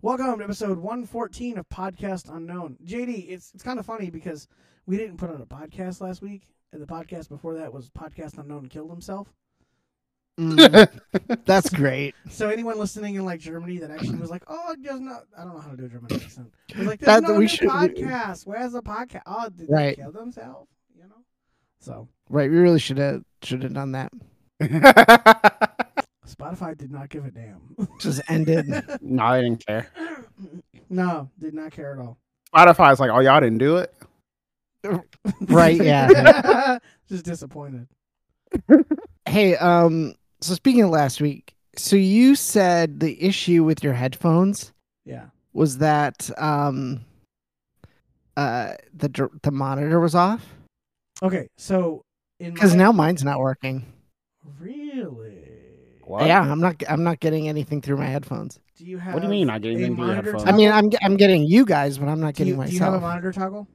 Welcome to episode 114 of Podcast Unknown. JD, it's it's kind of funny because we didn't put out a podcast last week, and the podcast before that was Podcast Unknown killed himself. Mm. that's great. So anyone listening in like Germany that actually was like, "Oh, just not," I don't know how to do a German accent. It Was like, "There's That- no we new should- podcast. Where's the podcast? Oh, did Right. they kill themselves? You know." So Right, we really should have should have done that. Spotify did not give a damn. Just ended. no, I didn't care. no, did not care at all. Spotify's like, oh, y'all didn't do it. Right, yeah. Just disappointed. hey, um, so speaking of last week, so you said the issue with your headphones Yeah. was that um, uh, the dr- the monitor was off Okay, so in because my- now mine's not working. really. What? Yeah, I'm not I'm not getting anything through my headphones. Do you have? What do you mean? I didn't a even do monitor headphones. toggle? I mean, I'm ge- I'm getting you guys, but I'm not Do getting you, do you have a myself. monitor toggle?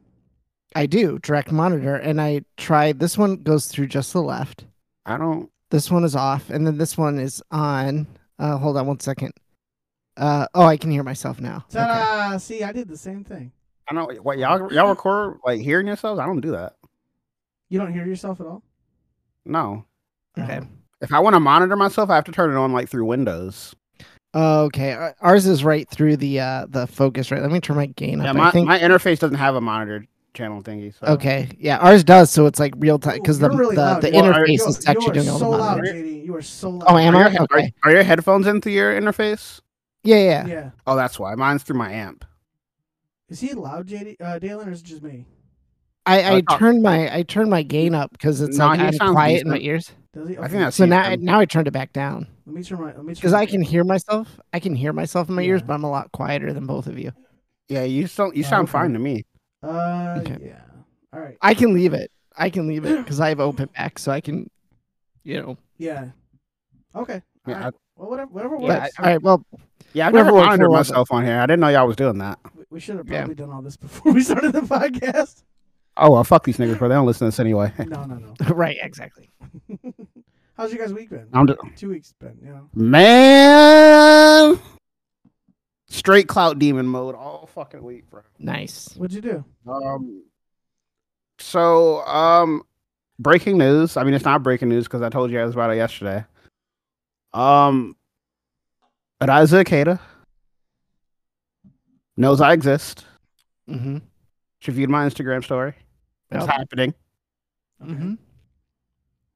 I do direct monitor, and I try this one goes through just the left. I don't. This one is off, and then this one is on. Uh, hold on one second. Uh, oh, I can hear myself now. Okay. Ta-da! See, I did the same thing. I don't. What y'all y'all record like hearing yourselves? I don't do that. You don't hear yourself at all. No. Okay. If I want to monitor myself, I have to turn it on like through Windows. Okay. uh, Ours is right through the uh the focus. Right. Let me turn my gain up. yeah, my, I think. my interface doesn't have a monitor channel thingy. So. Okay. Yeah, ours does. So it's like real time because the You're really the, loud. the You are- interface you is are- you actually are doing all so the loud, monitoring. JD. You are so loud. Oh, am Are I? your, Okay. are, are your headphones in through your interface? Yeah, yeah. yeah. Yeah. Oh, that's why. Mine's through my amp. Is he loud, JD? Uh, Dalen, or is it just me? I I I thought- turned my I turned my gain up because it's Oh, No, like he I'm sounds quiet in my decent. ears. Does he? I Okay. think that's So now I, Ethan. now I turned it back down Let me turn my. Let me. because I can hear myself. I can hear myself in my ears, Yeah. but I'm a lot quieter than both of you. Yeah, you sound you Oh, sound okay. fine to me. Uh, Okay. yeah. All right. I can leave it. I can leave it because I have open back, so I can, you know. Yeah. Okay. Yeah, All right. Well, whatever. Whatever Yeah, works. But, all right. Well, Yeah, I've Whatever never works for monitored Walter. myself on here. I didn't know y'all was doing that. We- We should have Yeah. probably done all this before we started the podcast. Oh well, fuck these niggas, bro. They don't listen to this anyway. No, no, no. right. Exactly. How's your guys' week been? I'm just, Two weeks been. You know. man, straight clout demon mode all fucking week, bro. Nice. What'd you do? Um, so um, breaking news. I mean, it's not breaking news because I told you guys about it yesterday. Um, Eliza Akeda knows I exist. Mm-hmm. She viewed my Instagram story. It's Yep. happening. Okay. Mm-hmm.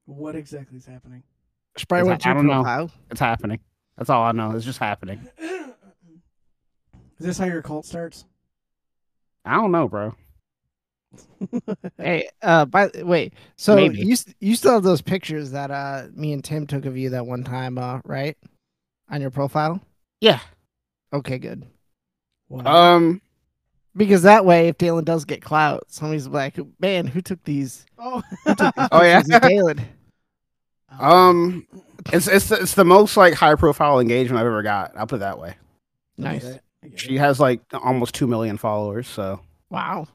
What exactly is happening? She probably went to I your don't know. profile. It's happening. That's all I know. It's just happening. is this how your cult starts? I don't know, bro. Hey, uh, by the- wait, so Maybe. you s- you still have those pictures that uh me and Tim took of you that one time, uh, right? On your profile. Yeah. Okay, good. Wow. Um. Because that way, if Dalen does get clout, somebody's like, "Man, who took these? oh. Oh yeah. This is Dalen." Um, it's it's it's the most like high profile engagement I've ever got. I'll put it that way. I nice. get it. I get She it. has like almost two million followers. So, Wow.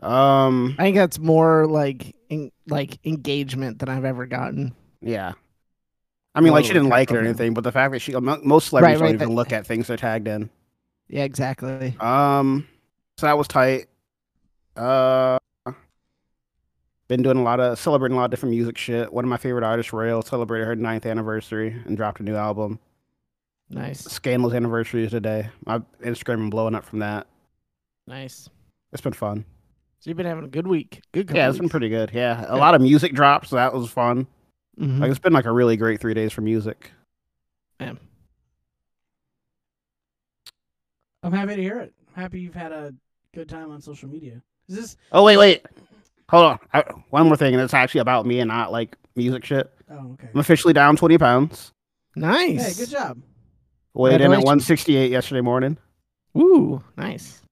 um, I think that's more like en- like engagement than I've ever gotten. yeah. I mean, like she Whoa, didn't okay, like it or okay. anything, but the fact that she mo- most celebrities Right, right, don't even that- look at things they're tagged in. Yeah, exactly. Um, so that was tight. Uh, been doing a lot of celebrating a lot of different music shit. One of my favorite artists, Rail, celebrated her ninth anniversary and dropped a new album. Nice, Scandal's anniversary is today. My Instagram been blowing up from that. nice. It's been fun. So you've been having a good week. Good. Couple Yeah, it's been pretty good. Yeah, a lot of music drops. So that was fun. hmm Like it's been like a really great three days for music. I'm happy to hear it. I'm happy you've had a good time on social media. Is this? Oh wait, wait, hold on. I, one more thing, and it's actually about me and not like music shit. Oh, okay. I'm officially down 20 pounds. Hey, Nice. good job. Weighed in at Congratulations. 168 yesterday morning. Ooh, nice.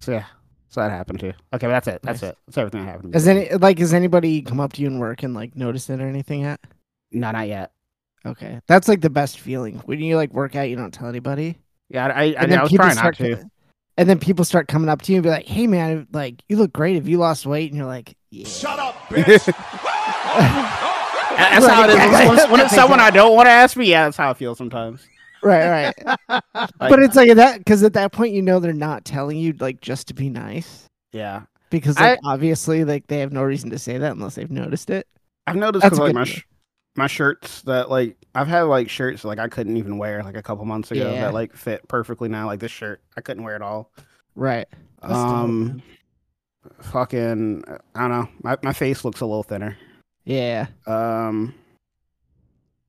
So yeah, so that happened too. Okay, that's it. That's Nice. it. That's everything that happened. to me. Has any like has anybody come up to you and work and like notice it or anything yet? No, not yet. Okay, that's like the best feeling when you like work out, you don't tell anybody, Yeah, I I, I, I was people trying not start to. co- and then people start coming up to you and be like, "Hey, man, like you look great. Have you lost weight?" And you're like, "Yeah." up, bitch. That's how it is. When, when it's someone I don't want to ask me, yeah, that's how I feel sometimes. right, right. Like- but it's like at that because at that point you know they're not telling you like just to be nice Yeah, because like, obviously like they have no reason to say that unless they've noticed it. I've noticed That's because a like good my deal. sh- my shirts that like I've had like shirts that, like I couldn't even wear like a couple months ago Yeah. that like fit perfectly now. Like this shirt, I couldn't wear at all. Right. That's dope, um, man. fucking, I don't know. My my face looks a little thinner. Yeah. Um,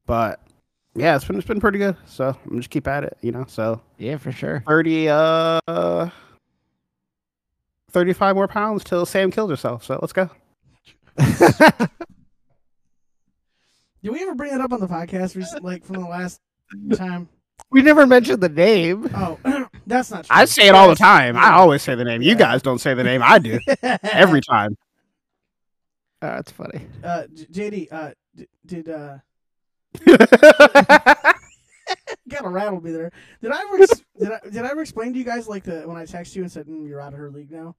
but yeah, it's been it's been pretty good. So I'm just keep at it, you know. So Yeah, for sure. thirty uh. 35 more pounds till Sam kills herself. So let's go. Did we ever bring that up on the podcast recent, like from the last time? we never mentioned the name. Oh, that's not true. I say it all the time. I always say the name. You guys don't say the name. I do every time. Oh, that's funny. uh, J- JD, uh, d- did uh, gotta rattle me there. Did I ever ex- did I did I ever explain to you guys like the when I texted you and said mm, you're out of her league now?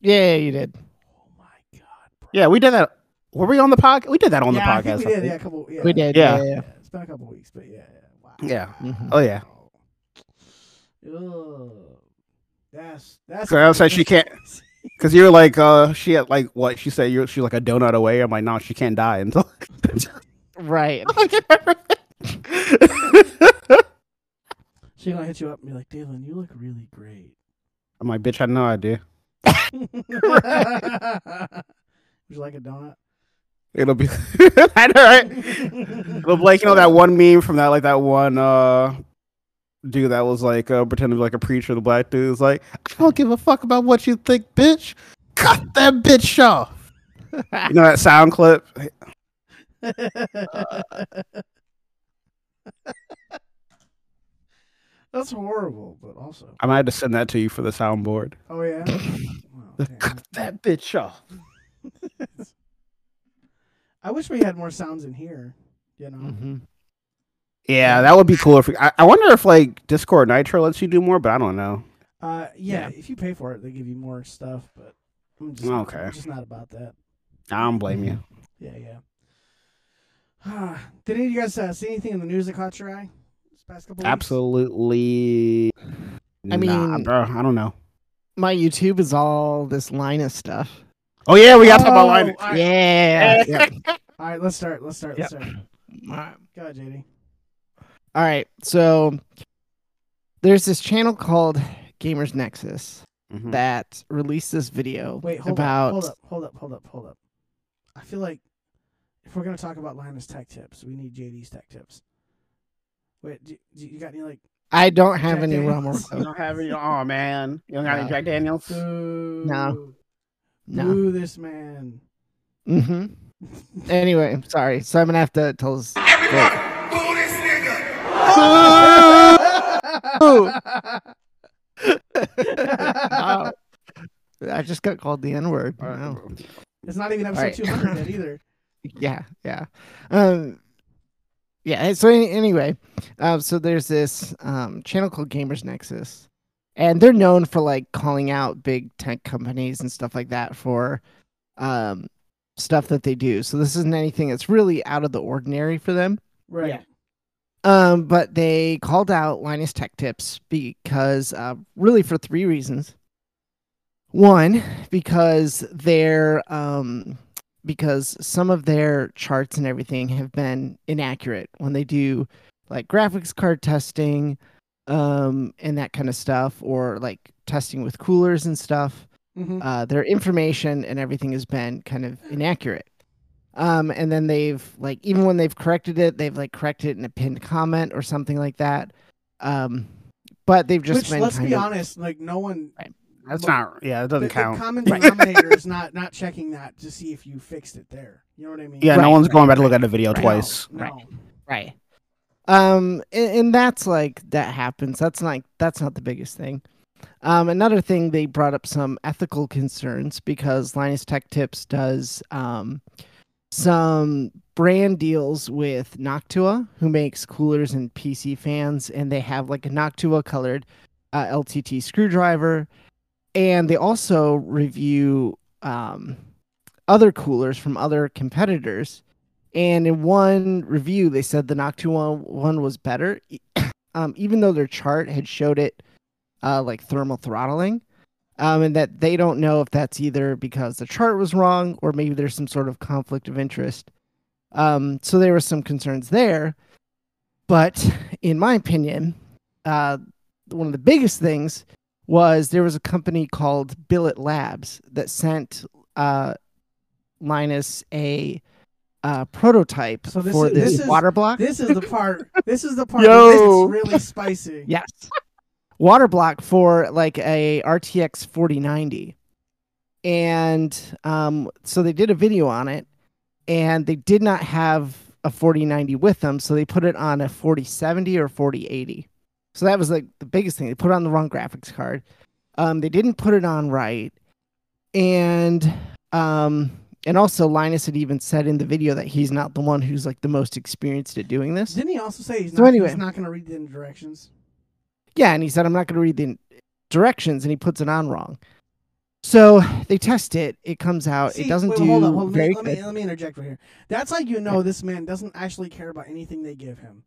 Yeah, you did. Oh my god, bro. yeah, we did that. Were we on the podcast? We did that on yeah, I the podcast. think I we did. think. Yeah, a couple. Yeah, We did. Yeah. Yeah. yeah, Yeah, it's been a couple weeks, but yeah, yeah. Wow. Yeah. yeah. Mhm. Oh yeah. Ugh. That's that's. So I said she can't- Because you were like, uh, she had like what? She said you she's like a donut away. I'm like, no, she can't die until. Right. She gonna hit you up and be like, Dalen, you look really great. I'm like, bitch, I know I do. Would you like a donut? It'll be. I know, right? But Blake, you know that one meme from that, like that one uh, dude that was like uh, pretending to be like a preacher. The black dude was like, I don't give a fuck about what you think, bitch. Cut that bitch off. you know that sound clip? That's horrible, but also. I might have to send that to you for the soundboard. Oh yeah. Wow, damn. Cut that bitch off. I wish we had more sounds in here. You know. Mhm. Yeah, that would be cool. If we, I, I wonder if like Discord Nitro lets you do more, but I don't know. Uh, yeah, Yeah. If you pay for it, they give you more stuff. But I'm just Okay. I'm just not about that. I don't blame you. Yeah, yeah. Ah, Did any of you guys uh, see anything in the news that caught your eye? This past couple weeks? Absolutely. I nah, mean- bro, I don't know. My YouTube is all this Linus stuff. Oh yeah, we got to talk about Oh, Linux. All right, Yeah. yeah. all right, let's start. Let's start. Let's Yep. start. All right. Go ahead, JD. All right. So there's this channel called Gamers Nexus Mhm. that released this video Wait, hold about up, hold up, hold up, hold up, hold up. I feel like if we're gonna talk about Linus tech tips, we need JD's tech tips. Wait, do, do you got any like? I don't have Jack any rum or Daniels. You don't have any. Oh man, you don't got any Nah. Jack Daniels. Boo, No. no. Boo this man. hmm Anyway, sorry. So I'm gonna have to tell this. Everyone, wow. I just got called the N word. All right. it's not even episode right. 200 yet either. yeah yeah um yeah so any- anyway uh, so there's this um channel called gamers nexus and they're known for like calling out big tech companies and stuff like that for um stuff that they do so this isn't anything that's really out of the ordinary for them Right. Yeah. um but they called out linus tech tips because uh really for three reasons one because their um because some of their charts and everything have been inaccurate when they do like graphics card testing um and that kind of stuff or like testing with coolers and stuff Mhm. uh their information and everything has been kind of inaccurate um and then they've like even when they've corrected it they've like corrected it in a pinned comment or something like that um but they've just Which, been let's kind be of, honest, like no one That's Look, not. Yeah, it the, doesn't the count. common denominator is not not checking that to see if you fixed it there. You know what I mean? yeah, no Right, one's right, going back to look at the video right. twice. No, no. right um and, and that's like that happens that's not that's not the biggest thing um another thing they brought up some ethical concerns because linus tech tips does um some brand deals with noctua who makes coolers and pc fans and they have like a noctua colored uh, ltt screwdriver and they also review um other coolers from other competitors and in one review, they said the Noctua one was better, um, even though their chart had showed it uh, like thermal throttling, um, and that they don't know if that's either because the chart was wrong or maybe there's some sort of conflict of interest. Um, so there were some concerns there. But in my opinion, uh, one of the biggest things was there was a company called Billet Labs that sent uh, Linus a uh, prototype So this for is- this, this is- water block. This is the part. This is the part. Yo. This is really spicy. Yes. Water block for like a RTX 4090. And um, so they did a video on it and they did not have a 4090 with them. So they put it on a 4070 or 4080. So that was like the biggest thing. They put it on the wrong graphics card. Um, they didn't put it on right. And um, and also Linus had even said in the video that he's not the one who's like the most experienced at doing this. Didn't he also say he's So not, anyway. he's not going to read the directions? Yeah, and he said, I'm not going to read the directions, and he puts it on wrong. So they test it. It comes out. See, Oh, it doesn't wait, do hold on, hold on, let me- very let, good. me, let, me, interject right here. That's like you know this man doesn't actually care about anything they give him,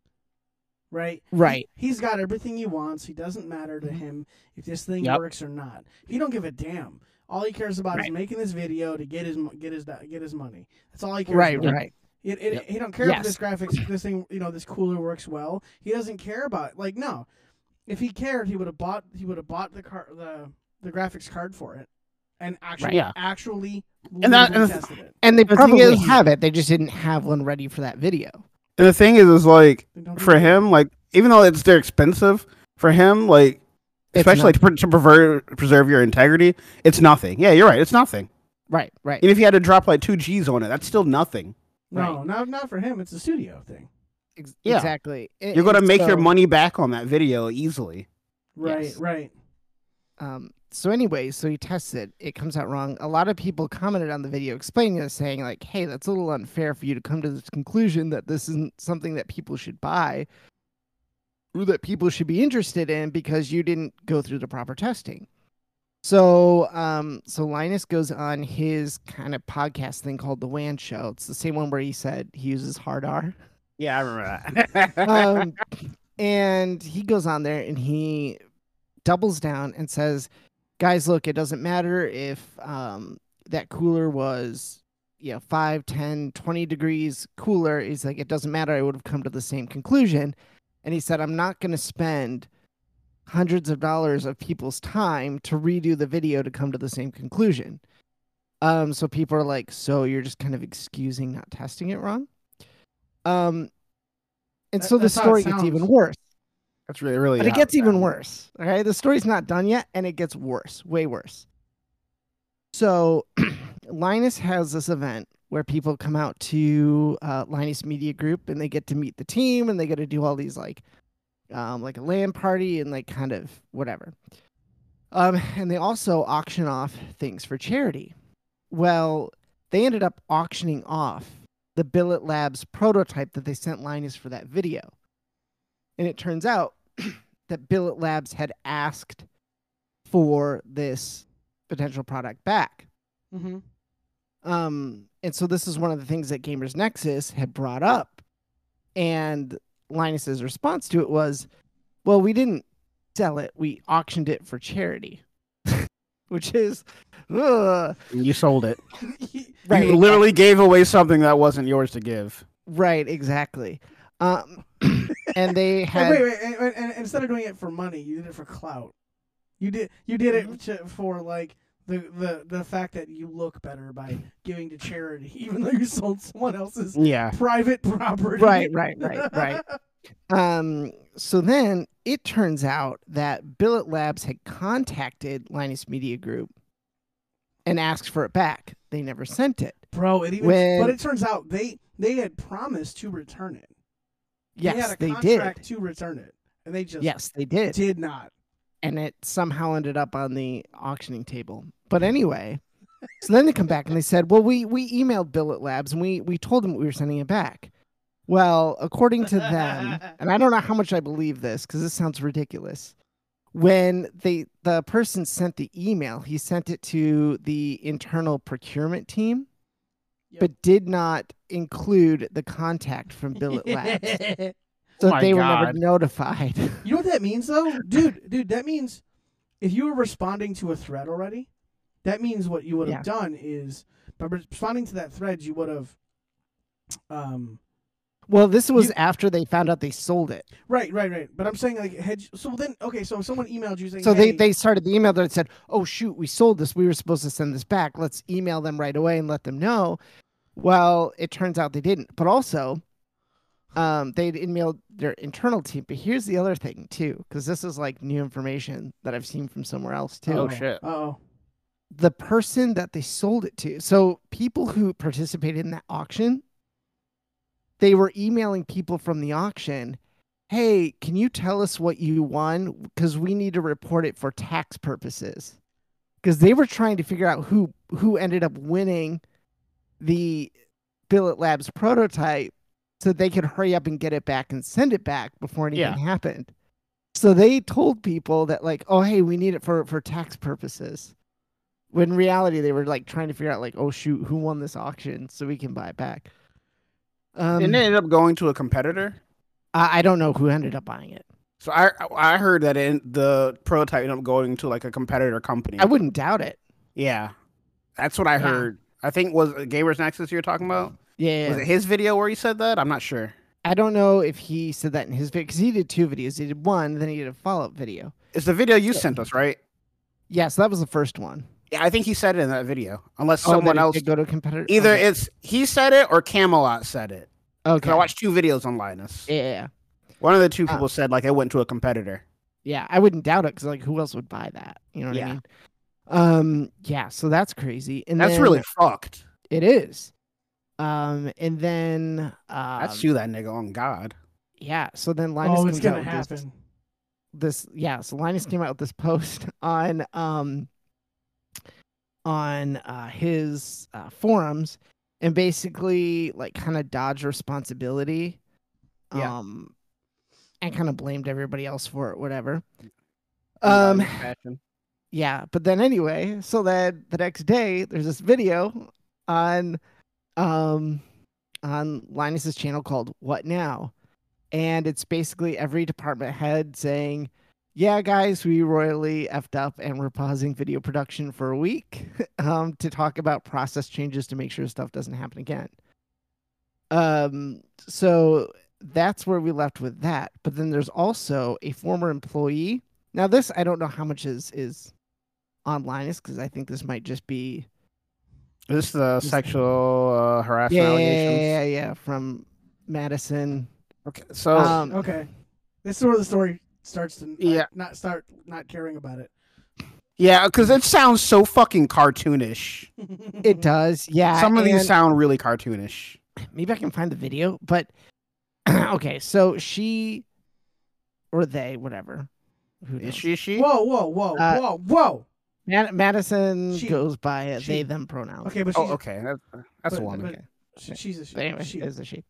right? Right. Mm-hmm. He's got everything he wants. He doesn't matter to him if this thing Yep. works or not. He don't give a damn. All he cares about is Right. making this video to get his mo- get his get his money. That's all he cares Right, about. right. It, it, Yep. He don't care if Yes. this graphics, this thing, you know, this cooler works well. He doesn't care about like no. If he cared, he would have bought. He would have bought the car, the the graphics card for it, and actually Right. Yeah. actually And that- legally and the- tested it. And they The thing probably is- have it. They just didn't have one ready for that video. And the thing is, is like They don't do for that. him, like even though it's they're expensive for him, like It's especially like to, pre- to preserve preserve your integrity, it's nothing. Yeah, you're right. It's nothing. Right, right. Even if you had to drop like two G's on it, that's still nothing. No, not not for him. It's a studio thing, Ex- yeah. Exactly. A- You're gonna and make your so- money back on that video easily. right? Yes. Right. Um, so anyway, so he tests it. It comes out wrong. A lot of people commented on the video explaining this, saying like, "Hey, that's a little unfair for you to come to this conclusion that this isn't something that people should buy or that people should be interested in because you didn't go through the proper testing." So, um, so Linus goes on his kind of podcast thing called the WAN Show. It's the same one where he said he uses hard R Yeah, I remember that. um, and he goes on there and he doubles down and says, "Guys, look, it doesn't matter if um, that cooler was, you know, 5, 10, 20 degrees cooler. He's like, it doesn't matter. I would have come to the same conclusion." And he said, "I'm not going to spend." hundreds of dollars of people's time to redo the video to come to the same conclusion. Um, so people are like, so you're just kind of excusing not testing it wrong. Um, and That- so the that's how it story gets sounds. even worse, that's really really. but it how gets even sounds. worse. Okay, the story's not done yet, and it gets worse, way worse. So Linus has this event where people come out to uh, Linus Media Group and they get to meet the team and they get to do all these like um, like a land party and like kind of whatever. Um, and they also auction off things for charity. Well, they ended up auctioning off the Billet Labs prototype that they sent Linus for that video. And it turns out that Billet Labs had asked for this potential product back. Mm-hmm. Um, and so this is one of the things that Gamers Nexus had brought up, and Linus's response to it was, "Well, we didn't sell it; we auctioned it for charity," which is, ugh, You sold it. Right, You literally gave away something that wasn't yours to give. right, exactly. Um, and they And oh, had wait, wait, and, and, and instead of doing it for money, you did it for clout. You did you did Mm-hmm. it to, for like the, the the fact that you look better by giving to charity, even though you sold someone else's Yeah. private property. right, right, right, right. Um, so then it turns out that Billet Labs had contacted Linus Media Group and asked for it back. They never sent it. Bro, it even When- but it turns out they they had promised to return it. they had Yes, a they, did. contract to return it, and they just Yes, they did. did not. And it somehow ended up on the auctioning table. But anyway, so then they come back and they said, "Well, we we emailed Billet Labs and we we told them we were sending it back." Well, according to them, and I don't know how much I believe this because this sounds ridiculous. When they the person sent the email, he sent it to the internal procurement team, Yep. but did not include the contact from Billet Labs. so Oh my they were never God. notified. You know what that means though, dude? Dude, that means if you were responding to a thread already, that means what you would have done is by responding to that thread, you would have, um, well, this was after they found out they sold it. right, right, right. But I'm saying like, had you, so then okay, so if someone emailed you saying, So they, "Hey," they started the email that said, "Oh shoot, we sold this. We were supposed to send this back. Let's email them right away and let them know." Well, it turns out they didn't. But also, um, they'd emailed their internal team. But here's the other thing too, because this is like new information that I've seen from somewhere else too. Oh, shit. oh, The person that they sold it to. So people who participated in that auction, they were emailing people from the auction. Hey, can you tell us what you won? Because we need to report it for tax purposes. Because they were trying to figure out who who ended up winning the Billet Labs prototype, so they could hurry up and get it back and send it back before anything Yeah. happened. So they told people that like, oh hey, we need it for for tax purposes. When in reality, they were like trying to figure out like, oh shoot, who won this auction, so we can buy it back. Um, and it ended up going to a competitor. I, I don't know who ended up buying it. So I I heard that in the prototype ended up going to like a competitor company. I wouldn't doubt it. yeah, that's what I Yeah. heard. I think was it Gamers Nexus you were talking about. Yeah, Was it his video where he said that? I'm not sure. I don't know if he said that in his video because he did two videos. He did one, then he did a follow up video. It's the video you sent us, right? Yeah, so that was the first one. Yeah, I think he said it in that video. Unless Oh, someone that it else, did go to a competitor. either okay. it's he said it or Camelot said it. okay. Because I watched two videos on Linus. Yeah, yeah, yeah, One of the two Ah. people said like it went to a competitor. yeah. I wouldn't doubt it because like who else would buy that? You know what I Yeah. mean? Um, yeah. So that's crazy, and That's then- really fucked. it is. Um, and then uh, I'd sue that nigga on God. yeah. So then Linus oh, comes it's gonna out with this- happen. this yeah so linus came out with this post on um on uh his uh, forums and basically like kind of dodged responsibility Yeah. um and kind of blamed everybody else for it whatever um Fashion. yeah but then anyway so then the next day there's this video on um on linus's channel called what now and it's basically every department head saying yeah guys we royally effed up and we're pausing video production for a week um to talk about process changes to make sure stuff doesn't happen again um so that's where we left with that but then there's also a former employee now this I don't know how much is is on Linus because I think this might just be Is this the sexual uh, harassment yeah, yeah, yeah, allegations? yeah, yeah, from Madison. Okay, so um, Okay, this is where the story starts to like, Yeah. not start not caring about it. yeah, because it sounds so fucking cartoonish. it does. Yeah, Some of and these sound really cartoonish. maybe I can find the video. But okay, so she or they, whatever. Who Is knows? she? Is she? Whoa, whoa, whoa, Uh, whoa, whoa. Mad- Madison She- goes by a she- they them pronoun. Okay, but she's, oh, okay. That, that's but- a woman. but- she- she's a she. But anyway, she- she is a she.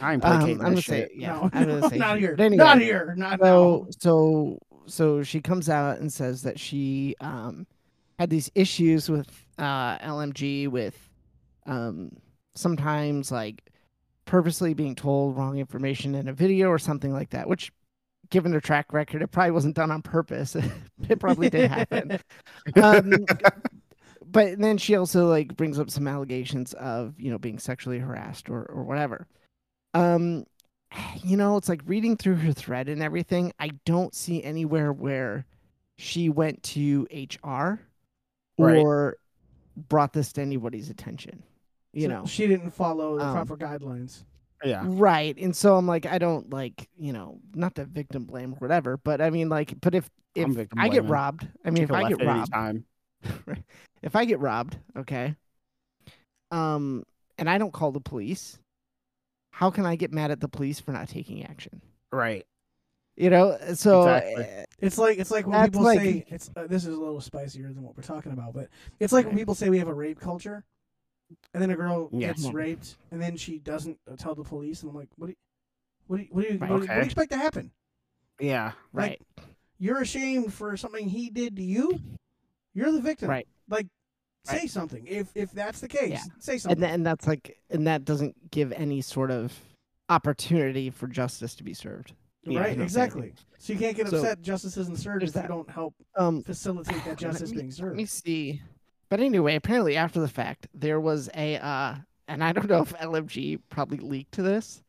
I ain't Um, placating I'm that gonna shit. say yeah. no, I'm gonna say not she. here, But anyway, not here, not so now. so so she comes out and says that she um had these issues with uh LMG with um sometimes like purposely being told wrong information in a video or something like that which given her track record it probably wasn't done on purpose it probably did happen um, but then she also like brings up some allegations of you know being sexually harassed or or whatever um you know it's like reading through her thread and everything i don't see anywhere where she went to hr Right. or brought this to anybody's attention you So know she didn't follow the Um, proper guidelines. Yeah. right and so i'm like i don't like you know not to victim blame or whatever but i mean like but if if I'm victim i get blaming. robbed i mean if People i left get at any robbed time. Right. if I get robbed, okay, um, and I don't call the police, how can I get mad at the police for not taking action? Right. You know, so Exactly. uh, It's like it's like when That's people like- say it's uh, this is a little spicier than what we're talking about, but it's like when people say we have a rape culture, and then a girl Yeah. gets Yeah. Hmm. raped, and then she doesn't uh, tell the police, and I'm like, what do you, what do you, what do you, Right. what do you- what do you Okay. expect to happen? Yeah. like, right, You're ashamed for something he did to you. You're the victim. Right. Like, say Right. something. If if that's the case, Yeah. say something. and tha- and that's like, and that doesn't give any sort of opportunity for justice to be served. Yeah, right? no, Exactly. So you can't get So- upset justice isn't served There's if you that. don't help Um, facilitate that justice me- being let me served. see. But anyway, apparently after the fact, there was a, uh, and I don't know if LMG probably leaked this.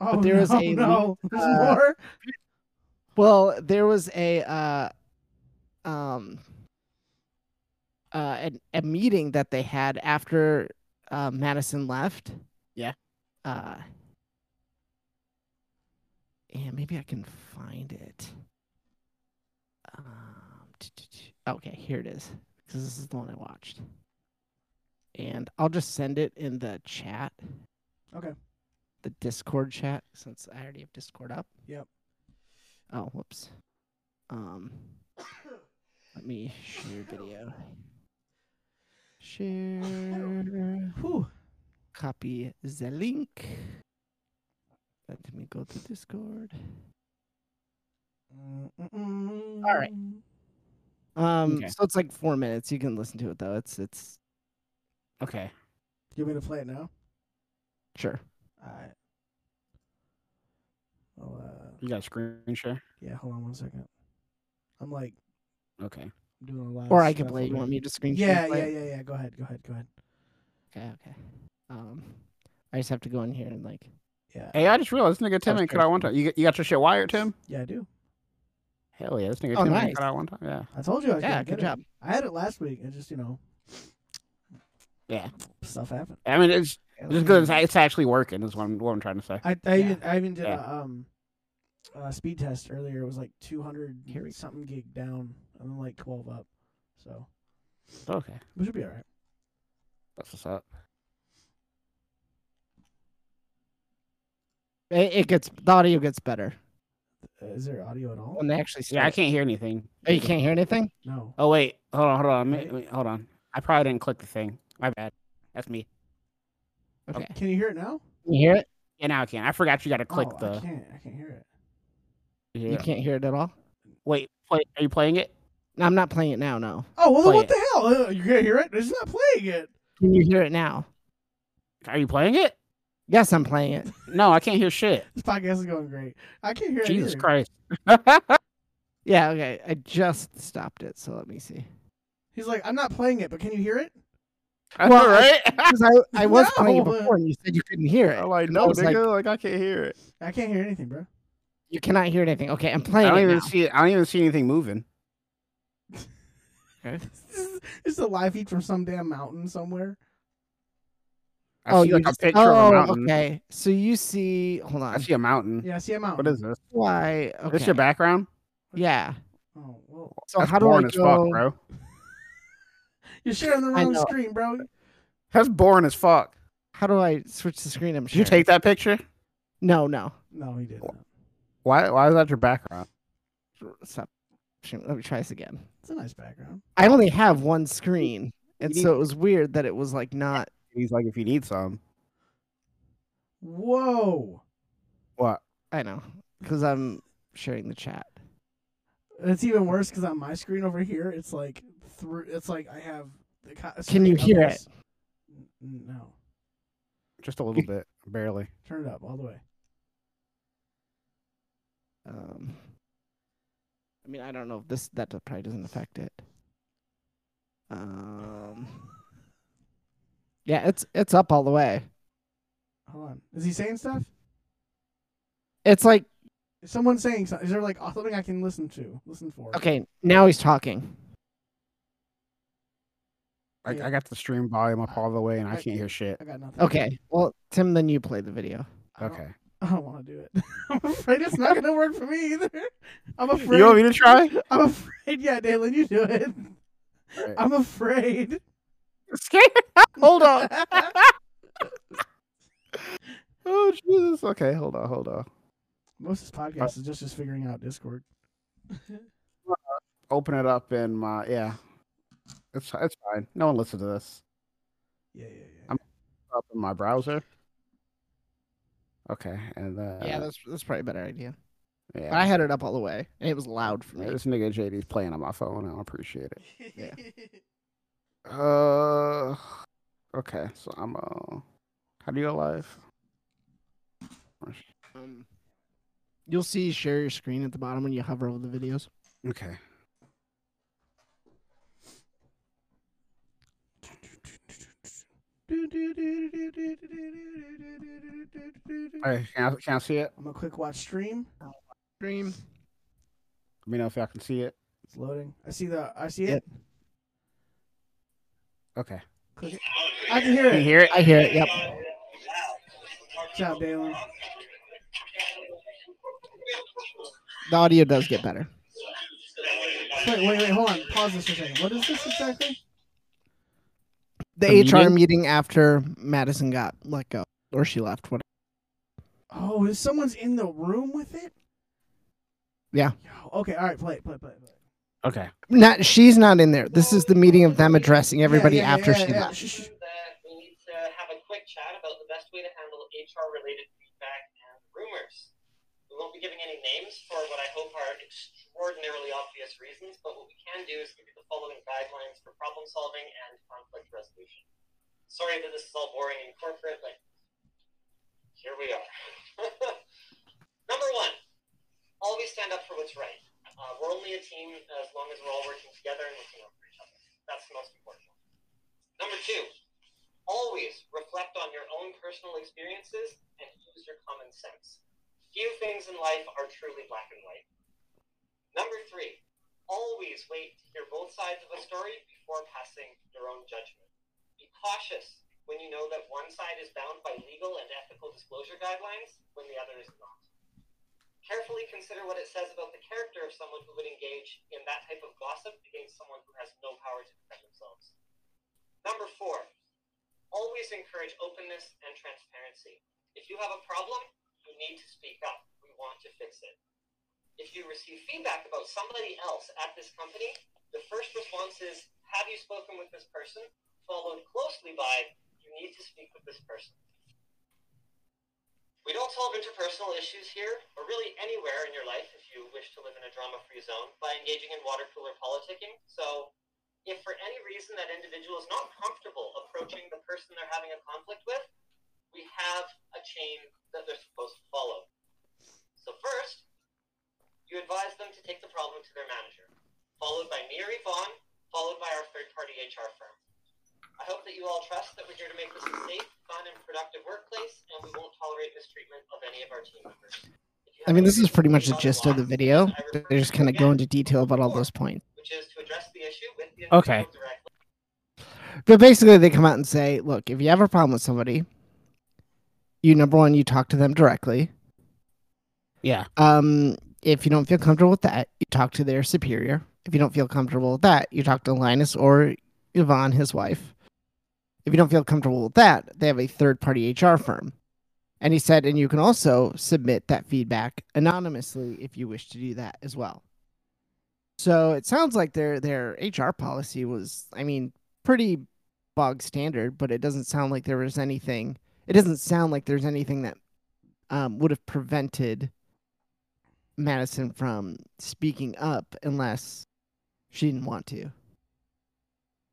Oh, but there is no, a no. leak, There's uh, more? Well, there was a, uh, um, uh, an, a meeting that they had after uh, Madison left. Yeah. Uh, yeah, maybe I can find it. Um, okay, here it is. Because this is the one I watched. And I'll just send it in the chat. Okay. The Discord chat, since I already have Discord up. Yep. Oh, whoops. Um, let me share video. Share. Whew. Copy the link. Let me go to Discord. All right. Um, Okay. so it's like four minutes. You can listen to it though. It's it's Okay. You want me to play it now? sure. All right. Oh, uh, You got a screen share? yeah. Hold on one second. I'm like Okay. doing a lot. Or of I can stuff play. it. You over want me to here. screen share? Yeah, and play yeah, it? yeah, yeah. Go ahead, go ahead, go ahead. Okay, okay. Um, I just have to go in here and like. Yeah, Hey, I just realized this nigga Tim was ain't cut out one time. You, got- you got your shit wired, Tim? yeah, I do. Hell yeah, this nigga Oh, Tim nice. ain't cut out one time. Yeah. I told you I was Yeah, gonna good get job. It. I had it last week. I just, you know, Yeah. stuff happened. I mean, it's just good. It's, it's actually working. Is what I'm, what I'm trying to say. I, I Yeah. even, I even did Yeah. a um, uh, speed test earlier. It was like 200 Here we go. something gig down, and then like 12 up. So Okay, we should be all right. that's what's up. It, it gets the audio gets better Uh, is there audio at all? when they actually. Start. Yeah, I can't hear anything. Oh, you can't hear anything. No. Oh wait, hold on, hold on, wait, Right? wait, hold on. I probably didn't click the thing. My bad. That's me. Okay. Can you hear it now? Can you hear it? Yeah, now I can. I forgot you got to click oh, I the. can't. I can't hear it. You Yeah. can't hear it at all. Wait, play, are you playing it? No, I'm not playing it now. No. Oh well, then Play what it. the hell? Uh, You can't hear it. It's not playing it. Can you hear it now? Are you playing it? Yes, I'm playing it. No, I can't hear shit. This podcast is going great. I can't hear it. Jesus either. Christ. Yeah. Okay. I just stopped it. So let me see. He's like, I'm not playing it, but can you hear it? All right. 'Cause I, I was playing it No. before, and you said you couldn't hear it. like, no, was like- Like, I can't hear it. I can't hear anything, bro. You cannot hear anything. Okay, I'm I playing don't it even now. see. I don't even see anything moving. This is, this is a live feed from some damn mountain somewhere. I oh, see you like just- a picture oh, of a mountain. okay. So you see, hold I on. see a mountain. Yeah, I see a mountain. What is this? Why? Is Okay. This your background? Yeah. Oh, well, So That's how do I boring as fuck, go- bro. you're sharing the I wrong know. screen, bro. That's boring as fuck. How do I switch the screen? I'm Did you sharing? take that picture? No, no. No, he didn't. Why? Why is that your background? Stop. Shoot, Let me try this again. It's a nice background. I only have one screen, and You so it was weird that it was like not. He's like, if you need some, Whoa, what? I know, because I'm sharing the chat. it's even worse because on my screen over here, it's like through. It's like I have. The co- Can you hear it? No, Just a little bit, barely. turn it up all the way. Um, I mean, I don't know if this that probably doesn't affect it. Um, yeah, it's it's up all the way. Hold on. Is he saying stuff? It's like Is someone saying something? Is there like something I can listen to? Listen for? okay, now he's talking. I, Yeah. I got the stream volume up all the way, and I can't hear shit. I got nothing. Okay, well, Tim, then you play the video. I don't- Okay. I don't want to do it. I'm afraid it's not going to work for me either. I'm afraid. You want me to try? I'm afraid. Yeah, Dalen, you do it. Alright. I'm afraid. Scared. Hold on. Oh Jesus. Okay, hold on, hold on. Most of this podcast is just just figuring out Discord. Open it up in my yeah. It's it's fine. No one listens to this. Yeah, yeah, yeah. I'm- Up in my browser. Okay, and then yeah, that's that's probably a better idea. yeah. But I had it up all the way, and it was loud for me. this nigga JD's playing on my phone. I don't appreciate it. yeah. Uh, okay. So I'm uh, how do you go live? Um, you'll see share your screen at the bottom when you hover over the videos. Okay. All right, can I, can I see it? I'm gonna quick watch stream. Stream. Let me know if y'all can see it. It's loading. I see the. I see it. Yep. Okay. Click it. I can hear Can you it. hear it? I hear it. Yep. Good job, Dalen. The audio does get better. Wait, wait, wait. Hold on. Pause this for a second. What is this exactly? The, The HR meeting? meeting after Madison got let go or she left. Whatever. Oh, is someone's in the room with it? Yeah. Yo, okay. All right. Play it. Play it. Play it. play it. Okay. Not she's not in there. This is the meeting of them addressing everybody yeah, yeah, after yeah, she yeah. left. Shh, shh. that we need to have a quick chat about the best way to handle HR related feedback and rumors. We won't be giving any names for what I hope are extraordinarily obvious reasons, but what we can do is give you the following guidelines for problem solving and conflict resolution. Sorry that this is all boring and corporate, but here we are. Number one, always stand up for what's right. Uh, we're only a team as long as we're all working together and looking out for each other. That's the most important one. Number two, always reflect on your own personal experiences and use your common sense. Few things in life are truly black and white. Number three, always wait to hear both sides of a story before passing your own judgment. Be cautious when you know that one side is bound by legal and ethical disclosure guidelines when the other is not. Carefully consider what it says about the character of someone who would engage in that type of gossip against someone who has no power to defend themselves. Number four, always encourage openness and transparency. If you have a problem, you need to speak up. We want to fix it. If you receive feedback about somebody else at this company, the first response is, have you spoken with this person? Followed closely by, you need to speak with this person. We don't solve interpersonal issues here, or really anywhere in your life if you wish to live in a drama-free zone, by engaging in water cooler politicking. So if for any reason that individual is not comfortable approaching the person they're having a conflict with, we have a chain that they're supposed to follow. So first, you advise them to take the problem to their manager, followed by me or Yvonne, followed by our third-party HR firm. I hope that you all trust that we're here to make this a safe, fun, and productive workplace, and we won't tolerate mistreatment of any of our team members. If you I have mean, any this is pretty much the concerns about gist of the loss, video. I refer They just you kind of go again, into detail about all those points. Which is to address the issue with the Okay. individual directly. But basically, they come out and say, look, if you have a problem with somebody, you number one, you talk to them directly. Yeah. Um, if you don't feel comfortable with that, you talk to their superior. If you don't feel comfortable with that, you talk to Linus or Yvonne, his wife. If you don't feel comfortable with that, they have a third party HR firm. And he said, and you can also submit that feedback anonymously if you wish to do that as well. So it sounds like their their HR policy was, I mean, pretty bog standard, but it doesn't sound like there was anything. It doesn't sound like there's anything that um, would have prevented Madison from speaking up unless she didn't want to.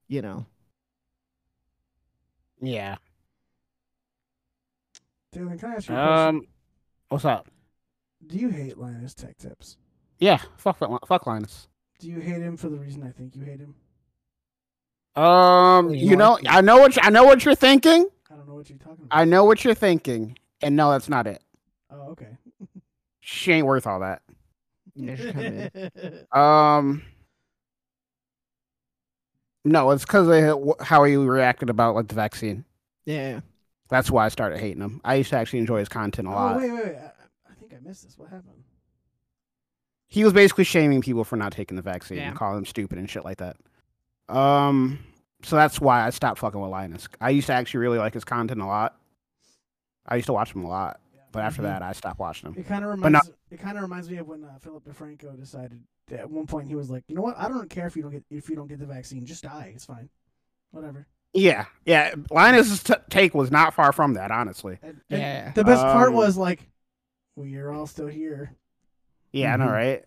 You know, Yeah. Dalen, can I ask you a question? Um, what's up? Do you hate Linus Tech Tips? Yeah. Fuck. that li- Fuck Linus. Do you hate him for the reason I think you hate him? Um, You you know, like- I know what you, I know what you're thinking. I don't know what you're talking about. I know what you're thinking, and no, that's not it. oh, okay. She ain't worth all that. there's kind of Um, no, it's because of wh- how he reacted about like the vaccine. yeah. That's why I started hating him. I used to actually enjoy his content a oh lot. wait, wait, wait. I, I think I missed this. What happened? He was basically shaming people for not taking the vaccine, Yeah. and calling them stupid and shit like that. Um, so that's why I stopped fucking with Linus. I used to actually really like his content a lot. I used to watch him a lot, but after Mhm. that, I stopped watching him. It kind of But not- reminds it kind of reminds me of when uh, Philip DeFranco decided that at one point he was like, you know what? I don't care if you don't get if you don't get the vaccine, just die. It's fine, whatever. Yeah, yeah. Linus's t- take was not far from that, honestly. And, and Yeah. The best part Um, was like, we are all still here. Yeah, I Mhm. know, right?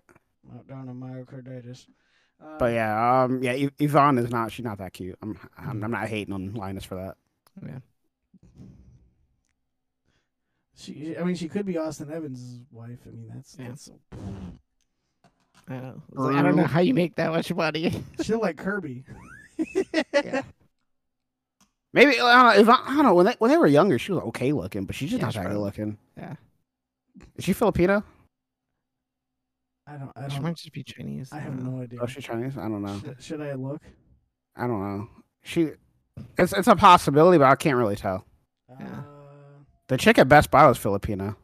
Not down to myocarditis. Uh, But yeah, um, yeah. Y- Yvonne is not. She's not that cute. I'm, Mm. I'm, I'm not hating on Linus for that. she- She, I mean, she could be Austin Evans' wife. I mean, that's Yeah. that's I don't, know. I don't know True. how you make that much money. she'll like Kirby. Maybe uh, if I, I don't know when they when they were younger, she was okay looking, but she's just Yeah, not she that good probably- looking. yeah. Is she Filipino? I don't. I She don't. might just be Chinese. I don't have know. no idea. Oh, she's Chinese. I don't know. Should, should I look? I don't know. She, it's it's a possibility, but I can't really tell. Yeah. Uh, The chick at Best Buy was Filipino.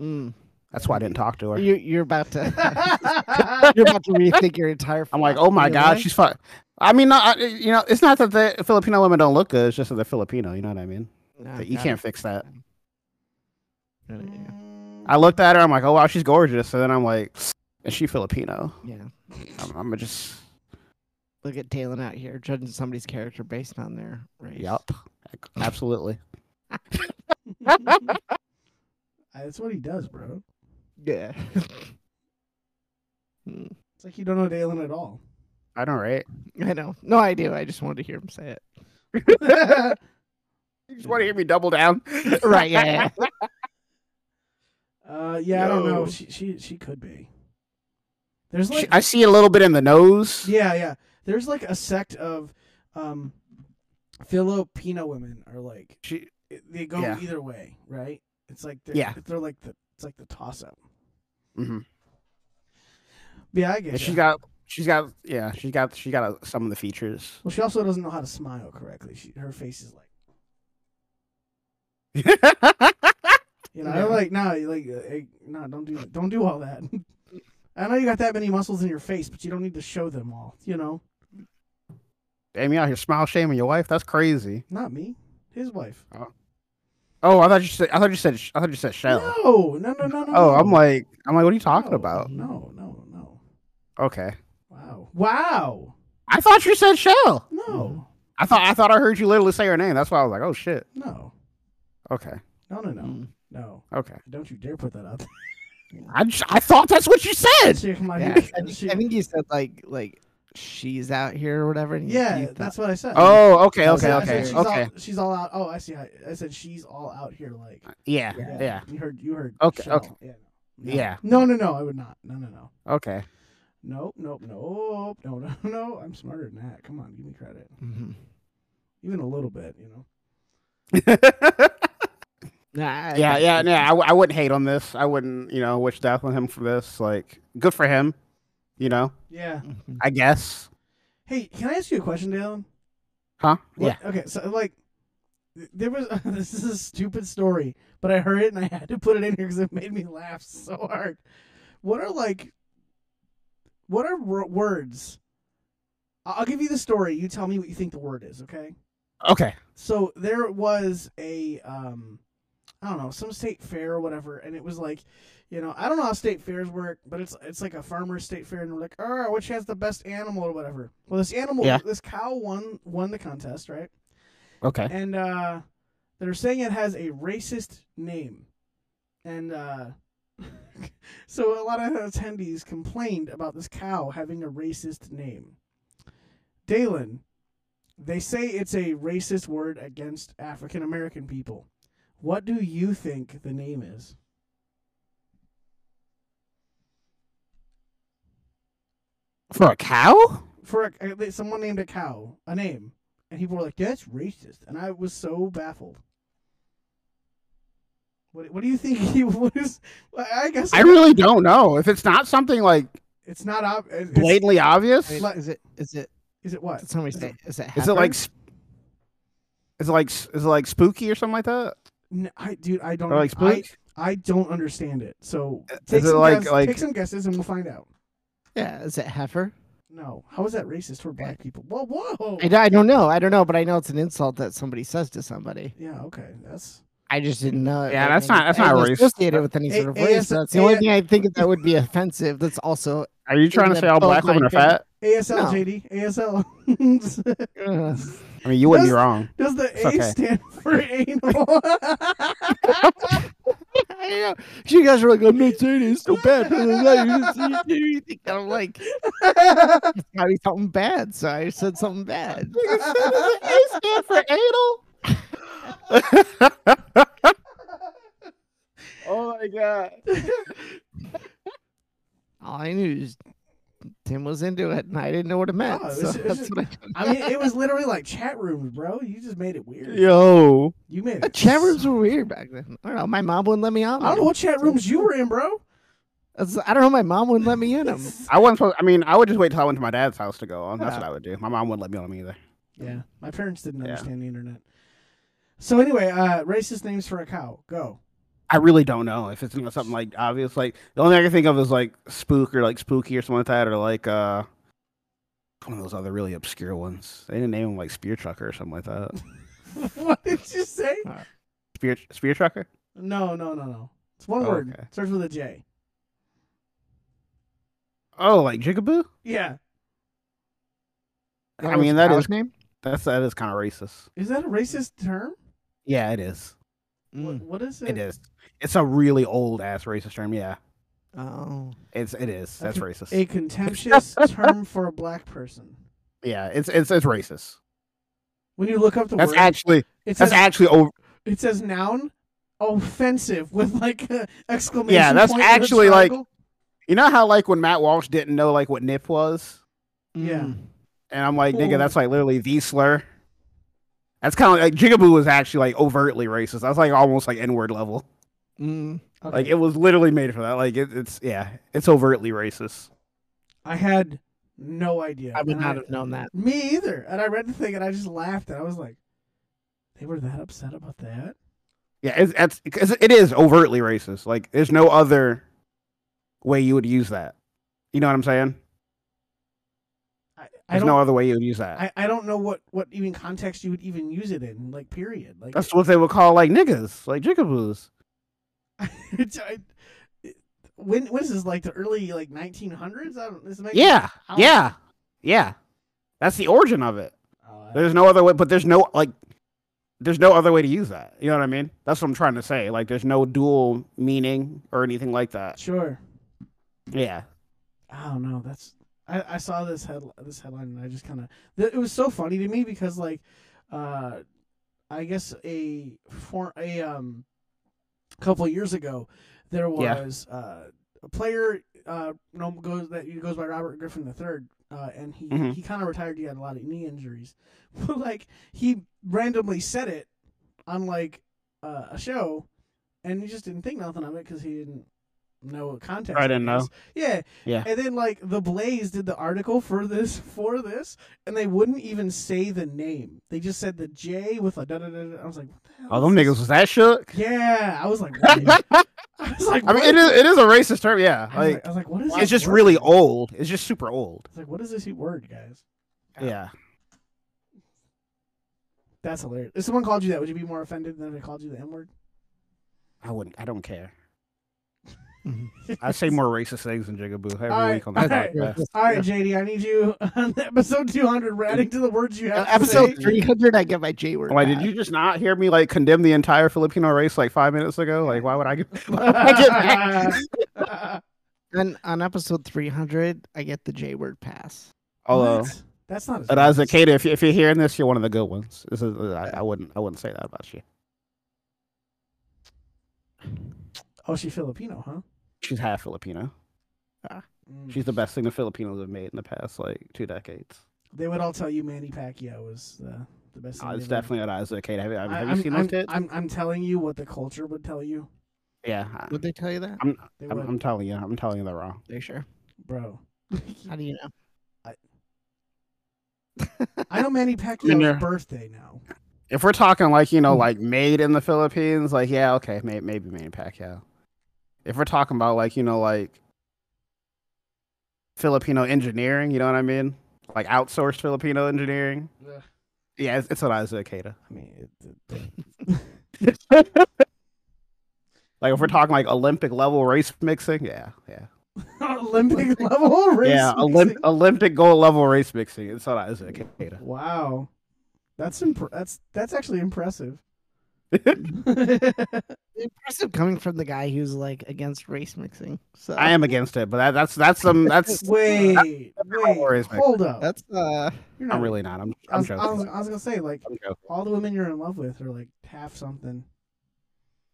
Mm. That's why I didn't talk to her. You, you're about to. you're about to rethink your entire. I'm like, oh philosophy my of god, life. she's fuck. I mean, not, I- you know, it's not that the Filipino women don't look good. It's just that they're Filipino. You know what I mean? No, That you Ah, got can't Mm. it. fix that. Got it, yeah. I looked at her. I'm like, oh wow, she's gorgeous. And then I'm like, is she Filipino? Yeah. I'm, I'm gonna just Look at Talon out here judging somebody's character based on their race. yup, absolutely. that's what he does, bro. Yeah. It's like you don't know Dalen at all. I know, right? I know. No, I do. I just wanted to hear him say it. You just want to hear me double down, Right. Yeah. Uh, yeah, I don't know. Yo. She she she could be. There's She- like I see a little bit in the nose. yeah yeah. There's like a sect of, um, Filipino women are like She, they go Yeah. either way, right? It's like they're, Yeah. they're like the it's like the toss up. mhm. Yeah, I get. And she's ya. got, she's got, yeah, she's got, she got uh some of the features. Well, she also doesn't know how to smile correctly. She her face is like you know. Yeah. I'm like no, you like uh, hey, no, don't do don't do all that. I know you got that many muscles in your face, but you don't need to show them all. You know, Damn, you out here smile shaming your wife? That's crazy. not me, his wife. Oh, I thought you said, I thought you said, I thought you said shell. No, no, no, no, no. Oh, I'm no. like, I'm like, what are you talking No, about? No, no, no. Okay, Wow, wow. I thought you said shell. No, I thought, I thought I heard you literally say her name. That's why I was like, oh shit. no, Okay, no, no, Um, no, Mm. no. okay. Don't you dare put that out. I, just, I thought that's what you said. She, my, Yeah, I, think, she- I think you said like like she's out here or whatever. and you- yeah, you thought- that's what I said. Oh, okay, I okay, said- I okay, said she's all- okay. she's all out. Oh, I see. I, I said she's all out here. Like, Yeah, yeah, yeah, You heard. You heard. Okay, Shell. okay. Yeah. No. yeah. No, no, no. I would not. No, no, no. Okay. Nope, nope, nope, no, no, no. I'm smarter than that. Come on, give me credit, Mhm. even a little bit. You know. Nah, I yeah, got yeah, you. yeah. I, w- I wouldn't hate on this. I wouldn't, you know, wish death on him for this. Like, good for him. You know, Yeah. Mhm. I guess. Hey, can I ask you a question, Dalen? Huh? What- Okay, so like, th- there was this is a stupid story, but I heard it and I had to put it in here because it made me laugh so hard. What are like, what are wor- words? I- I'll give you the story. You tell me what you think the word is. Okay. Yeah. Okay. So there was a um, I don't know, some state fair or whatever, and it was like, you know, I don't know how state fairs work, but it's it's like a farmer's state fair, and we're like, all right, which has the best animal or whatever. Well, this animal, Yeah. this cow won won the contest, right? Okay. and uh, they're saying it has a racist name, and uh, so a lot of attendees complained about this cow having a racist name. Dalen, they say it's a racist word against African American people. What do you think the name is? For a cow? For a, someone named a cow, a name, and people were like, "That's racist," and I was so baffled. What, what do you think? He was. I guess I really don't know. If it's not something like It's not ob- it's, blatantly obvious, Wait, Slut. is it is it Is it what? did somebody say is it is it like, heifer? sp- is it like, s- is it like spooky or something like that? N I dude, I don't. Or like I, spook? I don't understand it. So take it some like- guess- like- take some guesses and we'll find out. yeah is it heifer? No, how is that racist toward black people? Whoa, whoa. I, d- I don't know I don't know but I know it's an insult that somebody says to somebody. yeah, okay, that's I just didn't know. it Yeah, was- that's not- that's I not didn't race. associate it with any A- sort of AS race. That's the A- only thing I think that would be offensive. That's also Are you trying to that say all both black women my are fat? ASL, No. JD, ASL. Ugh. I mean, you wouldn't be Does- wrong. Does the It's A okay. stand for anal? I know. You guys are like, I'm not saying it's so bad for the life. You think I'm like, it's gotta be something bad. So I said something bad. A stand for anal. Oh my god. All I knew is Tim was into it, and I didn't know what it meant. Oh, it so was- it was that's just- what I did. I mean, it was literally like chat rooms, bro. You just made it weird. Yo. You made Uh, it. Chat rooms were weird back then. I don't know. My mom wouldn't let me on. I don't know them. what chat rooms you were in, bro. That's- I don't know. My mom wouldn't let me in them. I wasn't supposed I mean, I would just wait till I went to my dad's house to go on. That's Yeah. what I would do. My mom wouldn't let me on either. Yeah, my parents didn't Yeah. understand the internet. So anyway, uh, racist names for a cow. Go. I really don't know if it's you know, something like obvious. Like the only thing I can think of is like spook or like spooky or something like that, or like uh one of those other really obscure ones. They didn't name him like spear trucker or something like that. what did you say? Spear spear trucker. No, no, no, no. It's one Oh, word. okay. Starts with a J. Oh, like jigaboo. Yeah. I mean, that is name. that's that is kind of racist. Is that a racist term? Yeah, it is. What, Mm. what is it? It is. It's a really old ass racist term. Yeah, Oh, it's it is. That's racist. A contemptuous term for a black person. yeah, it's it's it's racist. When you look up the That's word, actually it says that's actually over. it says noun offensive with like a exclamation. Yeah, that's point and a actually, like- triangle. You know how like when Matt Walsh didn't know like what nip was. Yeah. Mm. And I'm like, nigga, Cool. that's like literally the slur. That's kind of like Jigaboo was actually like overtly racist. That's like almost like N word level. Mm. Okay. Like it was literally made for that. Like it, it's yeah, it's overtly racist. I had no idea. I would And not have known that. Me either. And I read the thing and I just laughed and I was like, they were that upset about that? Yeah, it's, it's because it is overtly racist. Like there's no other way you would use that. You know what I'm saying? I, I There's don't. no other way you would use that. I, I don't know what what even context you would even use it in. Like period. Like that's what they would call like niggas, like jigaboos. it's, I, it- when when is this like the early like 1900s? I don't. This makes, Yeah, I don't- yeah, yeah. That's the origin of it. Oh, I- There's no other way, but there's no like, there's no other way to use that. You know what I mean? That's what I'm trying to say. Like, there's no dual meaning or anything like that. sure. Yeah, I don't know. That's I, I saw this head this headline and I just kind of th- it was so funny to me because like uh I guess a for a um couple of years ago there Yeah. was uh, a player uh you know, goes that goes by Robert Griffin the third uh, and he Mhm. he kind of retired. He had a lot of knee injuries, but like he randomly said it on like uh, a show, and he just didn't think nothing of it because he didn't know what context. I it didn't know. was. Yeah. Yeah. And then like the Blaze did the article for this for this, and they wouldn't even say the name. They just said the J with a da da da. da. I was like, what the hell all is Oh, them niggas this? was that shook. Yeah, I was like, what? I I was like, mean, what? it is it is a racist term. Yeah, I was like like, I was like, what is? it's this just word? really old. It's just super old. I was like, what is this word, guys? Yeah, That's hilarious. If someone called you that, would you be more offended than if they called you the N word? I wouldn't. I don't care. Mhm. I say more racist things than jigaboo every All week on right, this all right. podcast. All right, JD, I need you on episode 200. We're adding to the words you Uh, have. to episode say. three hundred, I get my J word. Why did back. you just not hear me like condemn the entire Filipino race like five minutes ago? Like, why would I get? Why would I get that? On on episode three hundred, I get the J word pass. Although. What? that's not. As But as a racist. kid, if, if you're hearing this, you're one of the good ones. This is, uh, I, I wouldn't I wouldn't say that about you. oh, she Filipino, huh? She's half Filipino. Mm. She's the best thing the Filipinos have made in the past like two decades. They would all tell you Manny Pacquiao is the, the best. Uh, thing it's they've ever- definitely not Isaac Kate. Have, you- have I- you I'm- seen I'm, those kids? I'm, I'm telling you what the culture would tell you. yeah, I- Would they tell you that? They I'm, would, I'm telling you, I'm telling you they're wrong. They sure. bro. How do you know? I know Manny Pacquiao's In there. birthday now. If we're talking like you know Hmm. Mhm. like made in the Philippines, like yeah, okay, may, maybe Manny Pacquiao. If we're talking about like you know like Filipino engineering, you know what I mean? Like outsourced Filipino engineering. Ugh. Yeah, it's, it's an Isaac Kata. I mean, it, it- Like Hmm. if we're talking like Olympic level race mixing, yeah, yeah, Olympic level race. yeah, Olymp- mixing. Olympic gold level race mixing. It's not Isaac Ada. Wow, that's impre- that's that's actually impressive. Impressive coming from the guy who's like against race mixing. So I am against it, but that, that's that's um that's wait, level wait, race mixing. hold up. That's uh. You're I'm really not. I'm I I'm was, I, was, joking. I was gonna say like I'm joking. all the women you're in love with are like half something.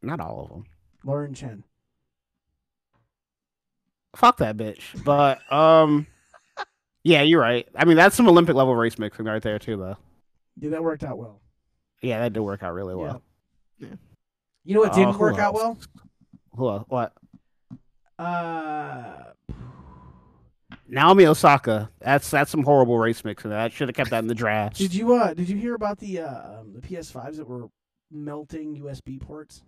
Not all of them. Lauren Chen. Fuck that bitch. But um, yeah, you're right. I mean, that's some Olympic level race mixing right there too, though. Yeah, that worked out well. Yeah, that did work out really well. You know what Uh, didn't who work out well? else? Who else? What? Uh, Naomi Osaka. That's that's some horrible race mixing. I should have kept that in the draft. did you uh did you hear about the uh um, the PS5s that were melting USB ports?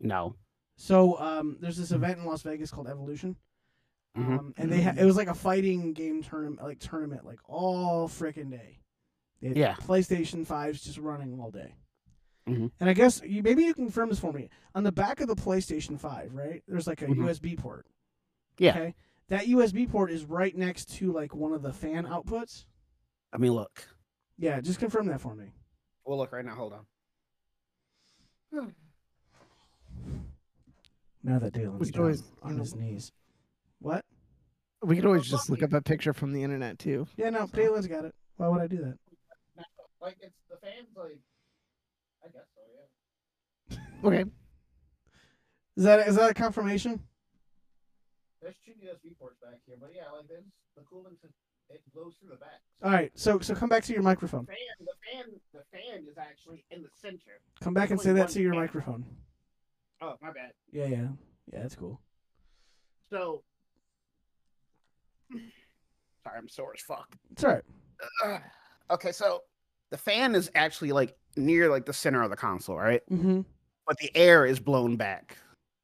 No. So um, there's this event in Las Vegas called Evolution, Mhm. um, and they ha- it was like a fighting game tournament, like tournament, like all frickin' day. They had Yeah. PlayStation fives just running all day. Mhm. And I guess you, maybe you can confirm this for me. On the back of the PlayStation Five, right? There's like a Mhm. USB port. Yeah. Okay. That USB port is right next to like one of the fan outputs. I mean, look. Yeah, just confirm that for me. We'll look right now. Hold on. Now that Dylan's Which down always- on his knees. What? We could always just look up a picture from the internet too. Yeah, no, Dylan's got it. Why would I do that? Like it's the fans. Like I guess so. Yeah. Okay. Is that is that a confirmation? There's two USB ports back here, but yeah, like there's the coolant. It blows through the back. All right, so so come back to your microphone. fan, the fan, the fan is actually in the center. Come back and say that to your microphone. Oh, my bad. Yeah, yeah, yeah. That's cool. So, sorry, I'm sore as fuck. It's all right. Ugh. Okay, so the fan is actually like near like the center of the console, right? Mm-hmm. But the air is blown back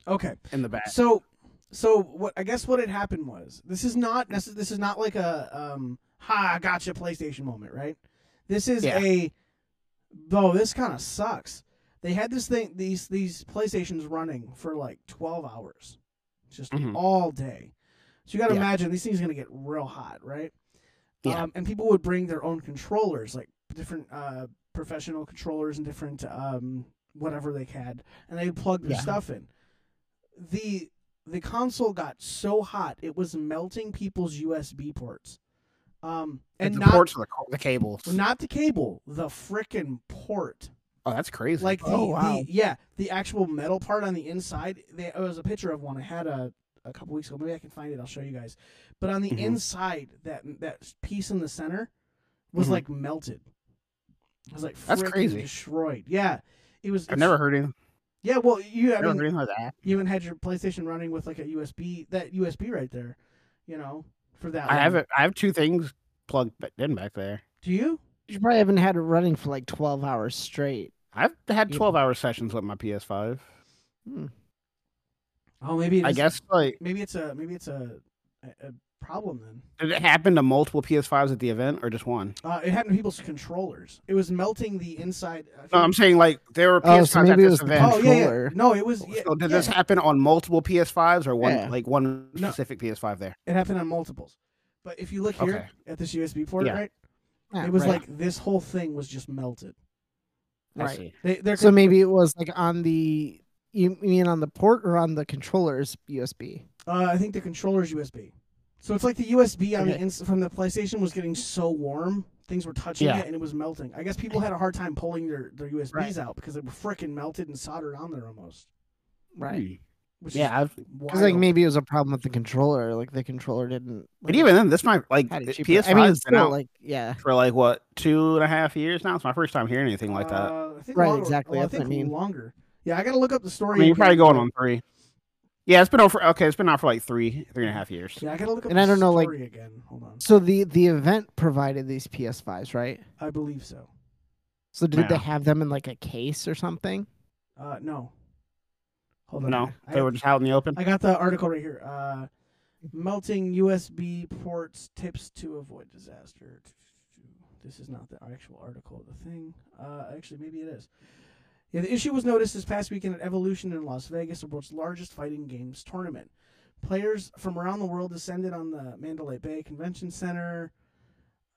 Okay. in the back. So, so what? I guess what had happened was this is not necess- this is not like a um ha gotcha PlayStation moment, right? This is Yeah. a though this kind of sucks. They had this thing these these PlayStations running for like twelve hours, just Mhm. all day. So you got to Yeah. imagine these things gonna get real hot, right? Yeah. Um, and people would bring their own controllers, like different uh, professional controllers and different um, whatever they had, and they'd plug their Yeah. stuff in. The the console got so hot it was melting people's USB ports, um, and the not ports of the, co- the cables. not the cable, the frickin' port. oh, that's crazy. Like the, Oh, wow. the yeah, the actual metal part on the inside. There it was a picture of one I had a a couple weeks ago. Maybe I can find it. I'll show you guys. But on the Mhm. inside, that that piece in the center was Mhm. like melted. It was like That's frickin' crazy. destroyed. Yeah, it was. I've never heard anything, Yeah, well, you I mean never heard anything like that. you even had your PlayStation running with like a USB that USB right there, you know, for that. I long. have it. I have two things plugged ba- in back there. Do you? You probably haven't had it running for like twelve hours straight. I've had Yeah. 12 hour sessions with my PS5. Oh, maybe it I is- guess like maybe it's a maybe it's a a, a problem then. did it happen to multiple PS5s at the event or just one? Uh, it happened to people's controllers. It was melting the inside. I No, I'm think- saying like there were PS5s Oh, so at maybe it was this the event. oh yeah, yeah, controller. no, it was. Yeah, so did yeah. this happen on multiple PS5s or one Yeah. like one No. specific PS5 there? It happened on multiples. But if you look here Okay. at this USB port, Yeah. right? Yeah, It was Ah, right. like this whole thing was just melted. I see. They, they're so maybe it was like on the you mean on the port or on the controller's USB? Uh, I think the controller's USB. So it's like the USB on the Okay. ins- from the PlayStation was getting so warm, things were touching Yeah. it and it was melting. I guess people had a hard time pulling their, their USBs Right. out because they were freaking melted and soldered on there almost. Right. Which is Yeah, I've, Because like wild. maybe it was a problem with the controller. Like the controller didn't. but like, even then, this might like had it cheaper. PS5 I mean, has been still, out like yeah. for like what two and a half years now. It's my first time hearing anything like that. Uh, I think Right, longer- exactly, well, I that's what I think mean. longer. Yeah, I gotta look up the I story. mean, you're and get probably it. going on three. Yeah, it's been on for okay. It's been out for like three, three and a half years. Yeah, I gotta look up. And the I don't know, like- story again. Hold on. So the the event provided these PS5s, right? I believe so. So did they Yeah. have them in like a case or something? Uh, no. Hold on. No, I, they were just out in the open. I got the article right here. Uh, melting USB ports tips to avoid disaster. This is not the actual article of the thing. Uh, actually, maybe it is. Yeah, the issue was noticed this past weekend at Evolution in Las Vegas, the world's largest fighting games tournament. Players from around the world descended on the Mandalay Bay Convention Center.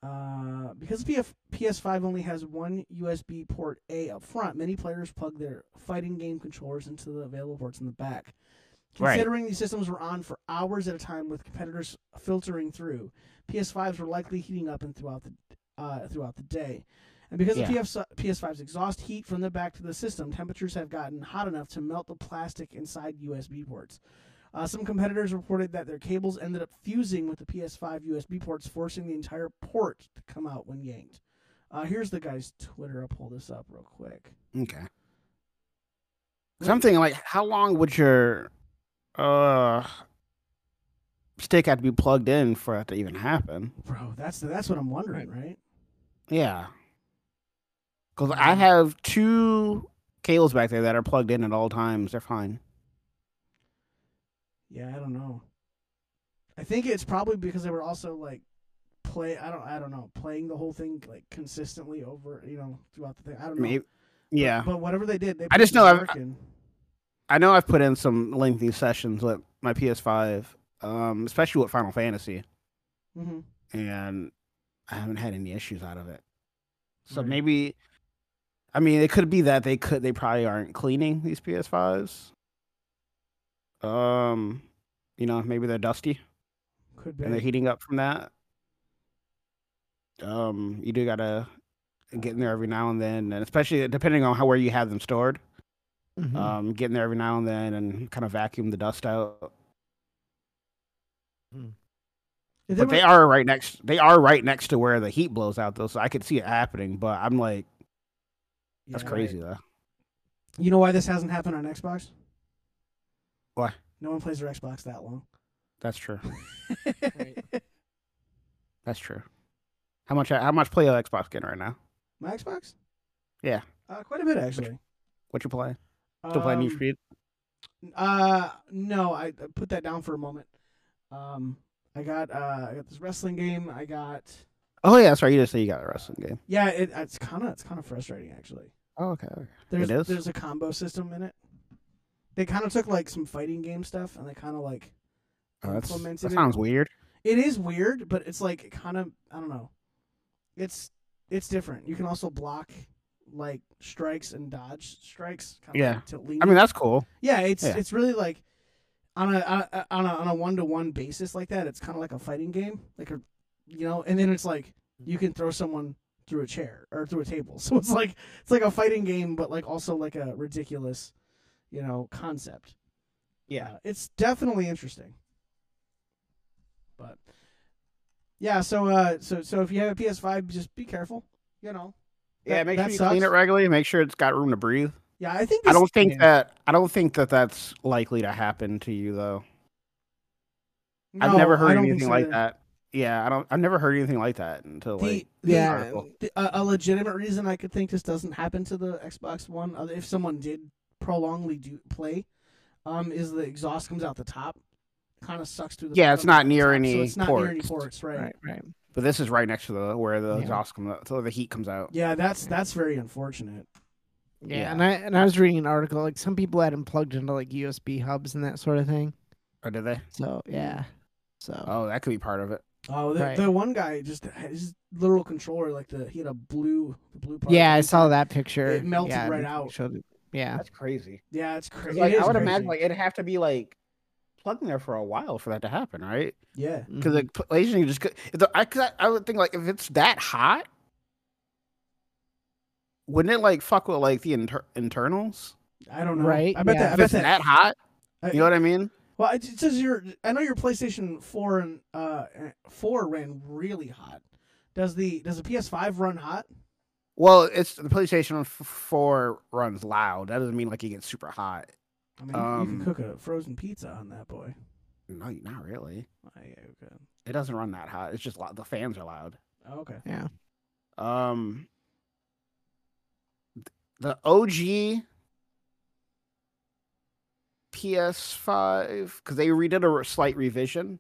Uh, because the PF- PS5 only has one USB port A up front, many players plug their fighting game controllers into the available ports in the back. Right. Considering these systems were on for hours at a time with competitors filtering through, PS5s were likely heating up and throughout the uh, throughout the day. And because Yeah. of PF- PS5's exhaust heat from the back to the system, temperatures have gotten hot enough to melt the plastic inside USB ports. Uh, some competitors reported that their cables ended up fusing with the PS5 USB ports, forcing the entire port to come out when yanked. Uh, here's the guy's Twitter. I'll pull this up real quick. Okay. Something like how long would your uh stick have to be plugged in for that to even happen? Bro, that's that's what I'm wondering, right? Yeah. Because I have two cables back there that are plugged in at all times. They're fine. Yeah, I don't know. I think it's probably because they were also like play. I don't. I don't know. Playing the whole thing like consistently over, you know, throughout the thing. I don't know. Maybe. Yeah. But whatever they did, they I just put know the I've- work in. I know I've put in some lengthy sessions with my PS5, um, especially with Final Fantasy, hmm and I haven't had any issues out of it. So Right. maybe, I mean, it could be that they could they probably aren't cleaning these PS5s. Um, you know, maybe they're dusty Could be. and they're heating up from that. Um, you do gotta get in there every now and then, and especially depending on how where you have them stored. Mhm. um, get in there every now and then and kind of vacuum the dust out. If But were- they are right next. They are right next to where the heat blows out, though, so I could see it happening. But I'm like, that's Yeah, crazy, right. though. You know why this hasn't happened on Xbox? Why? No one plays their Xbox that long. That's true. Right. That's true. How much? How much play on Xbox getting right now? My Xbox? Yeah. Uh, quite a bit actually. What you playing? Still playing Um, Need for Speed? Uh, no, I, I put that down for a moment. Um, I got uh, I got this wrestling game. I got Oh yeah, that's right. You just say you got a wrestling game. yeah. It, it's kind of it's kind of frustrating actually. Oh okay. okay. There's It is? there's a combo system in it. They kind of took like some fighting game stuff and they kind of like Oh, that's, implemented that it. sounds weird. It is weird, but it's like kind of I don't know. It's it's different. You can also block like strikes and dodge strikes. Kind Yeah. Like, to lean I mean, that's cool. Yeah, it's Yeah. it's really like on a on a- on a on a one to one basis like that. It's kind of like a fighting game, like a you know. And then it's like you can throw someone through a chair or through a table. So it's like it's like a fighting game, but like also like a ridiculous, you know, concept. Uh, it's definitely interesting. But yeah, so uh, so so if you have a PS5, just be careful. You know. yeah. that- make that sure you clean sucks. it regularly. Make sure it's got room to breathe. Yeah, I think I don't think yeah. that. I don't think that that's likely to happen to you though. I've No, never I heard don't think anything so like either. that. Yeah, I don't. I've never heard anything like that until The- like the- yeah. yeah. article. The- a, a legitimate reason I could think this doesn't happen to the Xbox One, uh, if someone did prolongly do play, um, is the exhaust comes out the top, kind of sucks through the Yeah, it's comes out not near the top, so any it's not near any ports. ports, right? Right. Right. But this is right next to the where the Yeah. exhaust comes out, so the heat comes out. Yeah, that's that's very unfortunate. Yeah, Yeah. and I and I was reading an article like some people had them plugged into like USB hubs and that sort of thing. Or Oh, did they? So yeah, so Oh, that could be part of it. Oh, the, Right. the one guy just his literal controller, like the he had a blue the blue part. yeah, I saw that picture. It melted Yeah, right and out. showed it- Yeah, That's crazy. Yeah, it's crazy. Like I would imagine, like it'd have to be like plugged in there for a while for that to happen, right? yeah, Because Mhm. like PlayStation just could. If the, I, could, I would think like if it's that hot, wouldn't it like fuck with like the inter- internals? I don't know. Right, I bet yeah. that. I If bet it's that. that hot, I- you know what I mean? Well, it it says your. I know your PlayStation Four and uh four ran really hot. Does the does the PS Five run hot? Well, it's the PlayStation f- Four runs loud. That doesn't mean like it gets super hot. I mean, you- you Um, can cook a frozen pizza on that boy. No, not really. Oh, yeah, okay. It doesn't run that hot. It's just loud. the fans are loud. Oh, okay. yeah. Um, th- the OG PS5 because they redid a re- slight revision.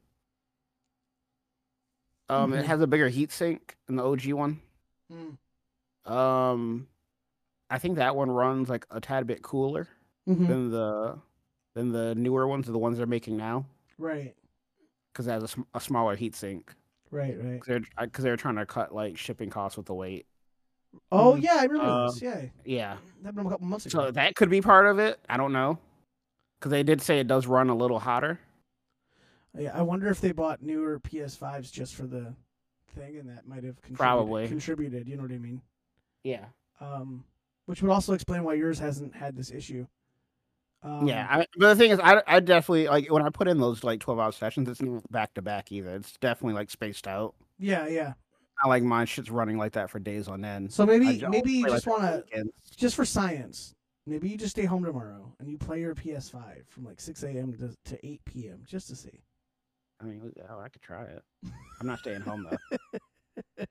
Um, Mhm. it has a bigger heat sink than the OG one. Um, I think that one runs like a tad bit cooler. Hmm. Mm-hmm. than the than the newer ones are the ones they're making now Right, because it has a, sm- a smaller heat sink right, right. because they're because they're trying to cut like shipping costs with the weight. Oh yeah, I remember Um, this. Yeah, Yeah, that happened a couple months ago. so that could be part of it. I don't know because they did say it does run a little hotter. yeah, I wonder if they bought newer PS Fives just for the thing, and that might have contributed, Probably. contributed. You know what I mean? Yeah, Um, which would also explain why yours hasn't had this issue. Um, yeah, I, but the thing is, I, I definitely like when I put in those like twelve hour sessions. It's not back to back either. It's definitely like spaced out. yeah, yeah. I like mine. Shit's running like that for days on end. So I maybe ju- maybe you play, like, just want to weekends. just for science. Maybe you just stay home tomorrow and you play your PS5 from like 6 a.m. To, to 8 p.m. just to see. I mean, oh, I could try it. I'm not staying home though.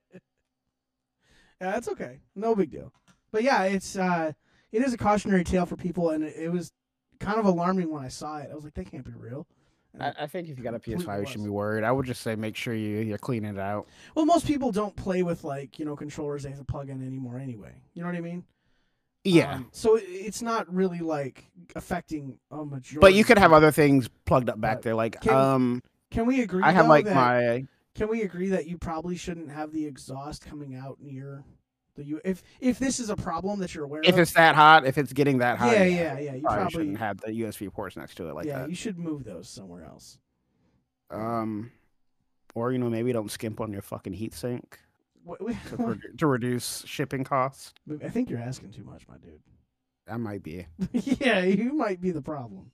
Yeah, that's okay. No big deal. But yeah, it's uh, it is a cautionary tale for people, and it, it was kind of alarming when I saw it. I was like, that can't be real. And I, I think if you got a Completely PS5, you shouldn't was. be worried. I would just say make sure you you clean it out. Well, most people don't play with like you know controllers they have to plug in anymore anyway. You know what I mean? Yeah, Um, so it, it's not really like affecting a majority. but you could have other things plugged up back But there. Like, Uh, can- um, Can we agree? I have though, like that- my Can we agree that you probably shouldn't have the exhaust coming out near the U? If if this is a problem that you're aware if of. it's that hot, if it's getting that hot. yeah, yeah, yeah. You You probably, probably shouldn't have the USB ports next to it like yeah. that. You should move those somewhere else. Um, or you know maybe don't skimp on your fucking heatsink What, we, to, redu- to reduce shipping costs. I think you're asking too much, my dude. That might be yeah, you might be the problem.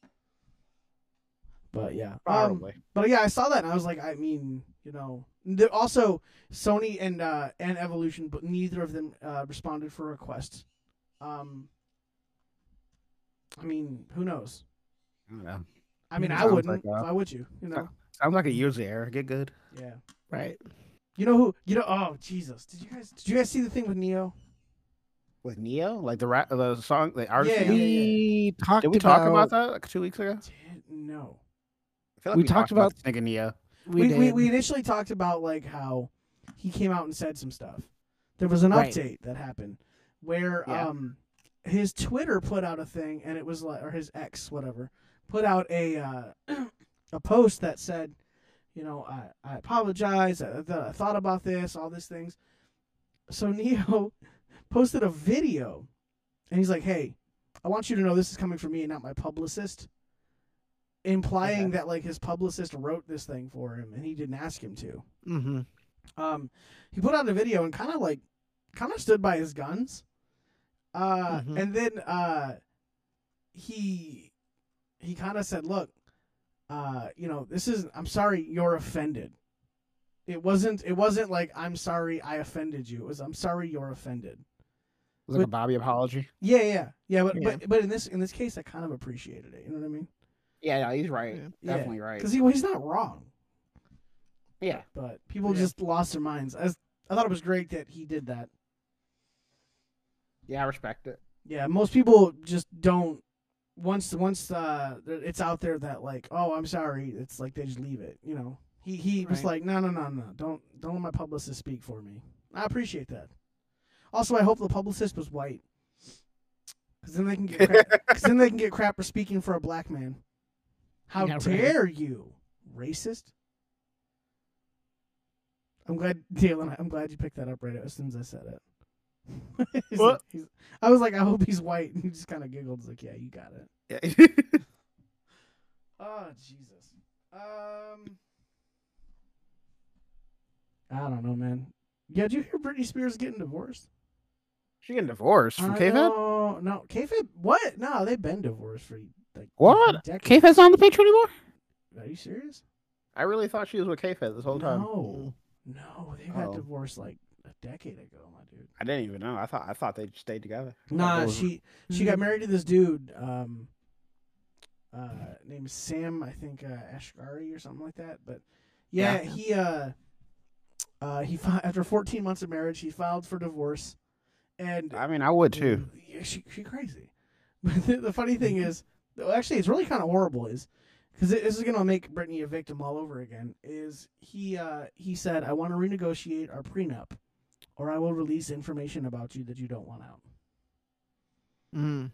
But yeah, um, probably. but yeah, I saw that and I was like, I mean, you know, there- also Sony and uh, and Evolution, but neither of them uh, responded for requests. Um, I mean, who knows? I don't know. I mean, I Sounds wouldn't. like, uh, Why would you? You know? Sounds like a user error. Get good. Yeah. Right. You know who? You know? Oh, Jesus! Did you guys? Did you guys see the thing with Neo? With Neo, like the rap, the song, the artist. Yeah, Neo? yeah, We talked Did we about, talk about that like two weeks ago? Did no. I feel We talked this nigga Neo. We we, did. we initially talked about like how he came out and said some stuff. There was an Right. update that happened where Yeah. um his Twitter put out a thing and it was like or his ex whatever put out a uh, a post that said, you know, I I apologize. I, I thought about this, all these things. So Neo posted a video and he's like, "Hey, I want you to know this is coming from me and not my publicist." Implying Okay. that like his publicist wrote this thing for him and he didn't ask him to. Mm-hmm. Um, he put out a video and kind of like, kind of stood by his guns. Uh, Mhm. and then uh, he he kind of said, "Look, uh, you know, this is. I'm sorry, you're offended. It wasn't. It wasn't like I'm sorry I offended you. It was I'm sorry you're offended." It was like a Bobby apology. Yeah, yeah, yeah. But Yeah. but but in this in this case, I kind of appreciated it. You know what I mean? Yeah, no, he's right. Yeah. Yeah. Definitely right. Because he, he's not wrong. Yeah. But people Yeah. just lost their minds. I, was- I thought it was great that he did that. Yeah, I respect it. Yeah, most people just don't. Once once uh, it's out there that like, oh, I'm sorry, it's like they just leave it. You know, he he was Right. like, no, no, no, no, don't don't let my publicist speak for me. I appreciate that. Also, I hope the publicist was white, because then they can get because then they can get crap for speaking for a black man. How Yeah, right. dare you, racist? I'm glad, Dylan. I'm glad you picked that up right as soon as I said it. He's What? like- he's- I was like, I hope he's white, and he just kind of giggled. He's like, yeah, you got it. Yeah. Oh Jesus. Um, I don't know, man. Yeah, did you hear Britney Spears getting divorced? she getting divorced from I K-Fed? know- No, K-Fed. What? No, they've been divorced for like What? decades. K-Fed's not on the picture anymore? Are you serious? I really thought she was with K-Fed this whole time. No, no, they got Oh. divorced like a decade ago, my dude. I didn't even know. I thought I thought they stayed together. Nah, Like, she she got married to this dude, um, uh, named Sam, I think uh, Ashgari or something like that. But yeah, Yeah. he uh, uh, he fi- after 14 months of marriage, he filed for divorce, and I mean, I would too. Yeah, she she crazy. But the, the funny thing is, well, actually, it's really kind of horrible. Is because this is gonna make Brittany a victim all over again. Is he uh he said, "I want to renegotiate our prenup, or I will release information about you that you don't want out." Mm.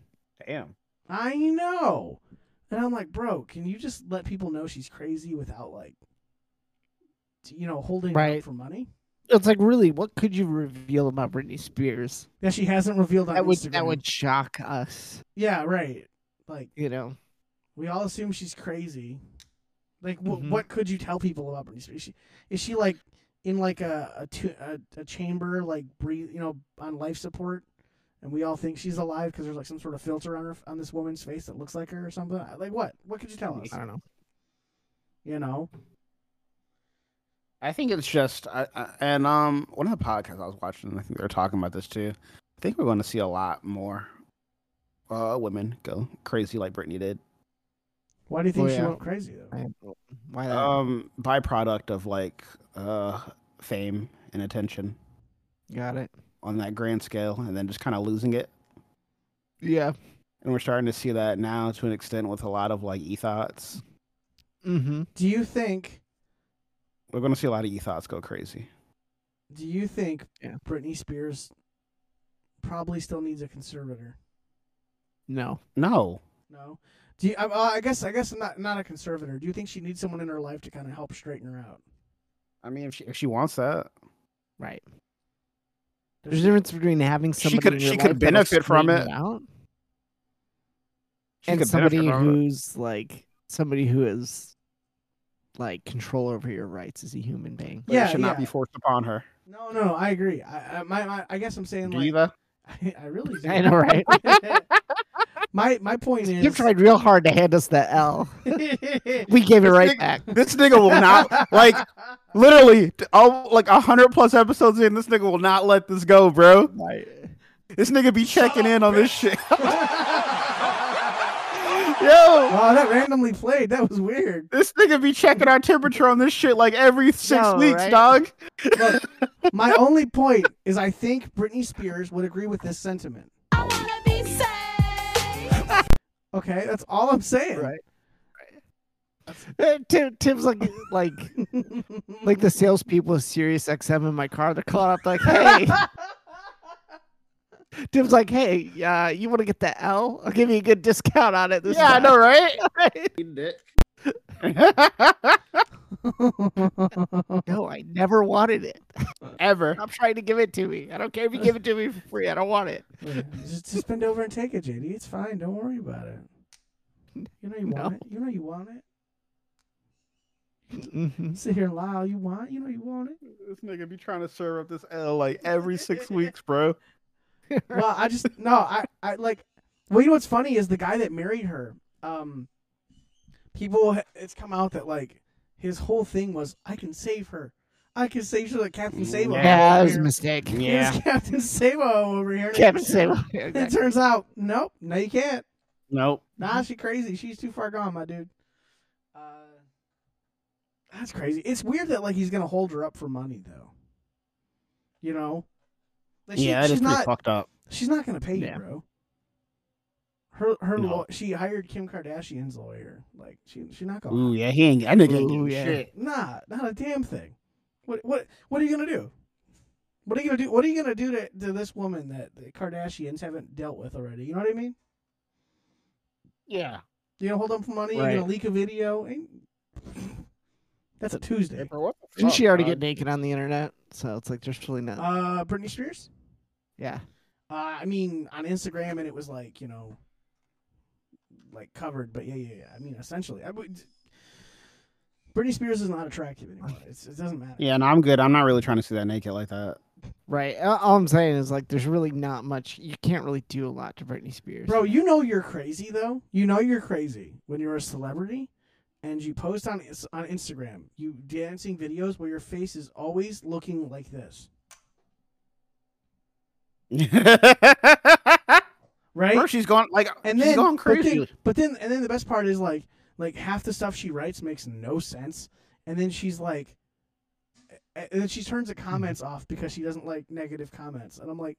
Damn. I know, and I'm like, bro, can you just let people know she's crazy without like, t- you know, holding right. Right. up for money? It's like really, what could you reveal about Britney Spears That she hasn't revealed on that would Instagram. that would shock us? yeah, right. Like. You know, We all assume she's crazy. Like, wh- Mhm. what could you tell people about Britney Spears? Is she, is she like in like a a, tu- a a chamber, like breathe, you know, on life support, and we all think she's alive because there's like some sort of filter on her on this woman's face that looks like her or something. Like what? What could you tell us? I don't know. You know? I think it's just, I, I, and um, one of the podcasts I was watching, I think they were talking about this too. I think we're going to see a lot more uh, women go crazy like Britney did. Why do you think Oh, she yeah. went crazy though? Oh, Why that? Um, byproduct of like uh, fame and attention Got it. on that grand scale, and then just kind of losing it. Yeah. And we're starting to see that now to an extent with a lot of like ethots. Mm-hmm. Do you think? We're going to see a lot of ethots go crazy. Do you think Yeah. Britney Spears probably still needs a conservator? No. No, No. Do you? I, uh, I guess. I guess not. Not a conservator. Do you think she needs someone in her life to kind of help straighten her out? I mean if she if she wants that, Right. Does There's a she- difference between having somebody could- in your she could life that'll benefit from straighten it. out, she and could somebody benefit from it. who's like somebody who is like control over your rights as a human being. But it Yeah, should not yeah. be forced upon her. No, no, I agree. I, I, my, my, I guess I'm saying Do like you though? I, I really. Do. I know, right? my my point is. You've tried real hard to hand us that L. we We gave it This right thing- back. This nigga will not like literally t- all like a hundred plus episodes in. This nigga will not let this go, bro. This nigga be checking in on this shit. Yo, Wow, Oh, that randomly played. That was weird. this nigga be checking our temperature on this shit like every six Yo, weeks, right? dog. Look, my only point is I think Britney Spears would agree with this sentiment. Okay, that's all I'm saying. Right. Uh, Tim, Tim's like like like the salespeople of Sirius XM in my car. They're calling up like, "Hey." Tim's like, "Hey, uh, you want to get that L? I'll give you a good discount on it." This yeah, I time." know, right? No, I never wanted it. Ever. Stop trying to give it to me. I don't care if you give it to me for free. I don't want it. Yeah, just, just bend over and take it, JD. It's fine. Don't worry about it. You know you want No. it. You know you want it. Mm-hmm. Sit here and lie all you want. You know you want it. This nigga be trying to serve up this L like every six weeks, bro. Well, I just no. I I like. Well, you know what's funny is the guy that married her. Um, people. It's come out that like his whole thing was I can save her. I can save her. Like Captain Sabo. Yeah, that over was a here." mistake. It was Captain Sabo over here. Captain Sable. It turns out, nope, no, you can't. Nope. Nah, she crazy. She's too far gone, my dude. Uh, that's crazy. It's weird that like he's gonna hold her up for money though. You know, Like, she- yeah, that she's is pretty not. fucked up. She's not gonna pay Yeah. you, bro. Her her No. law- she hired Kim Kardashian's lawyer. Like she she's not gonna. Ooh, yeah, he ain't. That nigga ain't Ooh, getting yeah. shit. Nah, not a damn thing. What what what are you gonna do? What are you gonna do? What are you gonna do to, to this woman that the Kardashians haven't dealt with already? You know what I mean? Yeah. You gonna hold up for money? You Right. gonna leak a video? Ain't- That's a Tuesday. Didn't she already get naked on the internet? So it's like there's really not. Uh, Britney Spears. yeah. Uh, I mean, on Instagram, and it was like you know, like covered. But yeah, yeah, yeah. I mean, essentially, I would. Britney Spears is not attractive anymore. It's, it doesn't matter. Yeah, no, I'm good. I'm not really trying to see that naked like that. Right. A- All I'm saying is like there's really not much. You can't really do a lot to Britney Spears. Bro, you know you're crazy though. You know you're crazy when you're a celebrity and you post on Ins- on Instagram you dancing videos where your face is always looking like this, right? Bro, she's gone like and she's then gone but then- crazy. But then, and then the best part is like like half the stuff she writes makes no sense, and then she's like, and then she turns Mm-hmm. the comments off because she doesn't like negative comments, and I'm like,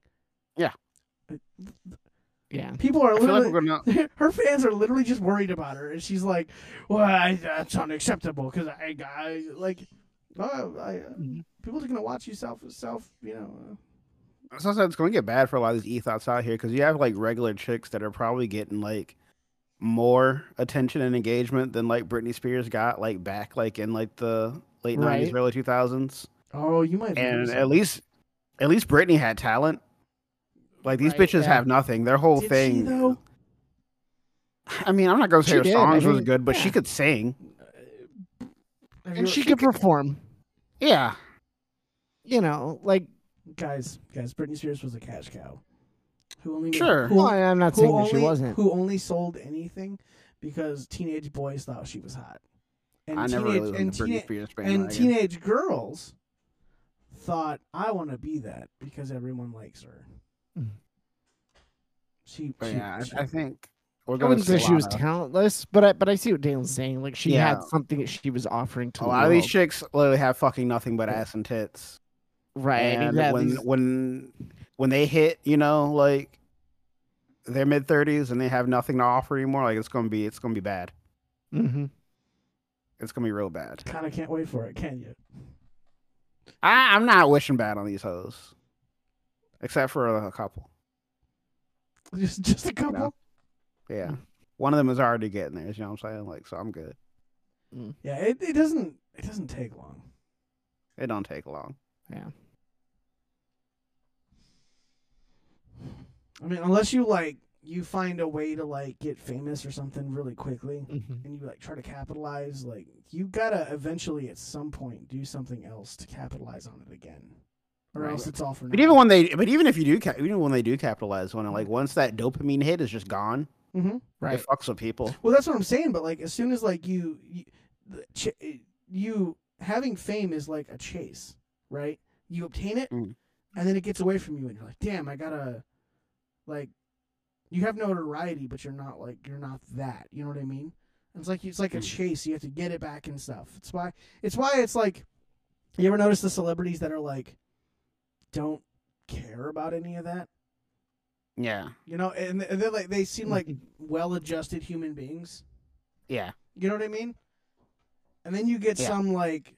uh, Yeah. Yeah. people are I feel like literally. we're gonna. her fans are literally just worried about her, and she's like, "Well, I, that's unacceptable because I, I like, oh, I, Mhm. people are gonna watch you self, self, you know." So I said it's gonna get bad for a lot of these ethots out here because you have like regular chicks that are probably getting like more attention and engagement than like Britney Spears got like back like in like the late nineties, Right. early two thousands. Oh, you might. be And right. at least, at least Britney had talent. Like these Right, bitches yeah. have nothing. Their whole Did she, thing. though? I mean, I'm not gonna say She her did, I songs was mean, good, but she yeah. could sing. Have And you- she could perform. Yeah. You know, like guys, guys, Britney Spears was a cash cow. who only made- Sure. who, Well, I'm not who saying only, that she wasn't. who only sold anything because teenage boys thought she was hot. And I never teenage, really and listened to Britney teena- Spears. and bandwagon. teenage girls thought I want to be that because everyone likes her. Mm. She, But she- yeah, she- I, I think we're I going wouldn't to say she was talentless, but I but I see what Daniel's saying. Like she Yeah. had something that she was offering to A the lot of these world. chicks literally have fucking nothing but ass and tits. right? And exactly. when when when they hit, you know, like their mid thirties and they have nothing to offer anymore, like it's gonna be it's gonna be bad. Mhm. It's gonna be real bad. kind of can't wait for it, can you? I, I'm not wishing bad on these hoes, except for a couple. Just, just a couple. Yeah, one of them is already getting theirs. You know what I'm saying? Like, so I'm good. Yeah, it, it doesn't it doesn't take long. It don't take long. I mean, unless you like you find a way to like get famous or something really quickly, Mhm. and you like try to capitalize. Like you gotta eventually at some point do something else to capitalize on it again, or Right. else it's all for But nothing. even when they, but even if you do, ca- even when they do capitalize on it, like once that dopamine hit is just gone, hmm Right. it fucks with people. Well, that's what I'm saying. But like as soon as like you you, the ch- you having fame is like a chase, right? You obtain it, Mm. and then it gets away from you, and you're like, damn, I gotta like. You have notoriety, but you're not like you're not that. You know what I mean? It's like it's like a Mm. chase. You have to get it back and stuff. It's why it's why it's like you ever notice the celebrities that are like don't care about any of that? Yeah, You know, and and they're like they Mm. seem like well-adjusted human beings. yeah. You know what I mean? And then you get Yeah. some like,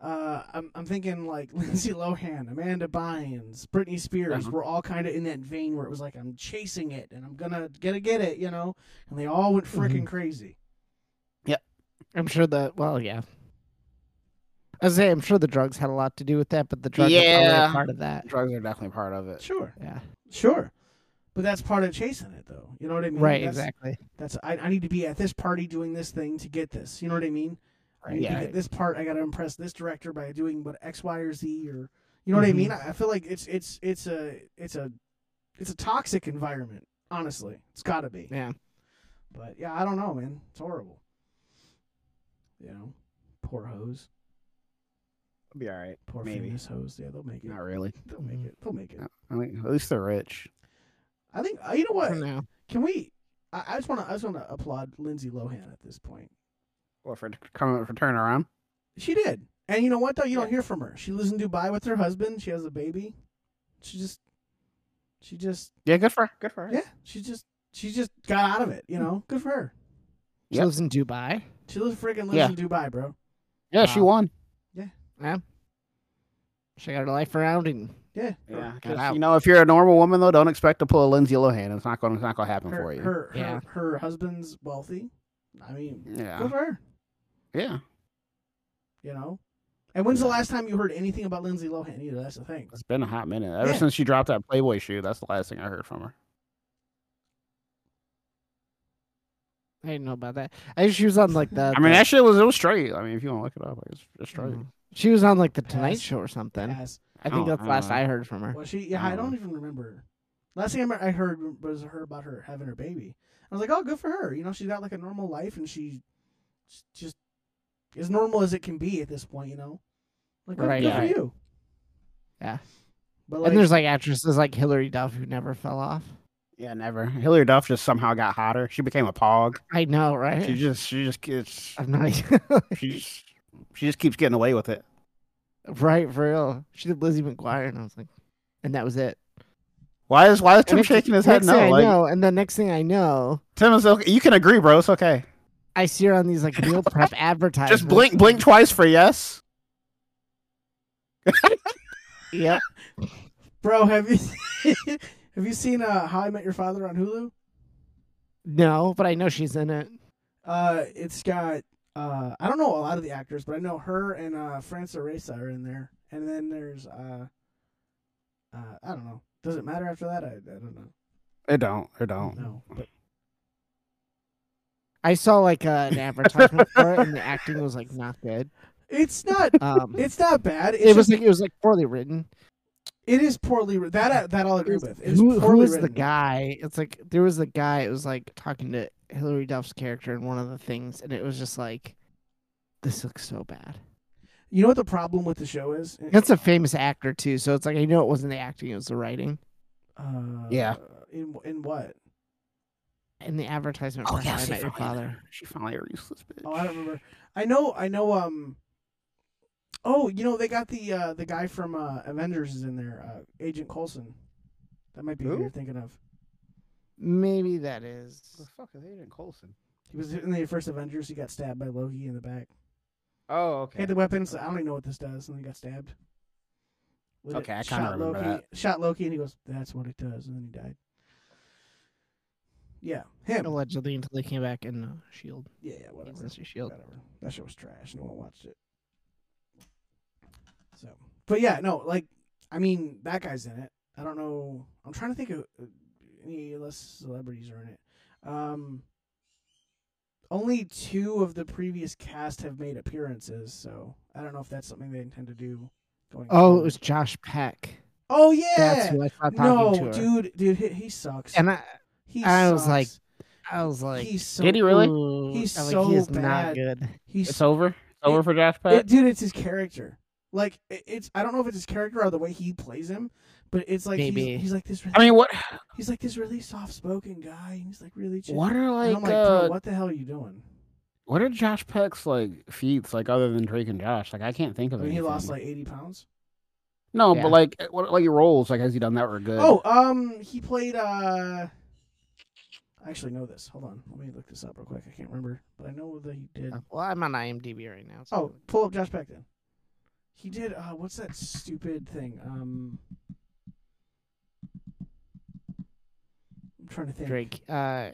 uh, I'm I'm thinking like Lindsay Lohan, Amanda Bynes, Britney Spears. Uh-huh. were all kind of in that vein where it was like I'm chasing it and I'm gonna gonna get it, you know. And they all went freaking crazy. I'm sure that. Well, yeah. I was saying, I'm sure the drugs had a lot to do with that, but the drugs are probably Yeah. a part of that. Drugs are definitely part of it. Sure, Yeah. sure. But that's part of chasing it, though. You know Mm, what I mean? Right. That's, Exactly. That's I, I need to be at this party doing this thing to get this. You know what I mean? I need to Yeah. get this part. I got to impress this director by doing what X, Y, or Z, or you know what I Mm-hmm. Mhm. mean. I I feel like it's it's it's a it's a it's a toxic environment. Honestly, it's got to be. Yeah. But yeah, I don't know, man. It's horrible. You know, poor hoes, It'll be all right. poor Maybe. famous hoes. Yeah, they'll make it. Not really. They'll make Mhm. it. They'll make it. No. I mean, at least they're rich. I think uh, you know For what? now. Can we? I, I just want to. I just want to applaud Lindsay Lohan at this point. Well, for coming for turning around. She did. And you know what though? You don't Yeah. hear from her. She lives in Dubai with her husband. She has a baby. She just she just Yeah, good for good for her. yeah, she just she just got out of it, you know? Good for her. She Yep. lives in Dubai. She lives freaking lives Yeah. in Dubai, bro. Yeah, she Wow. won. She got her life around and Yeah. Yeah, Got out. you know, if you're a normal woman though, don't expect to pull a Lindsay Lohan. It's not going. It's not going to happen Her for her, you. her, Yeah. her husband's wealthy. I mean, yeah, good for her, yeah. you know? And when's the Yeah. last time you heard anything about Lindsay Lohan either? That's the thing. It's been a hot minute ever Yeah. since she dropped that Playboy shoe. That's the last thing I heard from her. I didn't know about that. I she was on like the. I mean, the- that shit was it was straight. I mean, if you want to look it up, like, it's, it's straight. Mhm. She was on like the Tonight Pass. Show or something. Yes. I think Oh, that's the I last dunno. I heard from her. Well, she yeah, I Oh. um, don't even remember. Last thing I, remember, I heard was her about her having her baby. I was like, oh, good for her. You know, she's got like a normal life, and she s- just as normal as it can be at this point. You know, like good, Right, good yeah. for you. Yeah. but like, and there's like actresses like Hilary Duff who never fell off. Yeah, never. Hillary Duff just somehow got hotter. She became a pog. I know, right? She just, she just, gets, I'm not she just, she just keeps getting away with it. right for real. She did Lizzie McGuire, and I was like, and that was it. Why is why is And Tim next- shaking his head? next thing No, I like know, and the next thing I know, Tim is okay. You can agree, bro. It's okay. I see her on these like meal prep advertisements. Just blink, blink twice for yes. Yep. bro, have you have you seen uh, How I Met Your Father on Hulu? No, but I know she's in it. Uh, it's got uh, I don't know a lot of the actors, but I know her and uh, Frances Arisa are in there, and then there's uh, uh, I don't know. Does it matter after that? I, I don't know. It don't. It No, don't. but I saw like uh, an advertisement for it, and the acting was like not good. it's not. Um, It's not bad. It's it was just- like it was like poorly written. It is poorly written. That uh, that I'll agree with. It's who, who poorly is the written. guy? It's like there was the guy. It was like talking to Hillary Duff's character in one of the things, and it was just like, this looks so bad. You know what the problem with the show is? That's a famous actor too, so it's like I know it wasn't the acting; it was the writing Uh, Yeah. In in what? and the advertisement. for How I met your father. She finally a useless bitch. Oh, I don't remember. I know. I know. Um. Oh, you know they got the uh, the guy from uh, Avengers is in there. Uh, Agent Coulson. That might be who Who? you're thinking of. Maybe that is. Who the fuck is Agent Coulson? He was in the first Avengers. He got stabbed by Loki in the back. Oh, He okay. had the weapons. I don't even know what this does, and he got stabbed. With Okay, I kinda shot remember Loki. Shot Loki, and he goes, "That's what it does," and then he died. Yeah, him. Allegedly, until they came back in uh, Shield, Yeah, yeah, whatever. Agents of Shield. Whatever. That show was trash. No one watched it. So, but yeah, no, like, I mean, that guy's in it. I don't know. I'm trying to think of uh, any less celebrities are in it. Um, only two of the previous cast have made appearances, so I don't know if that's something they intend to do. Going Oh, it forward. was Josh Peck. oh yeah, That's who I thought talking to no, her. dude, dude, he, he sucks. And I, he I was sucks. like, I was like, he's so Did he really? ooh, He's I was so like, he is bad. not good. he's It's over. It's over for Josh It, Pat. dude, it's his character. Like it, it's I don't know if it's his character or the way he plays him, but it's like he's, Maybe. he's like this. Really, I mean, what? he's like this really soft-spoken guy. and He's like really chill. What are And like, I'm like, uh, bro, what the hell are you doing? what are Josh Peck's like feats like other than Drake and Josh? Like I can't think I of mean, he anything. lost like 80 pounds. no, Yeah. but like what like your roles like has he done that were good? Oh, um, he played. uh I actually know this. Hold on, let me look this up real quick. I can't remember, but I know that he did. Oh. Well, I'm on IMDb right now. so- Oh, pull up Josh Peck then. He did. Uh, what's that stupid thing? Um, I'm trying to think. Drake. Uh,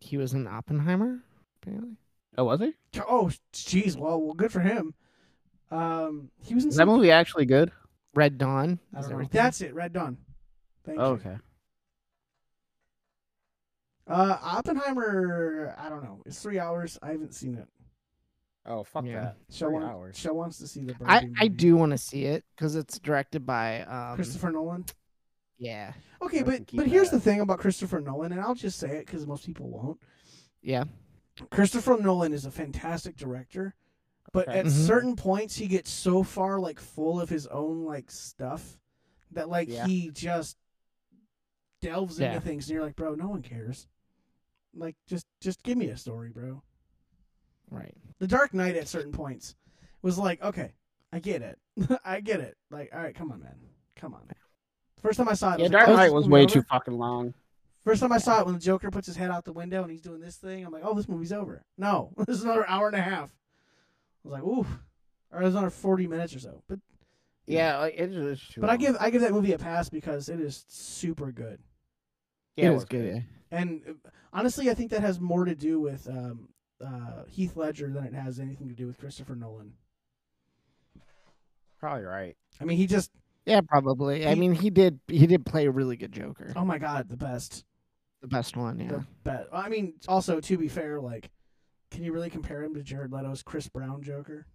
he was in Oppenheimer. Apparently, oh was he? Oh, jeez. Well, well, good for him. Um, he was in Is that some, movie actually good? Red Dawn. I is don't know. everything. That's it. Red Dawn. Thank Oh, you. okay. Uh, Oppenheimer. I don't know. It's three hours. I haven't seen it. Oh fuck Yeah. that. Shell Three want- hours. Shell wants to see the. Barbie I, I movie. do want to see it because it's directed by um Christopher Nolan. yeah Okay, I but can keep but here's that. the thing about Christopher Nolan, and I'll just say it because most people won't. yeah Christopher Nolan is a fantastic director, but Okay. Mm-hmm. at Mhm. certain points he gets so far like full of his own like stuff that like Yeah. he just delves Yeah. into things and you're like, bro, no one cares. Like just just give me a story, bro. right The Dark Knight at certain points was like, okay, I get it, I get it. Like, all right, come on, man, come on. First time I saw it, I Yeah, was like, Dark oh, is Knight this was movie way over? too fucking long. First time I saw it when the Joker puts his head out the window and he's doing this thing, I'm like, oh, this movie's over. No, this is another hour and a half. I was like, ooh, or it was another forty minutes or so. But Yeah, like, it is too but I long. give I give that movie a pass because it is super good. yeah, it was good yeah. And uh, honestly, I think that has more to do with um, uh, Heath Ledger than it has anything to do with Christopher Nolan. Probably right. I mean, he just yeah probably I He- mean he did he did play a really good Joker oh my god, the best, the best one yeah the best. I mean, also to be fair, like, can you really compare him to Jared Leto's Chris Brown Joker?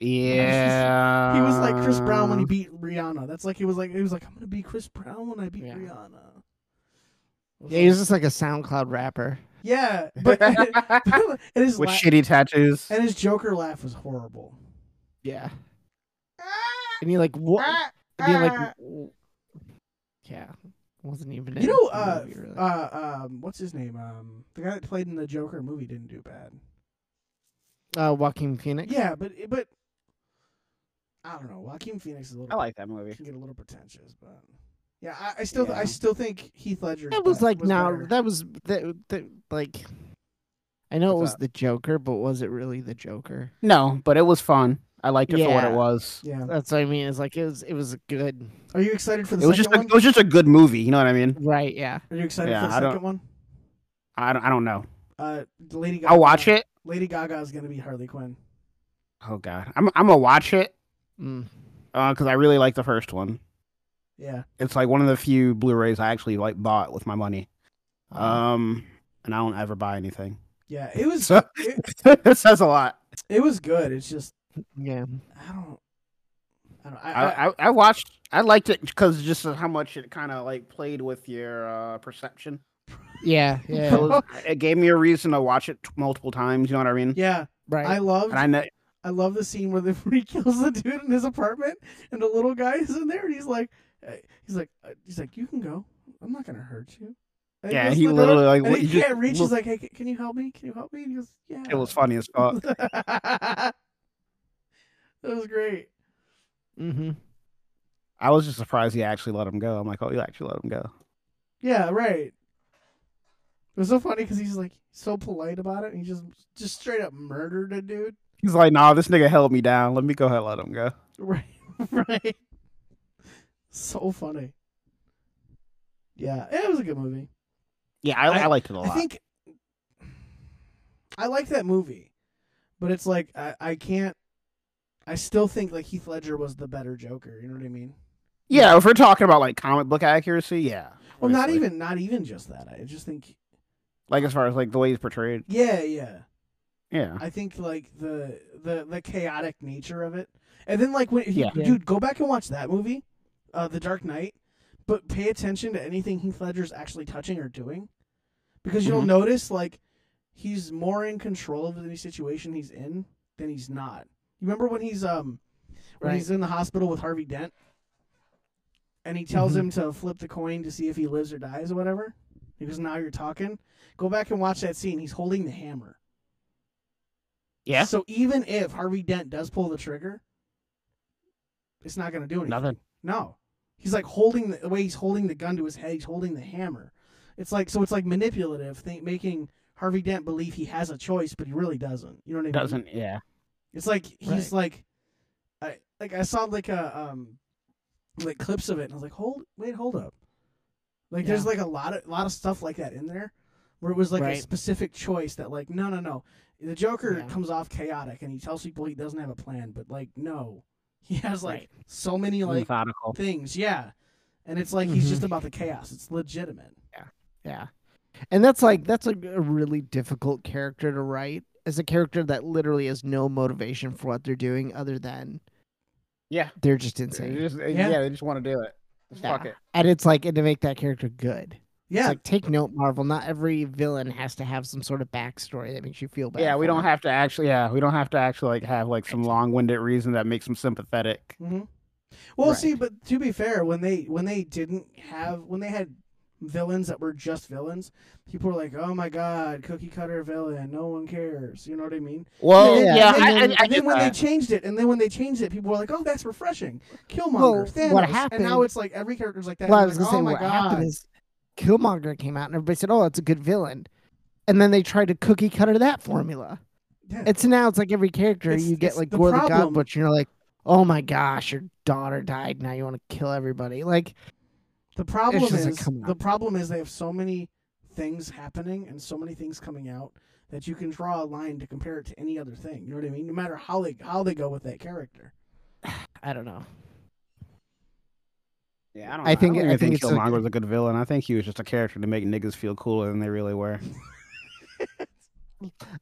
Yeah. He was like Chris Brown Um, when he beat Rihanna. That's like he was like he was like I'm gonna be Chris Brown when I beat Yeah. Rihanna. I was yeah he was like, just like a SoundCloud rapper yeah, but and his with la- shitty tattoos. and his Joker laugh was horrible. yeah and he like what and he like w- yeah wasn't even You in know, the uh, movie, really. uh, um, what's his name? Um, the guy that played in the Joker movie didn't do bad. uh Joaquin Phoenix Yeah, but but I don't know. Joaquin Phoenix is a little. I like that movie. Can get a little pretentious, but yeah, I, I still I Yeah. still think Heath Ledger. That was like now better. that was that, that like I know it was What's the Joker, but was it really the Joker? No, but it was fun. I liked it for what Yeah. it was. Yeah. That's what I mean. It's like it was it was good. Are you excited for the It was second just a, one? it was just a good movie. You know what I mean? Right, yeah. Are you excited Yeah, for the I don't- second one? I don't, I don't know. Uh, Lady Gaga. I'll watch it. Lady Gaga is gonna be Harley Quinn. Oh god, I'm I'm gonna watch it Mm. because I really like the first one. Yeah. It's like one of the few Blu-rays I actually like bought with my money. Uh. Um, and I don't ever buy anything. Yeah. It was. So it, it says a lot. it was good. It's just yeah. I don't. I don't. I, I, I, I, I watched. I liked it because just of how much it kind of like played with your uh, perception. Yeah, It, yeah, was- it gave me a reason to watch it t- multiple times. You know what I mean? yeah, right. I loved. And I know. I love the scene where the freak kills the dude in his apartment, and the little guy is in there, and he's like, eh, he's like, uh, he's like, you can go. I'm not gonna hurt you. And Yeah, goes he to the literally, door, and like, he he just can't reach. He's looked- like, hey, c- can you help me? Can you help me? And he goes, yeah. It was funny as fuck. that was great. mm-hmm. I was just surprised he actually let him go. I'm like, oh, you actually let him go. Yeah, right. It was so funny because he's like so polite about it, and he just just straight up murdered a dude. He's like, nah, this nigga held me down. Let me go ahead and let him go. Right, right. So funny. Yeah, it was a good movie. Yeah, I, I, I- liked it a lot. I think I like that movie, but it's like I, I can't. I still think like Heath Ledger was the better Joker. You know what I mean? yeah, if we're talking about like comic book accuracy, yeah. Well, not obviously. even not even just that. I just think like as far as like the way he's portrayed. yeah, yeah. Yeah, I think like the the the chaotic nature of it, and then like when if you- Yeah. Yeah. dude, go back and watch that movie, uh, The Dark Knight, but pay attention to anything Heath Ledger's actually touching or doing, because you'll Mm-hmm. Mhm. notice like he's more in control of any situation he's in than he's not. You remember when he's um when Right. he's in the hospital with Harvey Dent, and he tells Mhm. him to flip the coin to see if he lives or dies or whatever. He goes, "Now you're talking." Go back and watch that scene. He's holding the hammer. yeah. So even if Harvey Dent does pull the trigger, it's not going to do anything. Nothing. No. He's like holding the, the way he's holding the gun to his head, he's holding the hammer. It's like so it's like manipulative, think, making Harvey Dent believe he has a choice, but he really doesn't. You know what I mean? Doesn't. Yeah. It's like he's like, I like I saw like a um, like clips of it, and I was like, hold, wait, hold up. Like there's Yeah. like a lot of lot of stuff like that in there, where it was like a Right. specific choice that like no no no, the Joker Yeah. comes off chaotic and he tells people he doesn't have a plan, but like no, he has like Right. so many like methodical. things, yeah, and it's like he's Mhm. just about the chaos. It's legitimate. Yeah. And that's like that's like a really difficult character to write as a character that literally has no motivation for what they're doing other than Yeah. they're just They insane. just- they- Yeah. yeah. they just want to do it. Just Fuck Yeah. it. And it's like and to make that character good. It's Yeah, like take note, Marvel. Not every villain has to have some sort of backstory that makes you feel bad. yeah, we for don't 'em. have to actually. Yeah, we don't have to actually like have like some long-winded reason that makes them sympathetic. hmm Well, Right. see, but to be fair, when they when they didn't have when they had villains that were just villains, people were like, "Oh my god, cookie cutter villain, no one cares." You know what I mean? Well, Yeah, yeah, yeah, I, I, and then, I and then get when they that. changed it, and then when they changed it, people were like, "Oh, that's refreshing." Well, Killmonger, Thanos, what and now happened- it's like every character's like that. Well, I and was like, gonna say oh my what god, happened is Killmonger came out and everybody said, "Oh, it's a good villain," and then they tried to cookie cutter that formula. Yeah. It's now it's like every character It's- you get it's like the Gore the problem. God Butcher, and you're like, "Oh my gosh, your daughter died. Now you want to kill everybody." Like, The problem It's just is like, come on. the problem is they have so many things happening and so many things coming out that you can draw a line to compare it to any other thing. You know what I mean? No matter how they how they go with that character. I don't know. Yeah, I don't. I know. think- I, don't I even think think it's like- Killmonger was a good villain. I think he was just a character to make niggas feel cooler than they really were.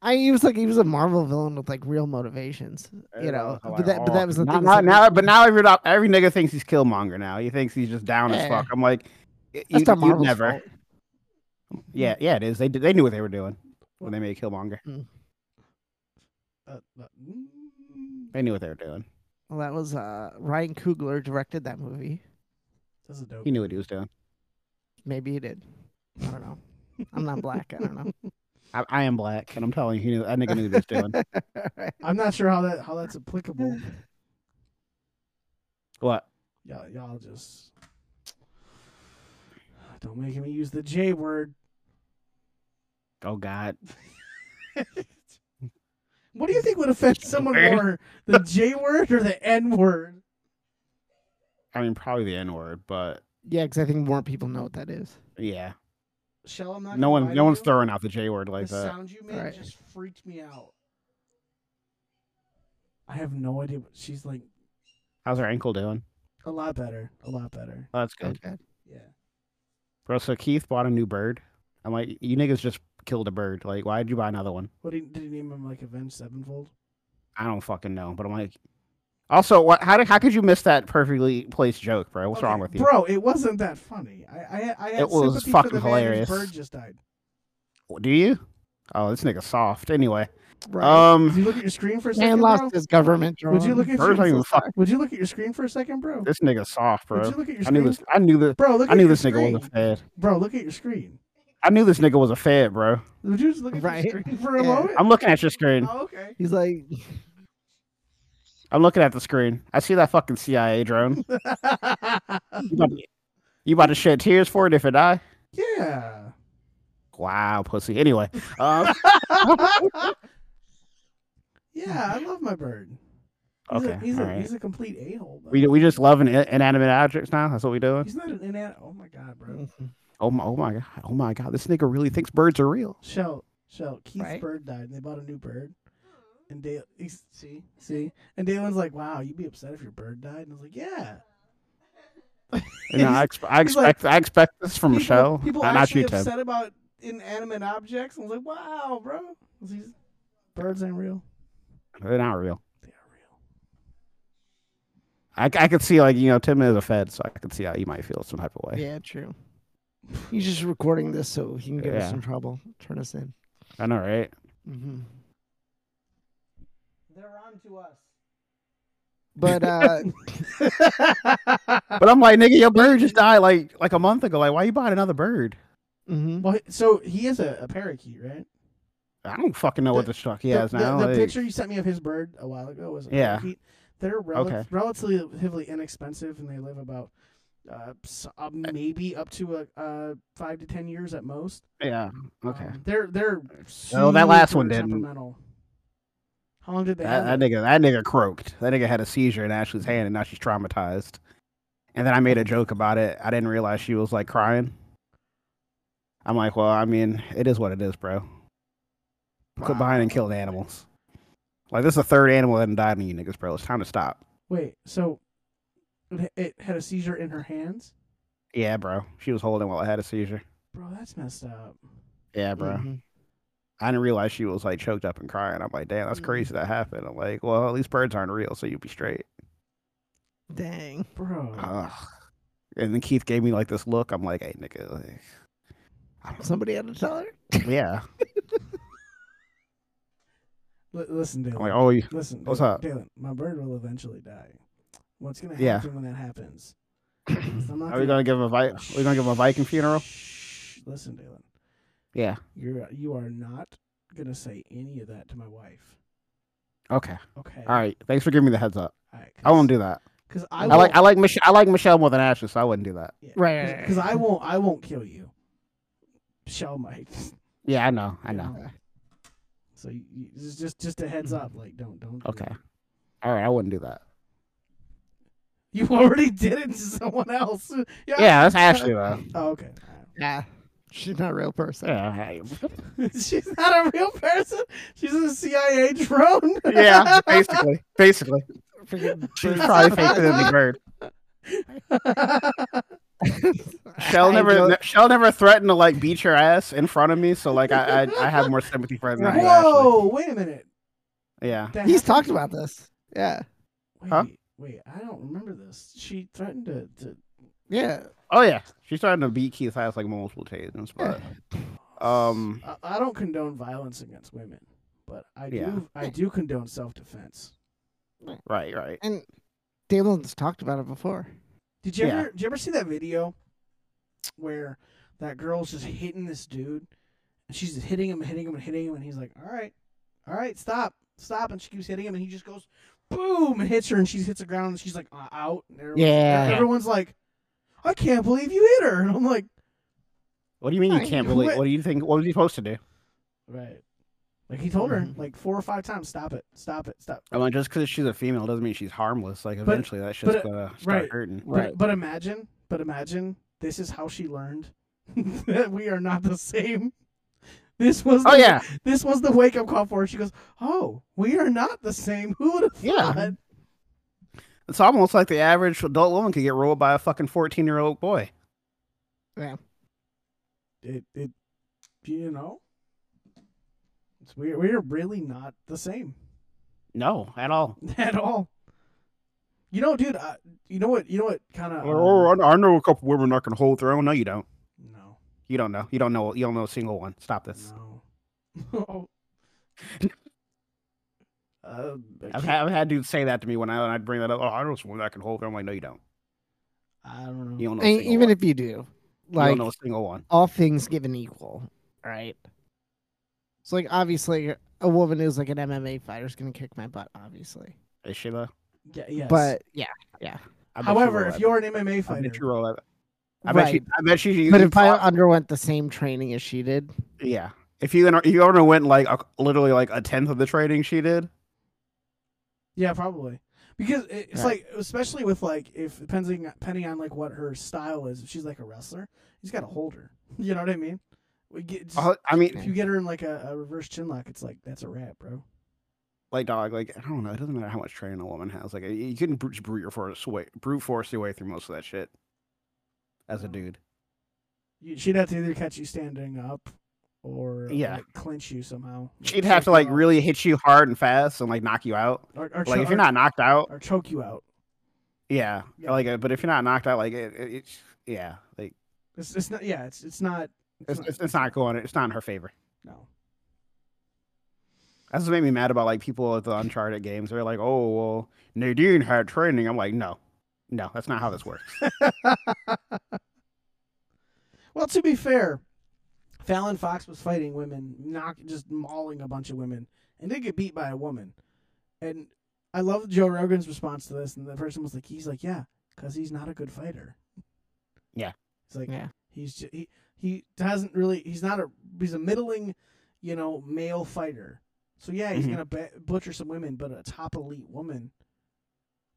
I he was like he was a Marvel villain with like real motivations, you know. I'm But that, but oh, that was the now- thing. Now, is now, but now every do- every nigga thinks he's Killmonger. Now he thinks he's just down Yeah. as fuck. I'm like, y- you, that's not you Marvel's never. fault. Yeah, yeah, it is. They did, they knew what they were doing when they made Killmonger. Uh, uh, mm, They knew what they were doing. Well, that was uh, Ryan Coogler directed that movie. that's a dope. He knew what he was doing. Maybe he did. I don't know. I'm not black. I don't know. I, I am black, and I'm telling you, he knew- that nigga knew what he was doing. I'm not sure how that how that's applicable. What? y'all, y'all just don't make me use the J word. Oh God! What do you think would affect someone more, the J word or the N word? I mean, probably the N word, but yeah, because I think more people know what that is. yeah, Shell, I'm not. no one, confiding no one's you. throwing out the J word like the that. sound you made Right. just freaked me out. I have no idea. What, she's like How's her ankle doing? a lot better, a lot better. Oh, that's good, Okay. Yeah. bro. So Keith bought a new bird. I'm like, you niggas just killed a bird. Like, why'd you buy another one? What did he, did he name him? Like Avenged Sevenfold. I don't fucking know, but I'm like, Also, what? How did, How could you miss that perfectly placed joke, bro? What's Okay, wrong with you? bro? It wasn't that funny. I I, I had It was sympathy fucking for the man whose hilarious. Bird just died. Do you? Oh, this nigga soft. Anyway, Right. Did um, you look at your screen for a second, Man bro? lost his government. Drawing. Uh, Would you look at birds your don't even fuck. Would you look at your screen for a second, bro? This nigga soft, Would bro. you look at your I knew screen, this. I knew this. bro? Look I at knew your this nigga screen. was a fed. bro. Look at your screen. I knew this nigga was a fed, bro. Would you just look at Right. your screen for a Yeah. moment? I'm looking at your screen. oh, okay. He's like, I'm looking at the screen. I see that fucking CIA drone. You about to, you about to shed tears for it if it die? yeah. Wow, pussy. Anyway, um, yeah, I love my bird. He's okay, a, he's, all a, right. he's a complete a hole. We we just love an inanimate objects now. That's what we doing. He's not an inanimate. Oh my god, bro. Oh my, oh my god, oh my god, this nigga really thinks birds are real. Shell, shell. Keith's Right. bird died, and they bought a new bird. And Dale, he's, see, see, and Dalen's like, "Wow, you'd be upset if your bird died." And I was like, "Yeah." And I, ex- I he's like- expect I expect this from people, Michelle, People not, not actually you, Tim. upset about inanimate objects. I was like, "Wow, bro, These birds ain't real. They're not real. They are real." I, I could see like you know Tim is a fed, so I could see how you might feel some type of way. yeah, true. He's just recording this so he can get Yeah. us in trouble. Turn us in. I know, right? hmm They're on to But uh, us. But I'm like, nigga, your bird just died like like a month ago. Like, why you buying another bird? mhm. well, so he is a, a parakeet, right? I don't fucking know what The- this truck he The- has the, now. The, like- picture you sent me of his bird a while ago was a Yeah. parakeet. They're rel- Okay. relatively inexpensive, and they live about uh, s- uh, maybe up to a uh, five to ten years at most. Yeah. Okay. Um, they're they're. Well, that last one super didn't. temperamental. How long did they? That, have that nigga, that nigga croaked. That nigga had a seizure in Ashley's hand, and now she's traumatized. And then I made a joke about it. I didn't realize she was like crying. I'm like, well, I mean, it is what it is, bro. Quit buying and killing animals. Like this is the third animal that done died on you niggas, bro. It's time to stop. Wait, so it, it had a seizure in her hands, Yeah, bro. She was holding while I had a seizure. bro. That's messed up. Yeah, bro. Mm-hmm. Mhm. I didn't realize she was like choked up and crying. I'm like, damn, that's Mhm. crazy that happened. I'm like, well, at least birds aren't real, so you'll be straight. Dang. Bro, Ugh. And then Keith gave me like this look. I'm like, hey, nigga, like, I don't- Somebody had to tell her. yeah. Li- listen, Dylan. I'm like, oh, you- Listen, What's Dylan, up? Dylan, my bird will eventually die. What's gonna happen Yeah. when that happens? is I'm not are we gonna give him a vi- are we gonna give him a Viking funeral? Shh. Listen, Dylan, Yeah. you're you are not gonna say any of that to my wife. Okay. Okay. All right. Thanks for giving me the heads up. All right, 'cause- I won't do that. Cause I, I, won't, like I like Mich- I like Michelle more than Ashley, so I wouldn't do that. Right, right, right. Because I won't. I won't kill you. Shell might. Yeah, I know. I know. So you, you- just just just a heads up. Like don't don't. do Okay. that. All right. I wouldn't do that. You already did it to someone else. Yeah. Yeah, that's Ashley though. Oh, okay. Yeah. She's not a real person. Yeah. hey. She's not a real person. She's a CIA drone. yeah. Basically. Basically. Freaking She was probably faker than the bird. Shell I never don't- ne- Shell never threatened to like beat your ass in front of me, so like I I, I have more sympathy for her than I do Ashley. Whoa! Wait a minute. Yeah. That He's happened- talked about this. Yeah. Wait, Huh? wait. I don't remember this. She threatened to. to Yeah. Oh yeah. She's starting to beat Keith's ass like multiple occasions, but um I, I don't condone violence against women, but I Yeah. do. I do condone self defense. right right. And Damon's talked about it before. Did you Yeah. ever? Did you ever see that video where that girl's just hitting this dude, and she's just hitting him, and hitting him, and hitting him, and he's like, "All right, all right, stop, stop," and she keeps hitting him, and he just goes, boom, and hits her, and she hits the ground, and she's like uh, out. And everyone's, Yeah. everyone's like, "I can't believe you hit her," and I'm like, What do you mean I you can't knew believe? it. What do you think? What was he supposed to do? Right. Like he told her mm-hmm. Mhm. like four or five times, stop it, stop it, stop. I'm like, just because she's a female doesn't mean she's harmless. Like, But- eventually that but, shit's gonna start right. hurting. But- But, imagine, but imagine this is how she learned that we are not the same. This was the, Oh yeah, this was the wake up call for her. She goes, "Oh, we are not the same. Who would have Yeah. thought?" it's almost like the average adult woman could get rolled by a fucking 14 year old boy. It it you know, it's we we are really not the same No, at all. at all. You know, dude. I, you know what? You know what? Kind of. Oh, I, I know a couple women that can hold their own. No, you don't. um, no, You don't know. You don't know. You don't know a single one. Stop this. no. Oh. uh, I, I've, had, I've had dudes say that to me when I when I'd bring that up. Oh, I know someone that can hold their own. I'm like, no, you don't. I don't know. You don't know. A And single even one. if you do, you like don't know a single one. all things given equal, right? So like obviously a woman who's like an MMA fighter is gonna kick my butt, obviously. Is she though? Yeah, yes. But yeah, I bet she however, will if at- you're an MMA I bet you fighter, will at- I bet right. she. I bet she. but if I underwent the same training as she did, yeah. If you if you ever went like a, literally like a tenth of the training she did, yeah, probably because it- it's Yeah. like, especially with like, if depending depending on like what her style is, if she's like a wrestler, he's got to hold her. You know what I mean? We get, just- uh, I mean, if you get her in like a, a reverse chin lock, it's like that's a wrap, bro. like dog, like I don't know. It doesn't matter how much training a woman has. Like you can brute, brute your force way, brute force your way through most of that shit. As a dude, You, she'd have to either catch you standing up or Yeah. like, clinch you somehow. she'd have to like really hit you hard and fast and like knock you out. or, or Like cho- if you're not knocked out, or choke you out. yeah. Yeah. Like, uh, but if you're not knocked out, like it, it, it's yeah, like It's, it's not. Yeah, it's it's not. it's, not- it's, it's not going. It's not in her favor. no. That's what made me mad about like people at the Uncharted games. They're like, "Oh, well, Nadine had training." I'm like, "No, no, that's not how this works." Well, to be fair, Fallon Fox was fighting women, knock, just mauling a bunch of women, and did get beat by a woman. And I love Joe Rogan's response to this. And the person was like, "He's like, yeah, because he's not a good fighter." Yeah. It's like Yeah. he's ju- he he hasn't really. He's not a. He's a middling, you know, male fighter. So yeah, he's Mhm. gonna ba- butcher some women, but a top elite woman.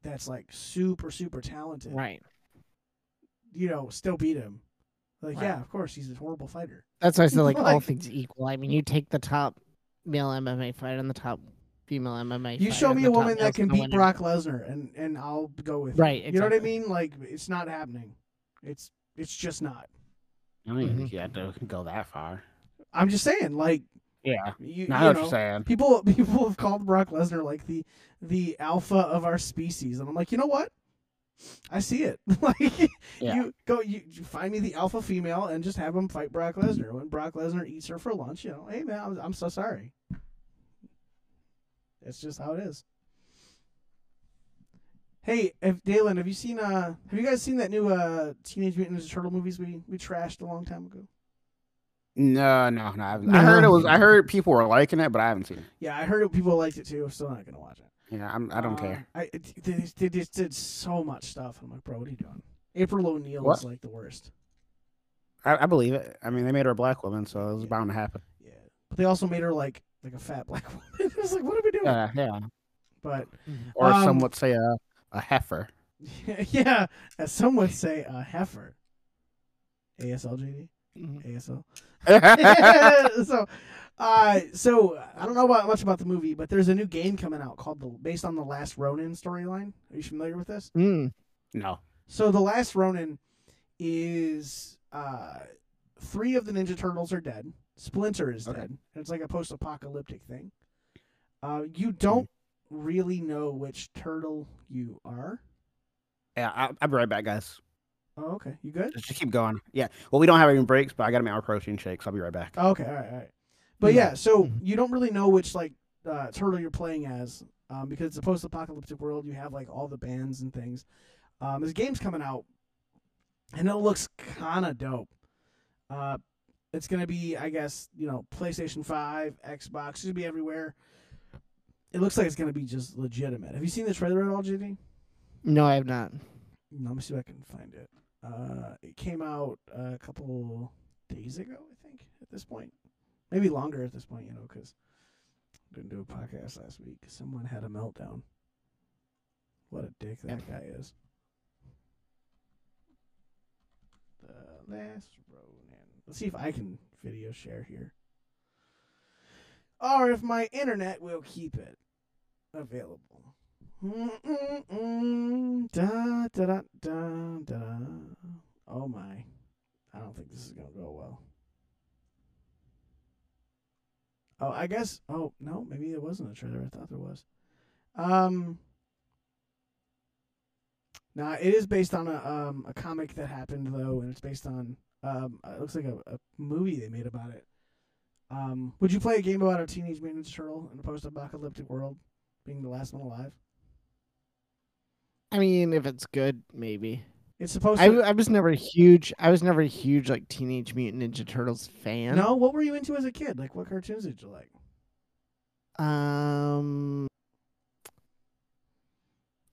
That's like super, super talented right. you know, still beat him. Like, Right. yeah, of course, he's a horrible fighter. That's why I said like all Like- things equal. I mean, you take the top male MMA fighter and the top female MMA. You fighter show and me the a top woman male's that can gonna beat win it. Brock Lesnar, and and I'll go with. you. Right, You know what I exactly. mean? Like, it's not happening. It's it's just not. I don't even Mhm. think you have to go that far. I'm just saying, like, Yeah, you, you no, I know what know, you're saying. people people have called Brock Lesnar like the the alpha of our species, and I'm like, you know what? I see it. like, Yeah. you go, you, you find me the alpha female, and just have him fight Brock Lesnar. When Brock Lesnar eats her for lunch, you know, hey man, I'm, I'm so sorry. It's just how it is. Hey, if Dalen, have you seen? uh Have you guys seen that new uh Teenage Mutant Ninja Turtle movies we we trashed a long time ago? No, no, no. I, haven't. I heard it No. was. I heard people were liking it, but I haven't seen it. Yeah, I heard people liked it too. I'm still not gonna watch it. Yeah, I'm, I don't Uh, care. I it- they, they just did so much stuff. I'm like, bro, what are you doing? April O'Neil What? is like the worst. I, I believe it. I mean, they made her a black woman, so it was Yeah. bound to happen. Yeah, but they also made her like like a fat black woman. it was like, what are we doing? Yeah, yeah. But Or Um, some would say a a heifer. yeah, as some would say, a heifer. ASL JD, Mm-hmm. ASL. so, uh, so I don't know about, much about the movie, but there's a new game coming out called the based on the Last Ronin storyline. Are you familiar with this? Mm, no. So the last Ronin is uh, three of the Ninja Turtles are dead. Splinter is Okay. dead. And it's like a post-apocalyptic thing. Uh, you don't really know which turtle you are. Yeah, I, I'll be right back, guys. Oh, okay. You good? Just keep going. Yeah. Well, we don't have any breaks, but I got to make our protein shakes. I'll be right back. Oh, Okay. All right. All right. But yeah, so you don't really know which like uh, turtle you're playing as um, because it's a post-apocalyptic world. You have like all the bands and things. Um, this game's coming out, and it looks kind of dope. Uh, it's gonna be, I guess, you know, PlayStation Five, Xbox, it's gonna be everywhere. It looks like it's gonna be just legitimate. Have you seen the trailer at all, JD? no, I have not. Let me see if I can find it. Uh, it came out a couple days ago, I think. At this point, maybe longer at this point, you know, because didn't do a podcast last week. Someone had a meltdown. What a dick that guy is. The last Ronin. Let's see if I can video share here, or if my internet will keep it available. Mm-mm-mm. Da, da, da, da, da, da. Oh my. I don't think this is going to go well. Oh, I guess. Oh, no. Maybe it wasn't a trailer. I thought there was. Um. Now it is based on a um a comic that happened though, and it's based on um it looks like a, a movie they made about it. Um, would you play a game about a teenage mutant ninja turtle in a post-apocalyptic world, being the last one alive? I mean, if it's good, maybe. It's supposed I, to. I was never a huge. I was never a huge like Teenage Mutant Ninja Turtles fan. no, what were you into as a kid? Like, what cartoons did you like? Um.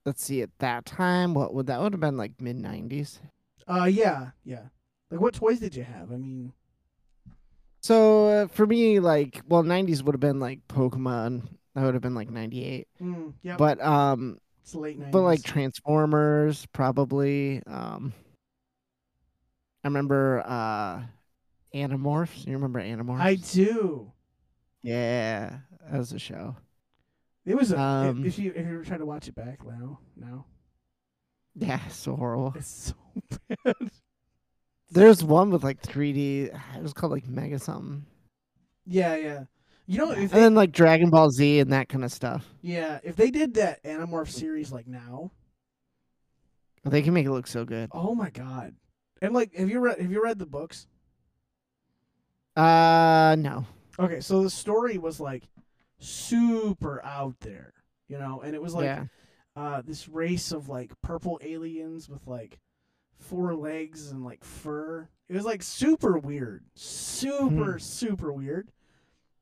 Let's see. At that time, what would that would have been like mid nineties? Uh, yeah, yeah. Like, what toys did you have? I mean, So uh, for me, like, well, nineties would have been like Pokemon. That would have been like ninety eight. mm, yeah, But um, it's the late nineties. but like Transformers, probably. Um. I remember uh, Animorphs. You remember Animorphs? I do. Yeah, that was a show. It was a, Um, if you if you were trying to watch it back now, now Yeah, so horrible. it's so bad. There's one with like 3D. It was called like Mega something, yeah, yeah. You Oh, know, if and they, then like Dragon Ball Z and that kind of stuff. yeah, if they did that Animorph series like now, They can make it look so good. oh my god! And like, have you read have you read the books? Uh, no. Okay, so the story was like super out there, you know, and it was like yeah. uh, this race of like purple aliens with like four legs and like fur. It was like super weird, super Hmm. super weird,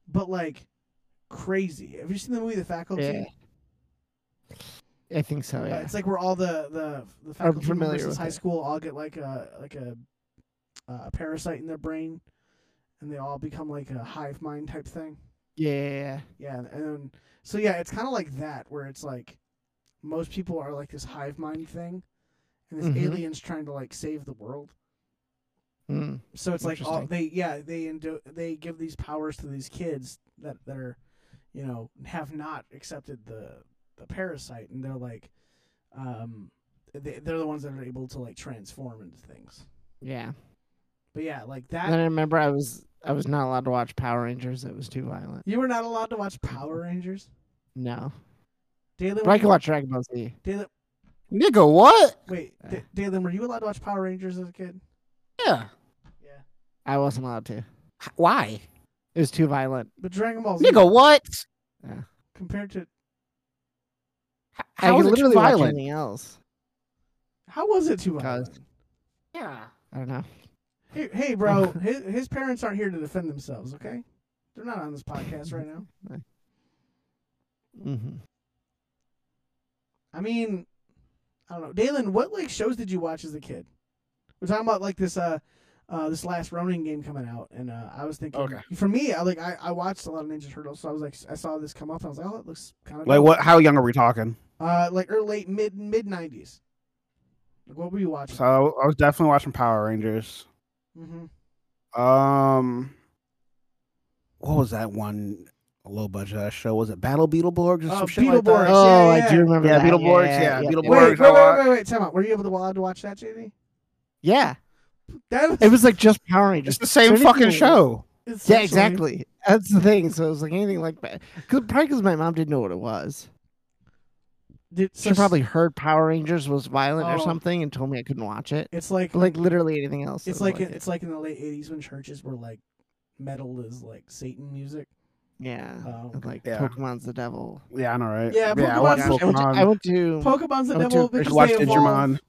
but like crazy. Have you seen the movie The Faculty? Yeah. I think so. Uh, Yeah. it's like where all the the the faculty familiar members at with high it. school all get like a like a uh, parasite in their brain, and they all become like a hive mind type thing. yeah. Yeah, and then, so yeah, it's kind of like that where it's like most people are like this hive mind thing, and this Mhm. aliens trying to like save the world. Mm. So it's like all Interesting. they yeah they indo- they give these powers to these kids that that are, you know, have not accepted the the parasite, and they're like, um, they they're the ones that are able to like transform into things. Yeah. But yeah, like And then that. I remember I was I was not allowed to watch Power Rangers. It was too violent. You were not allowed to watch Power Rangers. No. Dalen, But were I you- could watch Dragon Ball Z. Dalen, Nigga, what? wait, Uh. D- Dalen, were you allowed to watch Power Rangers as a kid? Yeah. Yeah. I wasn't allowed to. Why? It was too violent. But Dragon Ball Z Nigga, what? compared to H- I How could is it too literally watch violent? anything else. how was it too Cause- violent? Yeah. I don't know. Hey, hey, bro, his, his parents aren't here to defend themselves. Okay, they're not on this podcast right now. hmm I mean, I don't know, Dalen. What like shows did you watch as a kid? We're talking about like this uh, uh this last Ronin game coming out, and uh, I was thinking Okay. for me, I like I, I watched a lot of Ninja Turtles, so I was like I saw this come up, and I was like, oh, it looks kind of Like what? How young are we talking? Uh, like early late mid mid nineties. Like what were you watching? So I was definitely watching Power Rangers. hmm Um, what was that one low budget show? Was it Battle Beetleborgs or Uh, some shit like Beetleborgs. that? Oh, yeah, I do yeah. remember Yeah, that. Beetleborgs, yeah, Wait, wait, Beetleborgs. wait, wait, wait, time out. Were you able to allowed to watch that, JD? Yeah, That it was like just Power Rangers. It's the same So anything fucking like- show. Yeah, essentially- exactly. That's the thing. So it was like anything like that. Cause, probably because my mom didn't know what it was. Did, She probably heard Power Rangers was violent or Oh. something and told me I couldn't watch it. It's like But, like literally anything else. it's that was like it. it's like in the late '80s when churches were like metal is like Satan music. yeah, Oh, and, like Yeah. Pokemon's the devil. Yeah, I know, right? Yeah, yeah I watched Pokemon's- Gosh, I went to, I went Pokemon. to Pokemon's the I went devil to- I I because watched they evolve. Digimon.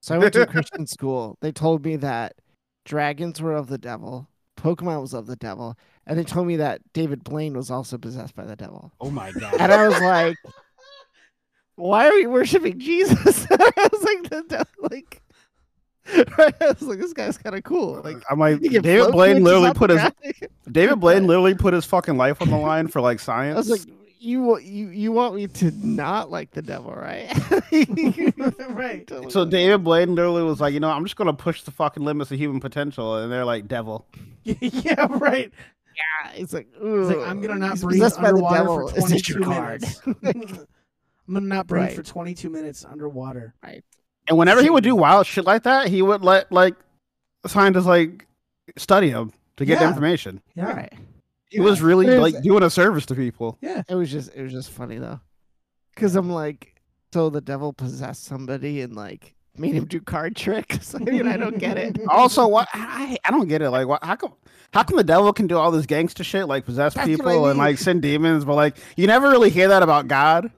so I went to a Christian school. They told me that dragons were of the devil, Pokemon was of the devil, and they told me that David Blaine was also possessed by the devil. Oh my And god! I was like, why are we worshiping Jesus? I was like, the, devil- like, I was like, this guy's kind of cool. Like, I'm like he can David float Blaine bitches literally off put the his ground. David Blaine literally put his fucking life on the line for like I science. was like, you wa- you you want me to not like the devil, right? right. Totally. so David Blaine literally was like, you know, I'm just gonna push the fucking limits of human potential, and they're like, devil. yeah, right. Yeah, it's like, It's like "Ugh, I'm gonna not he's breathe possessed by the underwater devil. for Is it your 22 card? minutes. I'm gonna not breathe Right. for 22 minutes underwater. And whenever he would do wild shit like that, he would let like scientists like study him to get the Yeah. information. Yeah, Right. He was really There's- like doing a service to people. It was just it was just funny though, because I'm like, so the devil possessed somebody and like made him do card tricks. I mean, I don't get it. Also, what I I don't get it. Like, what, how come how come the devil can do all this gangster shit, like possess That's what I people and mean. like send demons, but like you never really hear that about God.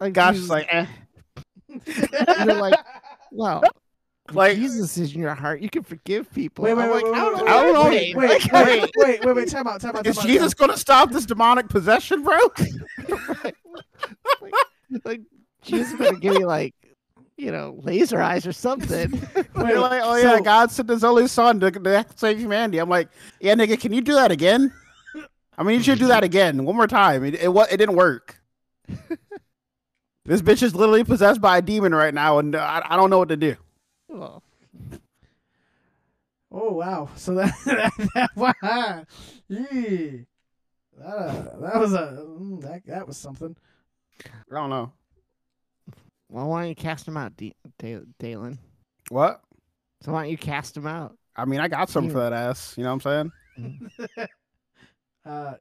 Like, Gosh, you- it's like, eh. you're like, well, Like- like Jesus is in your heart. You can forgive people. Wait, wait, I'm wait, like, wait, I don't wait, know wait, what I'm wait, saying. wait, Like, wait, wait, wait, wait, time out, time out, time is out. Jesus going to stop this demonic possession, bro? like Jesus better give me like, you know, laser eyes or something. Wait, They're like, oh yeah, so- God sent His only Son to, to save humanity. I'm like, yeah, nigga, can you do that again? I mean, you should do that again one more time. It it, wa- it didn't work. this bitch is literally possessed by a demon right now, and uh, I, I don't know what to do. Well, Oh wow! So that that, that wow, Yee. that, uh, that was a mm, that that was something. I don't know well, why don't you cast him out, D- Da- Dalen? what. So why don't you cast him out? I mean, I got Hmm. some for that ass. You know what I'm saying? Uh,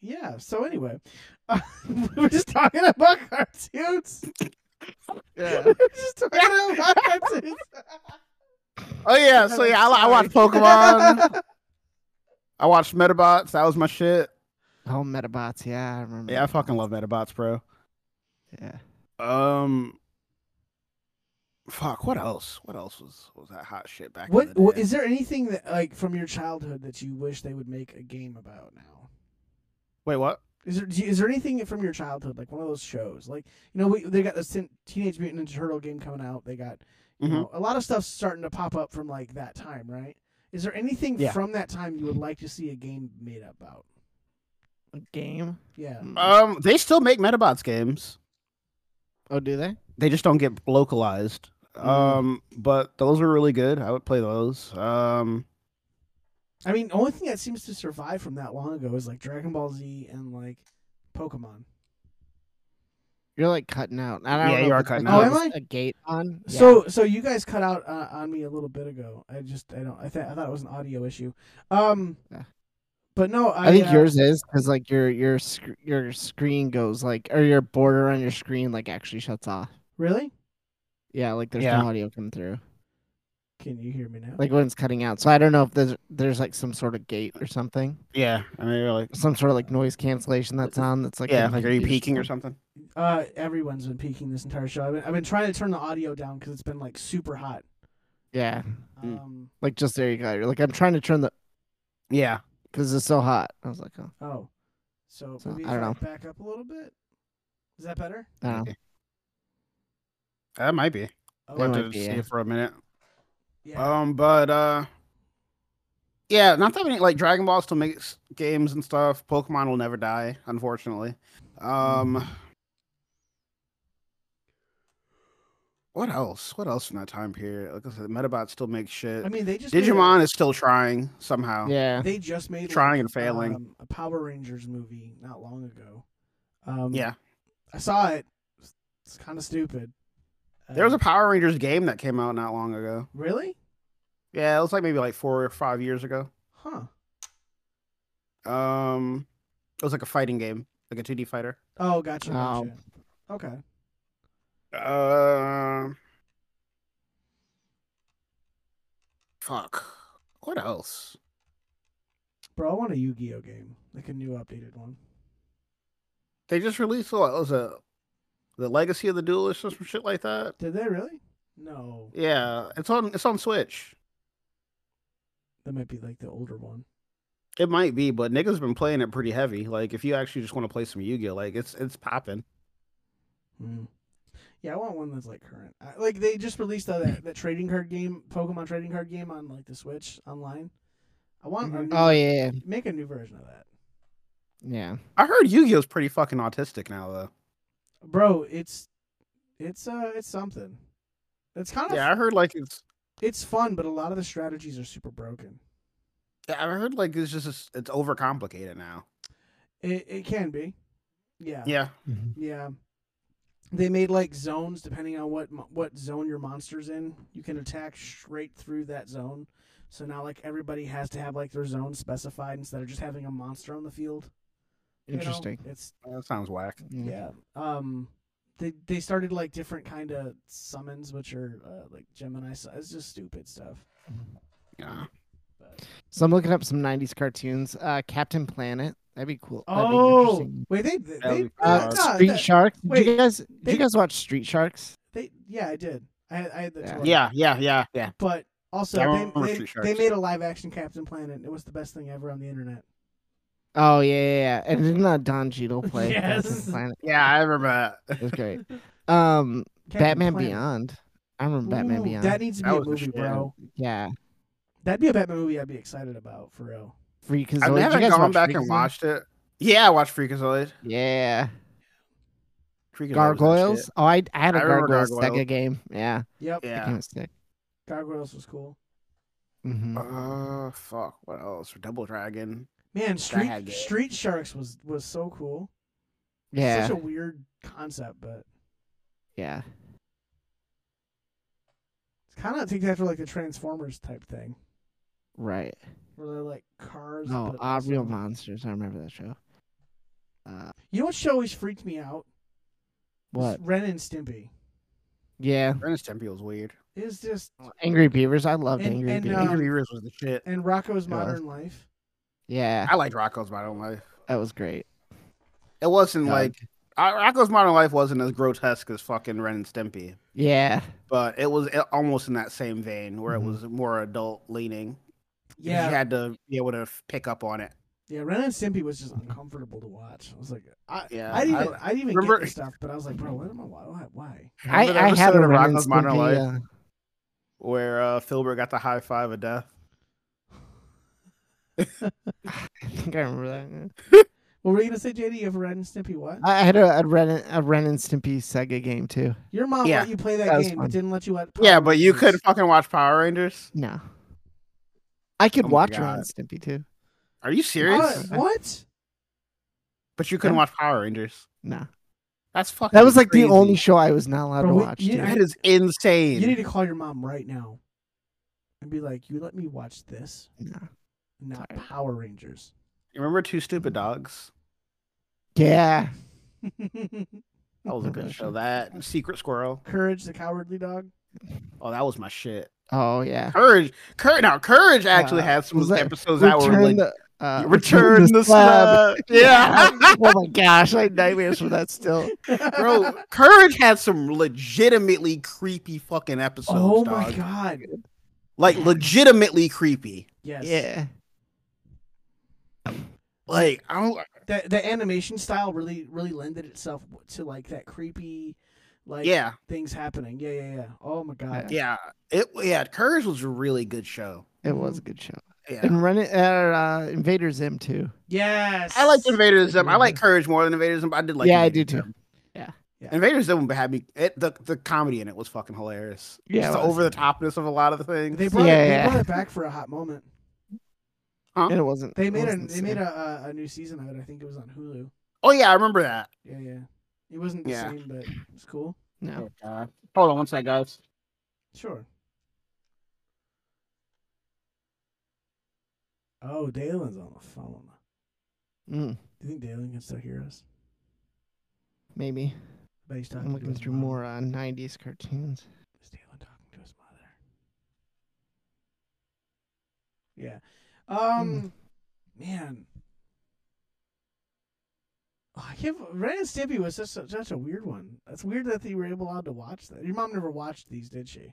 yeah. So anyway, uh, we were just talking about cartoons. we were just talking about cartoons. Oh yeah. So yeah, I, I watched Pokemon. I watched Metabots. That was my shit. Oh, Metabots. Yeah, I remember. Yeah, I fucking love Metabots, bro. Yeah. Um, fuck. What else? What else was was that hot shit back? in What, the what day? is there anything that like from your childhood that you wish they would make a game about now? Wait, what? Is there do you- is there anything from your childhood like one of those shows like you know we, they got this Teen- Teenage Mutant Ninja Turtle game coming out they got you Mhm. Mm-hmm. know a lot of stuff's starting to pop up from like that time right is there anything Yeah. from that time you would like to see a game made up about A game. yeah Mm. Um, they still make Metabots games. oh, do they? They just don't get localized. Um, but those were really good. I would play those. Um, I mean the only thing that seems to survive from that long ago is like Dragon Ball Z and like Pokemon You're like cutting out. I don't Yeah, know you if are it's cutting because out. Oh, am it's A gate on. Yeah. so so you guys cut out uh, on me a little bit ago I just I don't I, th- I thought it was an audio issue um Yeah. but no I, I think uh, yours is because like your your sc- your screen goes like or your border on your screen like actually shuts off. really Yeah, like there's Yeah. no audio coming through. can you hear me now Like when it's cutting out. So I don't know if there's there's like some sort of gate or something, yeah. I mean, you're like, some sort of like noise cancellation that's on. That's like yeah, gonna like, are you confuse peeking or people. something? Uh, everyone's been peaking this entire show. I've been, I've been trying to turn the audio down because it's been like super hot. Yeah, Mm. Um, like just there you go. You're like I'm trying to turn the Yeah. because it's so hot. I was like, oh, oh, so, So, maybe I if don't back up a little bit. Is that better? I don't know. That might be. Oh, I'll have might to be, see yeah. it for a minute. yeah. Um, but uh, yeah, not that many. Like Dragon Ball still makes games and stuff. Pokemon will never die, unfortunately. Um, Hmm. what else? What else from that time period? Like I said, Metabot still makes shit. I mean, they just made a- Digimon is still trying somehow. Yeah, they just made like, trying and failing. um, a Power Rangers movie not long ago. Um, yeah. I saw it. It's kind of stupid. There was a Um, Power Rangers game that came out not long ago. really? Yeah, it was like maybe like four or five years ago. Huh. Um, it was like a fighting game, like a two D fighter. Oh, gotcha. Oh. gotcha. Okay. Um. Fuck. What else? Bro, I want a Yu-Gi-Oh game, like a new updated one. They just released what was it? The Legacy of the Duelist or some shit like that. Did they really? No, Yeah, it's on. It's on Switch. that might be like the older one. It might be, but niggas been playing it pretty heavy. Like if you actually just want to play some Yu-Gi-Oh, like it's it's popping. Hmm. Mm. Yeah, I want one that's like current. I, like they just released uh, that that trading card game, Pokemon trading card game on like the Switch online. I want a Mhm. new- oh yeah, make a new version of that, yeah. I heard Yu-Gi-Oh's pretty fucking autistic now though. bro. It's it's uh it's something. It's kind of Yeah, I heard like it's. it's fun, but a lot of the strategies are super broken. I heard like it's just it's overcomplicated now. It it can be, yeah, Yeah. yeah. They made like zones depending on what mo- what zone your monster's in. You can attack straight through that zone. So now like everybody has to have like their zone specified instead of just having a monster on the field. you know? Interesting. It's That sounds whack. Mm. yeah. Um, they they started like different kind of summons, which are uh, like Gemini. su- It's just stupid stuff. Yeah. So I'm looking up some '90s cartoons. Uh, Captain Planet. That'd be cool. That'd be Oh, interesting. wait, they they, That'd they be Uh, Uh, no, Street that- Sharks. Did wait, you guys? Did they- you guys watch Street Sharks? they yeah, I did. I I had the Yeah. toy. yeah, yeah, yeah, yeah. but also Yeah, I they, remember they, Street they Sharks. made a live action Captain Planet. It was the best thing ever on the internet. Oh yeah, yeah, yeah. And didn't uh, Don Cheadle play Yes. Captain Planet? Yeah, I remember that. It was great. Um, Captain Batman Planet. Beyond. I remember Batman Ooh, Beyond. That needs to be That a was the movie, shit. bro. yeah, That'd be a Batman movie I'd be excited about for real. Freakazoid. I Did you haven't guys gone watch back Freakazoid? and watched it. Yeah, I watched Freakazoid. Yeah, Freakazoid was that Gargoyles. shit. Oh, I, I had a I remember Gargoyles Gargoyles. Sega game. Yeah, Yep. that Yeah. game was sick. Gargoyles was cool. hmm Oh fuck! What else? Double Dragon. Man, had Street game. Street Sharks was was so cool. Yeah, Such a weird concept, but yeah. it's kind of takes after like the Transformers type thing, Right. where they're like cars. No, but ah, also- Real Monsters. I remember that show. Uh, You know what show always freaked me out? what? Ren and Stimpy. Yeah, Ernest Tempe was weird. It's just Angry Beavers. I loved And- Angry and, Beavers. um, Angry Beavers was the shit. and Rocco's It Modern Life. yeah, I liked Rocco's Modern Life. that was great. It wasn't No, like I, Rocco's Modern Life wasn't as grotesque as fucking Ren and Stimpy, Yeah, but it was a- almost in that same vein where Mhm. it was more adult leaning. Yeah, you had to be able to f- pick up on it. yeah. Ren and Stimpy was just uncomfortable to watch. I was like, I, Yeah, I didn't, even, I, didn't even remember- get the stuff, but I was like, bro, what am I? Why? Why? I, Remember that I had episode a of Ren and Rocco's Modern Stimpy, Life? uh, where uh, Filbert got the high five of death. I think I remember that. What were you gonna say, JD? Of Ren and Stimpy, what? I I had a, a Ren and- a Ren and Stimpy Sega game too. Your mom Yeah, let you play that, that was game, fun. but didn't let you. At Yeah, but you could fucking watch Power Rangers. No, I could Oh my watch Ren God. and Stimpy too. Are you serious? What? what? But you couldn't watch Power Rangers. No, That's fucking. that was like crazy. the only show I was not allowed Bro, to we- watch. you- dude. That is insane. You need to call your mom right now, and be like, "You let me watch this, No. not Sorry. Power Rangers." Remember Two Stupid Dogs? Yeah, That was a good show. That and Secret Squirrel. Courage the Cowardly Dog. Oh, that was my shit. oh yeah. Courage, courage. Now, courage actually Uh, had some was that- episodes that were Return like the, uh, Return, the, Slab. Yeah, oh my gosh, I had nightmares for that still. bro. Courage had some legitimately creepy fucking episodes. oh my dog. god! Like legitimately creepy. Yes. Yeah. Like I don't. The the animation style really really lended itself to like that creepy, like yeah, things happening. Yeah, yeah, yeah. Oh my god. yeah. It yeah. Courage was a really good show. It was a good show. Yeah. And run it uh, uh Invader Zim too. Yes. I liked Invader Zim. I like Courage more than Invader Zim. But I did like. Yeah, I do Invader too. Zim. Yeah. Yeah. Invader Zim had me. It, the the comedy in it was fucking hilarious. Yeah, Just it the was. over the topness of a lot of the things. They brought, it, Yeah. they brought it back for a hot moment. And it wasn't. They it made a wasn't they made a, a a new season of it. I think it was on Hulu. oh yeah, I remember that. Yeah, yeah. It wasn't the Yeah. same, but it was cool. no. hold on one sec, guys. Sure. Oh, Dalen's on the phone. Oh. Mm, Do you think Dalen can still hear us? maybe. I bet he's talking I'm to looking his through mom. more uh, 90s cartoons. Is Dalen talking to his mother? Yeah. Um, man. Oh, I can't. Ren and Stimpy was such a, such a weird one. That's weird that you were able allowed to watch that. Your mom never watched these, did she?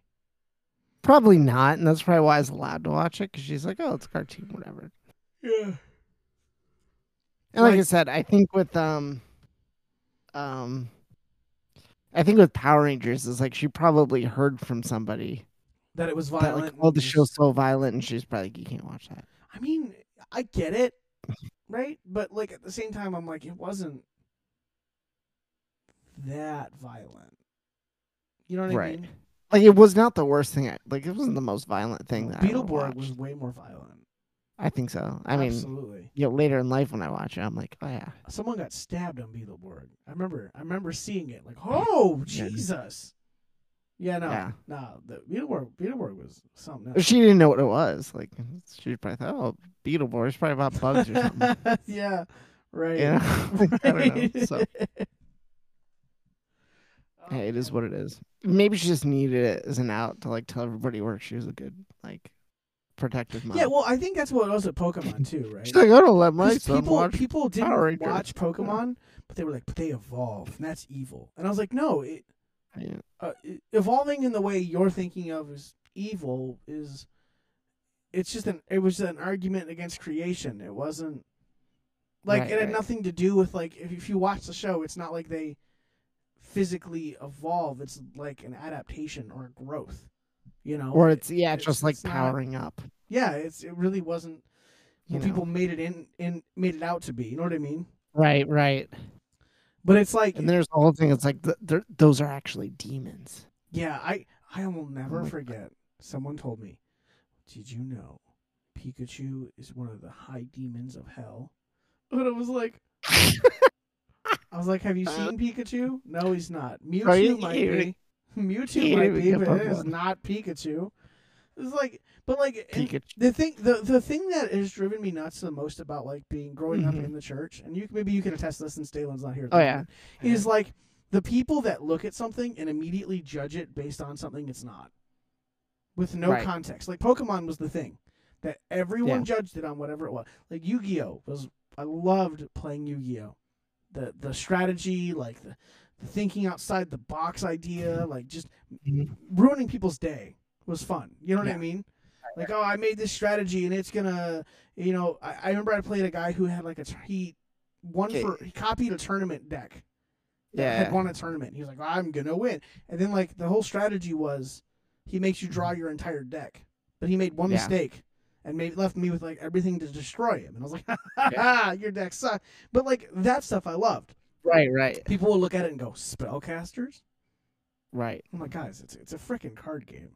Probably not, and that's probably why I was allowed to watch it because she's like, "Oh, it's a cartoon, whatever." Yeah. And like, I Like- said, I think with um, um, I think with Power Rangers is like she probably heard from somebody That it was that violent. like, "Oh, and the just- show's so violent," and she's probably like, "You can't watch that." I mean, I get it, right? But like at the same time, I'm like, it wasn't that violent. You know what I Right. mean? Like, it was not the worst thing. I, like, it wasn't the most violent thing that I Beetleborg ever was watched. way more violent. I think so. I mean, absolutely. you know, later in life when I watch it, I'm like, "Oh yeah, Someone got stabbed on Beetleborg. I remember. I remember seeing it. Like, oh Yeah. Jesus! Yeah, no, Yeah. no. The Beetleborg, Beetleborg was something. If Else. she didn't know what it was. Like she probably thought, oh, Beetleborg's probably about bugs or something. yeah, right. you know? I don't know. So Hey, it is what it is. Maybe she just needed it as an out to like tell everybody where she was a good like protective mom. Yeah, well, I think that's what it was at Pokemon too, right? She's like, I don't let my 'Cause son people, watch. people didn't Power Rangers. watch Pokemon, but they were like, but they evolve, and that's evil. And I was like, no, it, Yeah. uh, it- evolving in the way you're thinking of is evil is, it's just an, it was an argument against creation. It wasn't, like, Right, it had right. nothing to do with like, if, if you watch the show, it's not like they physically evolve. It's like an adaptation or a growth, you know. Or it's yeah, It's- just like it's not- powering up. yeah, it's it really wasn't. You what know. people made it in, in made it out to be. You know what I mean? Right, right. But it's like, And there's the whole thing. It's like th- they're- those are actually demons. yeah, I I will never my God. forget. Someone told me, "Did you know Pikachu is one of the high demons of hell?" And I was like, I was like, "Have you seen Pikachu? No, he's not. Uh, you- Mewtwo might you- be. Mewtwo you might be, give but it up is on- not Pikachu." It's like, but like, and- Pikachu. the thing the the thing that has driven me nuts the most about like being growing up Mhm. in the church and you maybe you can attest to this since Dalen's not here Oh, yeah. is like the people that look at something and immediately judge it based on something it's not with no Right. context like Pokemon was the thing that everyone judged it on whatever it was like Yu-Gi-Oh was I loved playing Yu-Gi-Oh the the strategy like the, the thinking outside the box idea Mm-hmm. like just Mhm. ruining people's day was fun you know what I Yeah. mean like oh i made this strategy and it's gonna you know i, I remember i played a guy who had like a tur- he won Okay. for he copied a tournament deck that had Yeah. won a tournament he was like i'm gonna win and then like the whole strategy was he makes you draw your entire deck but he made one Yeah. mistake and made, left me with like everything to destroy him and i was like ha ha, Yeah. ha your deck sucks but like that stuff i loved Right, right, people will look at it and go spellcasters right. i'm like guys it's, it's a freaking card game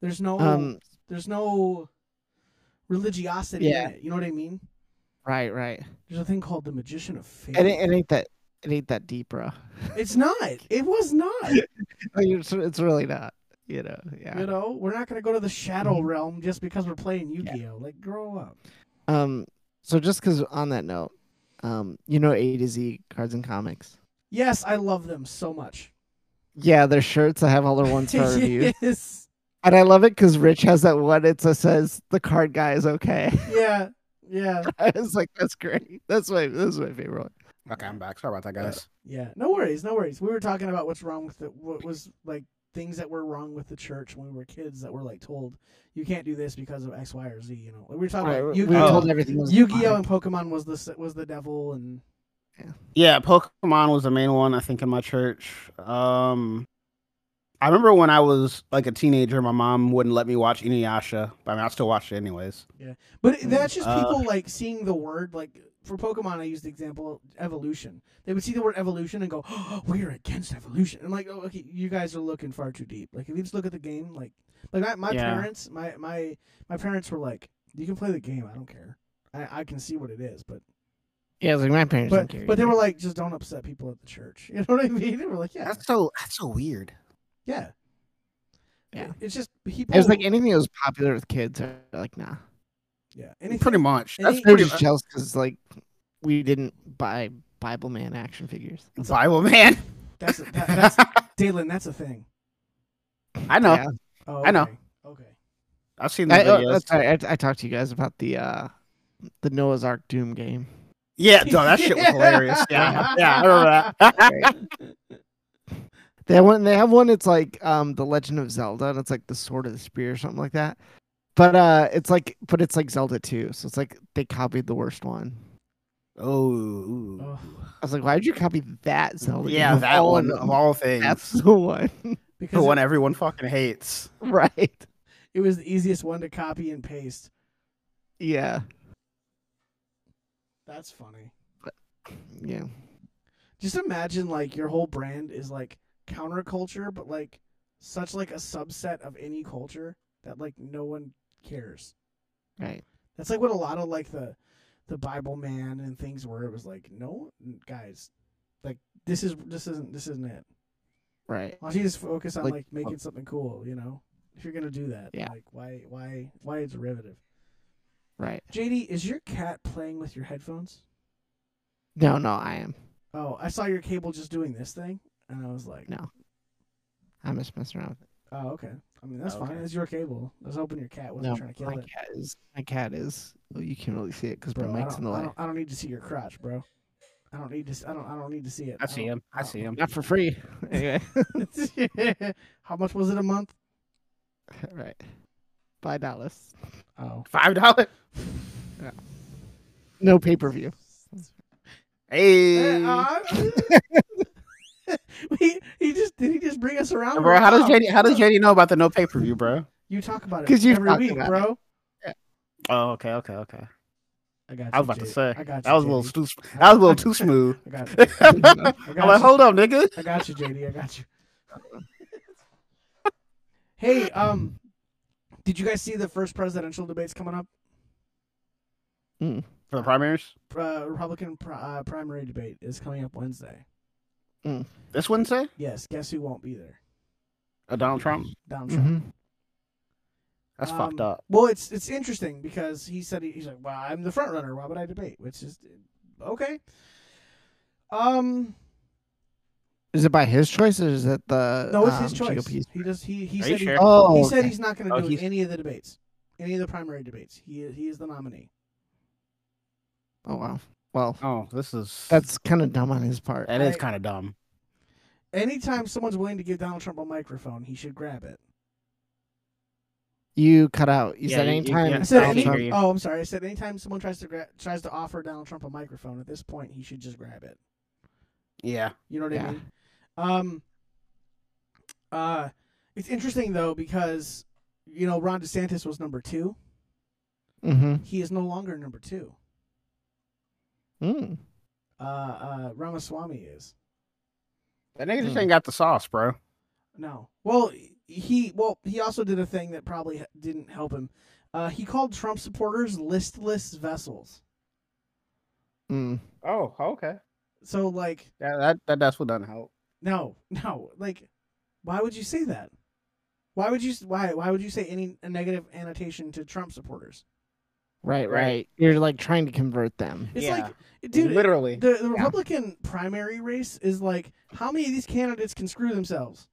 there's no Um, there's no religiosity Yeah. in it. You know what I mean? right, right. There's a thing called the magician of faith. It, ain't- it ain't that. It ain't that deep, bro. it's not. It was not. Like, it's, it's really not. You know. Yeah. Mm-hmm. You know, we're not gonna go to the shadow realm just because we're playing Yu-Gi-Oh. Like, grow up. Um. So just because on that note, um, you know A to Z cards and comics. Yes, I love them so much. Yeah, their shirts. I have all their one star reviews, yes. and I love it because Rich has that one. It just says the card guy is okay. Yeah. Yeah. I was like, that's great. That's my that's my favorite one. Okay, I'm back. Sorry about that, guys. Yeah. No worries. No worries. We were talking about what's wrong with the what was like things that were wrong with the church when we were kids that were like told you can't do this because of X, Y, or Z. You know, we were talking about we were Yu-Gi-Oh. told everything was Yu-Gi-Oh fine. and Pokemon was the s- was the devil and Yeah, Pokemon was the main one I think in my church. Um, I remember when I was like a teenager, my mom wouldn't let me watch Inuyasha, but I mean I still watched it anyways. But Mm. that's just Uh, people like seeing the word like for Pokemon. I used the example of evolution. They would see the word evolution and go, oh, "We are against evolution." I'm like, "Oh, okay, you guys are looking far too deep." Like if you just look at the game, like like my, my Yeah. parents, my my my parents were like, "You can play the game. I don't care. I, I can see what it is." But Yeah, it's like my parents don't but care. but they either. were like, "Just don't upset people at the church." You know what I mean? They were like, "Yeah, That's so that's so weird. yeah, Yeah. It's just people. it was like anything that was popular with kids. Are like, nah. yeah, anything. pretty much. That's any- They're pretty just jealous because like we didn't buy Bible Man action figures. Bible man. That's a, that, that's Dalen. That's a thing. I know. Yeah. Oh, I know. okay. Okay. I've seen the I, oh, videos. that's right. I, I talked to you guys about the uh the Noah's Ark Doom game. Yeah, no, that shit was hilarious. Yeah, yeah, I remember that. They have one. They have one. It's like um the Legend of Zelda, and it's like the Sword of the Spear or something like that. But uh, it's like, but it's like Zelda 2, so it's like they copied the worst one. oh, ooh. Oh. I was like, why did you copy that Oh, Zelda? game yeah, of that all of one of them? all things, That's the one, Because the it- one everyone fucking hates. right? it was the easiest one to copy and paste. Yeah, That's funny. yeah. Just imagine like your whole brand is like counterculture, but like such like a subset of any culture that like no one cares. Right. That's like what a lot of like the the Bible man and things were. It was like no guys, like this is this isn't this isn't it. Right. Why don't you just focus on like, Like- making something cool? You know, if you're gonna do that, Yeah. Like why why why a derivative? Right. JD, is your cat playing with your headphones? No, no, I am. Oh, I saw your cable just doing this thing. And I was like, No. I'm just messing around. oh, okay. I mean, that's fine. Okay. It's your cable. I was hoping your cat wasn't No, trying to kill my it. cat is. My cat is. Well, you can't really see it because my Bro, I mic's don't, in the I, way. don't, I don't need to see your crotch, bro. I don't need to. s- I don't. I don't need to see it. I see don't- him. I see him. Not for free. Anyway. How much was it a month? right. Bye, Dallas. Oh, Five dollar. No pay per view. Hey, uh, he, he just did he just bring us around? bro. How does Wow. JD? How does JD know about the no pay per view, bro? you talk about it? 'Cause you've every talked week, about bro. Oh, okay, okay, okay. I got. You, I was about to Jade. say I got that was a you, little JD. too. sm- That was a little too smooth. I got. I'm I got like, you. hold up, nigga. I got you, JD. I got you. hey, um, did you guys see the first presidential debates coming up? For the primaries Uh, Republican pri- uh, primary debate is coming up Wednesday. this Wednesday. Yes, guess who won't be there? Uh, Donald Trump. Donald Trump. Mhm. That's Um, fucked Mm-hmm. up. Well, it's it's interesting because he said he, he's like, "Well, I'm the front runner. Why would I debate?" Which is okay. Um, Is it by his choice or is it the no, it's his um, choice. GOP's? He does. He he Are said you he, sure? Oh, he okay. said he's not going to Oh, do he's- any of the debates, any of the primary debates. He is- he is the nominee. oh wow. Well, Oh, this is that's kind of dumb on his part. that is I- kind of dumb. Anytime someone's willing to give Donald Trump a microphone, he should grab it. You cut out. You Yeah, said you- you- anytime. yeah. I said I any, hear you. oh, I'm sorry. I said anytime someone tries to gra- tries to offer Donald Trump a microphone, at this point, he should just grab it. Yeah. You know what I Yeah. mean? Um. Uh, it's interesting though because you know Ron DeSantis was number two. mm-hmm. He is no longer number two. Mm. Uh, uh, Ramaswamy is That nigga just Mm. ain't got the sauce, bro. no. Well, he well he also did a thing that probably didn't help him. Uh, he called Trump supporters listless vessels. Mm. Oh, okay. So like, Yeah, that that that's what doesn't help. no, no, like, why would you say that? Why would you why why would you say any negative annotation to Trump supporters? Right, Right. right. You're like trying to convert them. It's Yeah. like, dude, Literally. The, the Republican primary race is like how many of these candidates can screw themselves?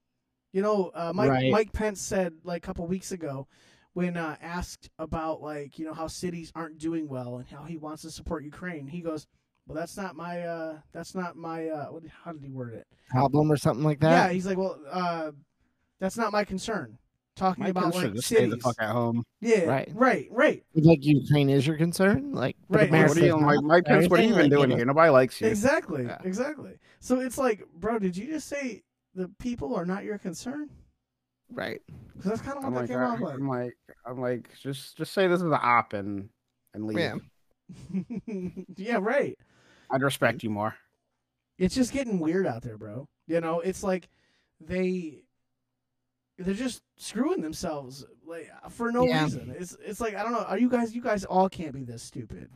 You know, uh, Mike Right. Mike Pence said like a couple weeks ago when uh, asked about like you know how cities aren't doing well and how he wants to support Ukraine. He goes, "Well, that's not my uh, that's not my uh, what, how did he word it? Problem or something like yeah, that. he's like, well, uh, that's not my concern. Talking My about kids should like just stay cities, the fuck at home. yeah, right, Right. right, right, Like Ukraine is your concern. Like, but Right, Like, Mayor what America's are you like, not. Mike Pence? What are Everything, you even like, you doing know. here? Nobody likes you. exactly, Yeah. exactly. So it's like, bro, did you just say the people are not your concern? Right. Because that's kind of I'm what like, that came I, off like. am like, I'm like, just just say this is an op and and leave. Yeah. yeah, right. I'd respect you more. It's just getting weird out there, bro. You know, it's like they they're just screwing themselves like for no Yeah. reason. It's it's like I don't know. Are you guys? You guys all can't be this stupid.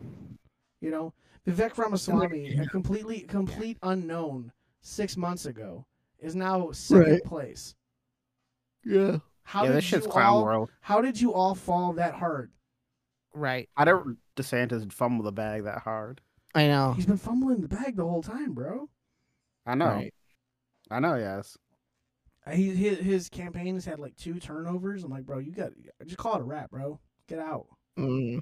You know, Vivek Ramaswamy, a completely complete unknown six months ago, is now second Right. place. Yeah. How yeah, did this shit's you clown all, world. How did you all fall that hard? Right. I don't DeSantis fumble the bag that hard. I know. He's been fumbling the bag the whole time, bro. I know. Right. I know. Yes. Uh, He his, his campaign has had like two turnovers. I'm like, bro, you got just call it a wrap, bro. Get out. Mm.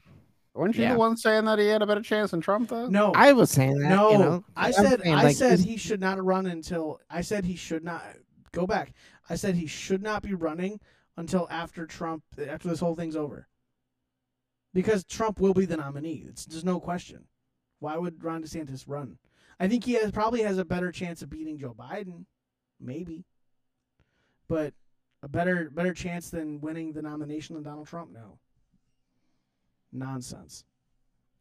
Weren't you Yeah. the one saying that he had a better chance than Trump though? No, I was saying that. no. You know? I I'm said saying, I like, said is- he should not run until I said he should not go back. I said he should not be running until after Trump after this whole thing's over. Because Trump will be the nominee. It's there's no question. Why would Ron DeSantis run? I think he has probably has a better chance of beating Joe Biden, maybe. But a better better chance than winning the nomination than Donald Trump? No. Nonsense.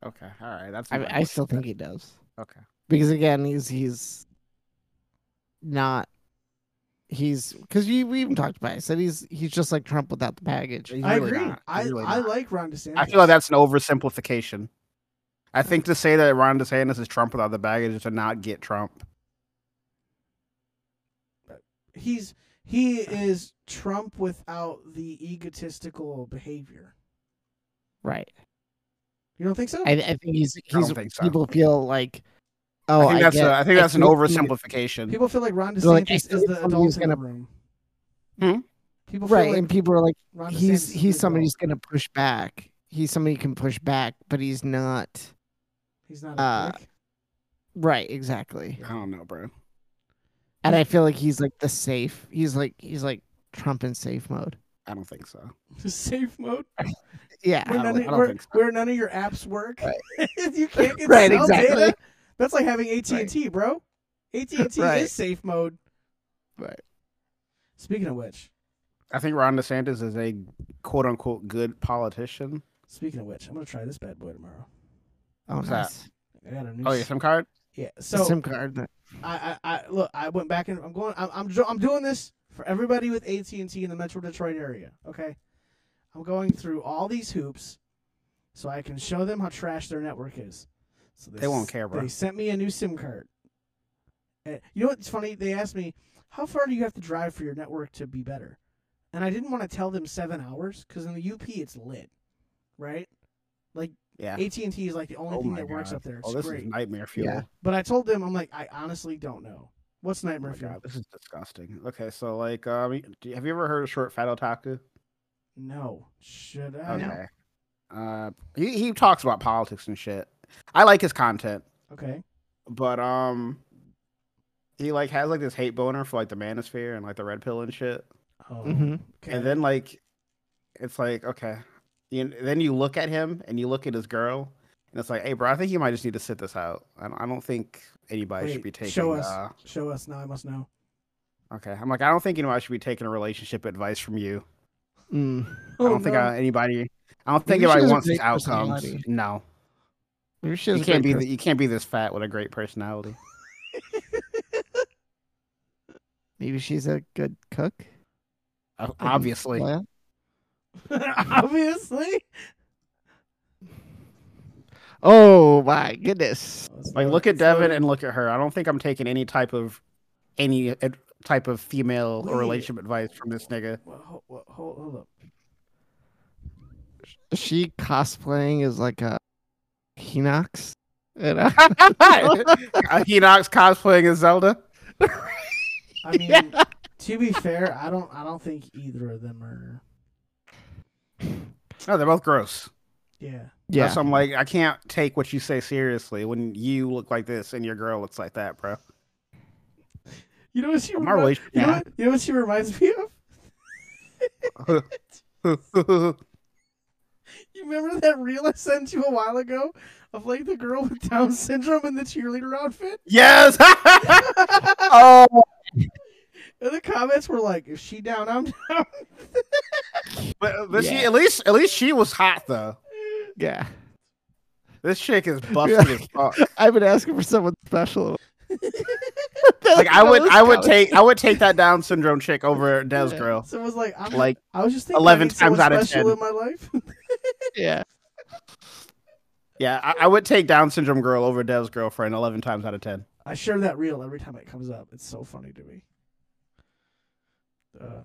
Okay. All right. That's. I, I still think he does Okay. because again, he's he's not. He's because we even talked about. It. I said he's he's just like Trump without the baggage. He's I really agree. not. I, He's really I not. like Ron DeSantis. I feel like that's an oversimplification. I think to say that Ron DeSantis is Trump without the baggage is to not get Trump. he's he is Trump without the egotistical behavior. Right. You don't think so? I, I think he's I he's don't think so. people feel like Oh, I think that's get a, I think that's an think oversimplification. People feel like Ron DeSantis They're like, I is still the think adult somebody's in the room. Hmm? People feel right, like and people are like, Ron DeSantis he's is the he's adult. somebody who's gonna push back. He's somebody who can push back, but he's not. He's not a uh, prick. Right, exactly. I don't know, bro. And I feel like he's like the safe. He's like he's like Trump in safe mode. I don't think so. safe mode. Yeah. Where I none, don't- of, I don't where, think so. where none of your apps work. you can't get Right, cell exactly. data. That's like having AT and T, bro. AT and T Right. is safe mode. Right. Speaking of which, I think Ron DeSantis is a quote unquote good politician. speaking of which, I'm gonna try this bad boy tomorrow. Oh, What's that? nice. I got a new. Oh, your s- SIM card? yeah. The So SIM card. that- I, I, I look. I went back and I'm going. I'm, I'm, jo- I'm doing this for everybody with AT and T in the Metro Detroit area. Okay, I'm going through all these hoops, so I can show them how trash their network is. So They won't s- care, bro. They sent me a new SIM card. And you know what's funny? They asked me how far do you have to drive for your network to be better, and I didn't want to tell them seven hours because in the UP it's lit, right? Yeah. AT and T is like the only Oh thing my that works God. up there. It's Oh, this great. is nightmare fuel. Yeah. but I told them I'm like I honestly don't know what's Oh my nightmare fuel. god, this is disgusting. Okay, so like, um, do you- have you ever heard of short fat otaku? No. Should I? Okay. Uh, he he talks about politics and shit. I like his content, Okay. but um, he like has like this hate boner for like the manosphere and like the red pill and shit. Oh. Mhm. Okay. And then like, it's like okay, you, then you look at him and you look at his girl, and it's like, hey, bro, I think you might just need to sit this out. I don't, I don't think anybody Wait, should be taking. show us. Uh, Show us now. I must know. okay, I'm like, I don't think anybody should be taking relationship advice from you. Mm. Oh, I don't think no. I, anybody. I don't Maybe think she anybody has a wants these big outcomes. personality. No, Maybe she has you a can't be great th- you can't be this fat with a great personality. Maybe she's a good cook. O- Obviously, Yeah. Obviously. Oh my goodness. like look at Devin and look at her. I don't think I'm taking any type of any ad- type of female Wait. or relationship advice from this nigga. Hold, hold, hold up. Is she cosplaying as like a Hinox? You know? Uh, Hinox cosplaying as Zelda. I mean, to be fair, I don't. I don't think either of them are. No, they're both gross. Yeah. yeah. So I'm like, I can't take what you say seriously when you look like this and your girl looks like that, bro. You know what she. My remi- relationship. you, know what, you know what she reminds me of? You remember that reel I sent you a while ago of like the girl with Down syndrome in the cheerleader outfit? yes. oh And the comments were like, "If she down, I'm down." But, but Yeah. she at least at least she was hot though. yeah. This chick is busted Yeah. as fuck. I've been asking for someone special. Like I would I would take I would take that Down syndrome chick over Des Yeah. girl. So it was like, I'm, Like I was just thinking 11 I need someone times out of special in 10. my life. Yeah. yeah, I, I would take Down syndrome girl over Des girlfriend eleven times out of ten. I share that reel every time it comes up. It's so funny to me. Uh,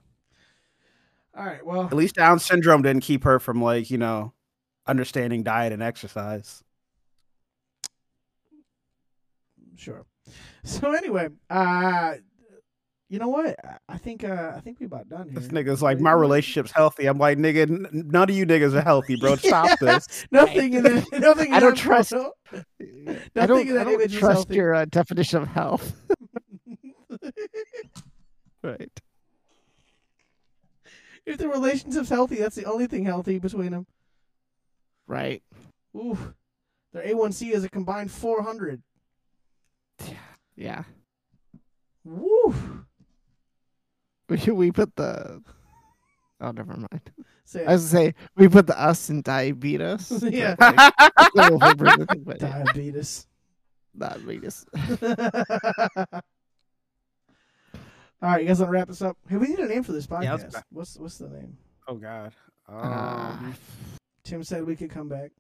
all right, well, At least Down syndrome didn't keep her from like you know understanding diet and exercise. sure. So anyway, uh, you know what? I- I think uh, I think we about done here. This nigga's like my relationship's healthy. I'm like nigga, n- none of you niggas are healthy, bro. Stop this. Nothing in that. Nothing. in I don't that trust- photo. I Nothing don't, in that I don't image is trust healthy. your uh, definition of health. right. if the relationship's healthy, that's the only thing healthy between them. Right. Ooh, their A1C is a combined 400. Yeah. Woo. We, we put the. Oh, never mind. Say I was gonna say we put the us in diabetes. but, Yeah. like, it's a little overrated, but yeah, diabetes. diabetes. All right, you guys want to wrap this up? Hey, we need a name for this Yeah, let's podcast. wrap- what's what's the name? Oh God. Um, Ah. Tim said we could come back.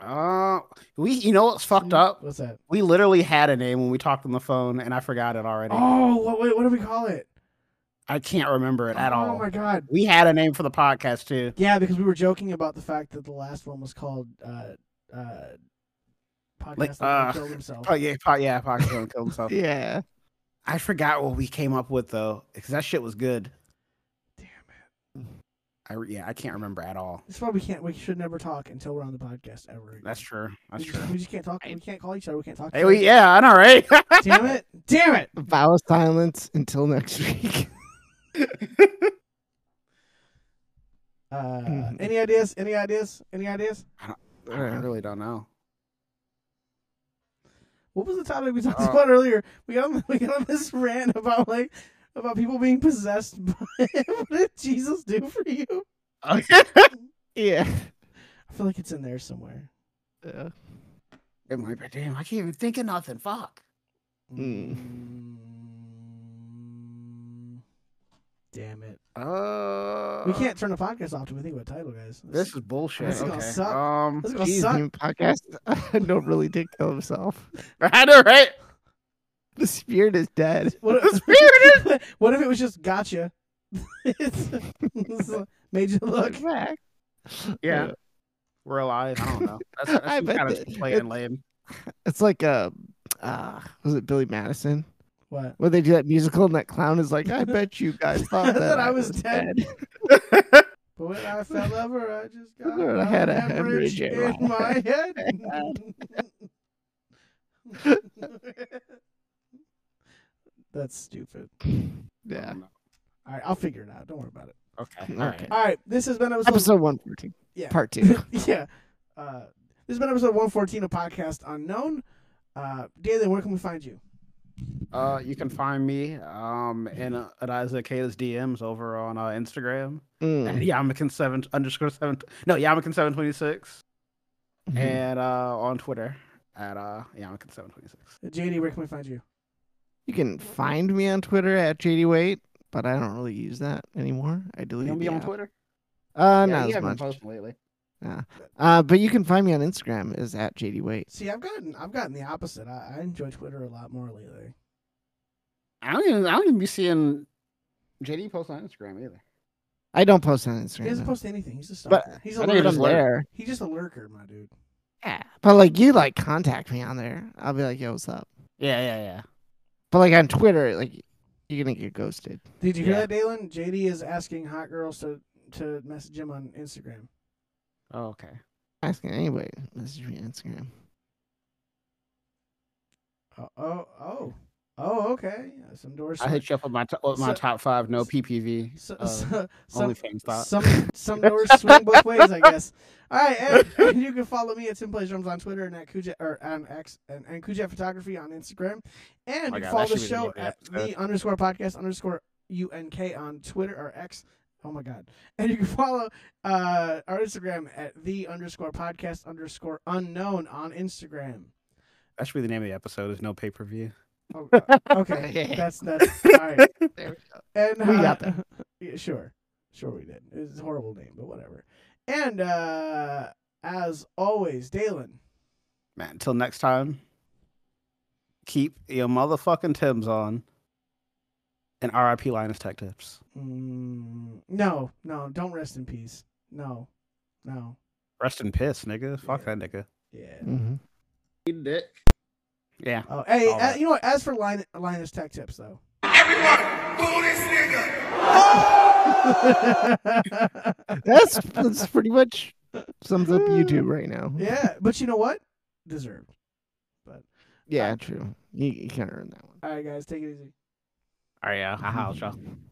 uh, we you know what's fucked up? What's that? We literally had a name when we talked on the phone, and I forgot it already. Oh, what what, what do we call it? I can't remember it at oh, all. my god. We had a name for the podcast too. Yeah, because we were joking about the fact that the last one was called uh uh podcast Like, that uh, killed himself. Oh yeah, po- yeah, Pocket's gonna kill Oh. himself. Yeah. I forgot what we came up with though, because that shit was good. Damn it. I re- yeah, I can't remember at all. That's why we can't. We should never talk until we're on the podcast ever. again. That's true. That's we, true. Just, we just can't talk. We can't call each other. We can't talk. to Hey, we, each yeah, I know, right? other. Damn it! Damn it! Vow of silence until next week. Uh, Mhm. any ideas? Any ideas? Any ideas? I really don't know. What was the topic we talked Uh, about earlier? We got on, we got on this rant about like about people being possessed. By, what did Jesus do for you? yeah. I feel like it's in there somewhere. Uh, It might be, damn, I can't even think of nothing. Fuck. Hmm. Mm. Mm. Damn it! Oh. Uh, We can't turn the podcast off till we think about title, guys. This is bullshit. This is gonna okay. suck. Um, this is gonna geez, suck. new podcast. no, really did kill himself. I know, right? The spirit is dead. What It's if, what if it was just gotcha? it's, it's a- made you look. Look back. Yeah. We're alive. I don't know. That's, I that's bet kind that- of plain and lame. It's like a, uh, was it Billy Madison? What? Where they do that musical and that clown is like, I bet you guys thought that, I was dead. But when I fell over, I just got I a had a hemorrhage hemorrhage in in my head. That's stupid. Yeah. All right, I'll figure it out. Don't worry about it. Okay. All right. Okay. All right, this has been episode. Episode 114. Yeah. Part two. yeah. Uh, this has been episode 114 of Podcast Unknown. Uh, Daily, where can we find you? Uh, you can find me um in uh, at Isaac Kayla's DMs over on uh, Instagram. Mm. Yamakin seven underscore seven. No, Yamakin seven twenty six, and uh on Twitter at uh Yamakin seven twenty six. JD, Uh, where can we find you? You can find me on Twitter at JD Wait, but I don't really use that anymore. I delete You'll be the on app. Twitter. Uh, yeah, not you as haven't much. been posting lately. Uh, but you can find me on Instagram is at JD Wait. See, I've gotten I've gotten the opposite. I, I enjoy Twitter a lot more lately. I don't even. I don't even be seeing JD post on Instagram either. I don't post on He Instagram. doesn't though. post anything. He's just a But- lurker. he's a I think But lurker. I'm just lurk. there. He's just a lurker, my dude. Yeah. But like you like contact me on there. I'll be like, yo, what's up? Yeah, yeah, yeah. But like on Twitter, like you're gonna get ghosted. Did you hear Yeah. that, Dalen? JD is asking hot girls to to message him on Instagram. Oh, okay. Asking anybody to message me on Instagram. Oh, oh, oh, oh okay. Some doors. I hit you up with my to- with my so- top five no PPV so, uh, so- some OnlyFans thought. some some doors swing both ways, I guess. All right, and, and you can follow me at Simplay Drums on Twitter and at Kujet or on X and, and Kujet Photography on Instagram, and Oh my you can God, follow that the should be the name show of the at episode. the underscore podcast underscore unk on Twitter or X. Oh my God! And you can follow uh, our Instagram at the underscore podcast underscore unknown on Instagram. That should be the name of the episode. Is no pay per view. Oh, uh, okay, that's that's all right. There we go. And We got uh, yeah, sure, sure we did. It's a horrible name, but whatever. And uh, as always, Dalen. Man, until next time, keep your motherfucking Tim's on. And RIP Linus Tech Tips. Mm, no, no, don't rest in peace. No, no, Rest in piss, nigga. Fuck Yeah. that nigga. yeah. hmm Dick. Yeah. Oh, hey, All uh, right. you know what? As for Lin- Linus Tech Tips, though. Everyone, boo this nigga! That's that's pretty much sums up YouTube right now. yeah, but you know what? Deserved. Yeah, true. You, you can't earn that one. All right, guys, take it easy. All right, yeah. I'll house y'all.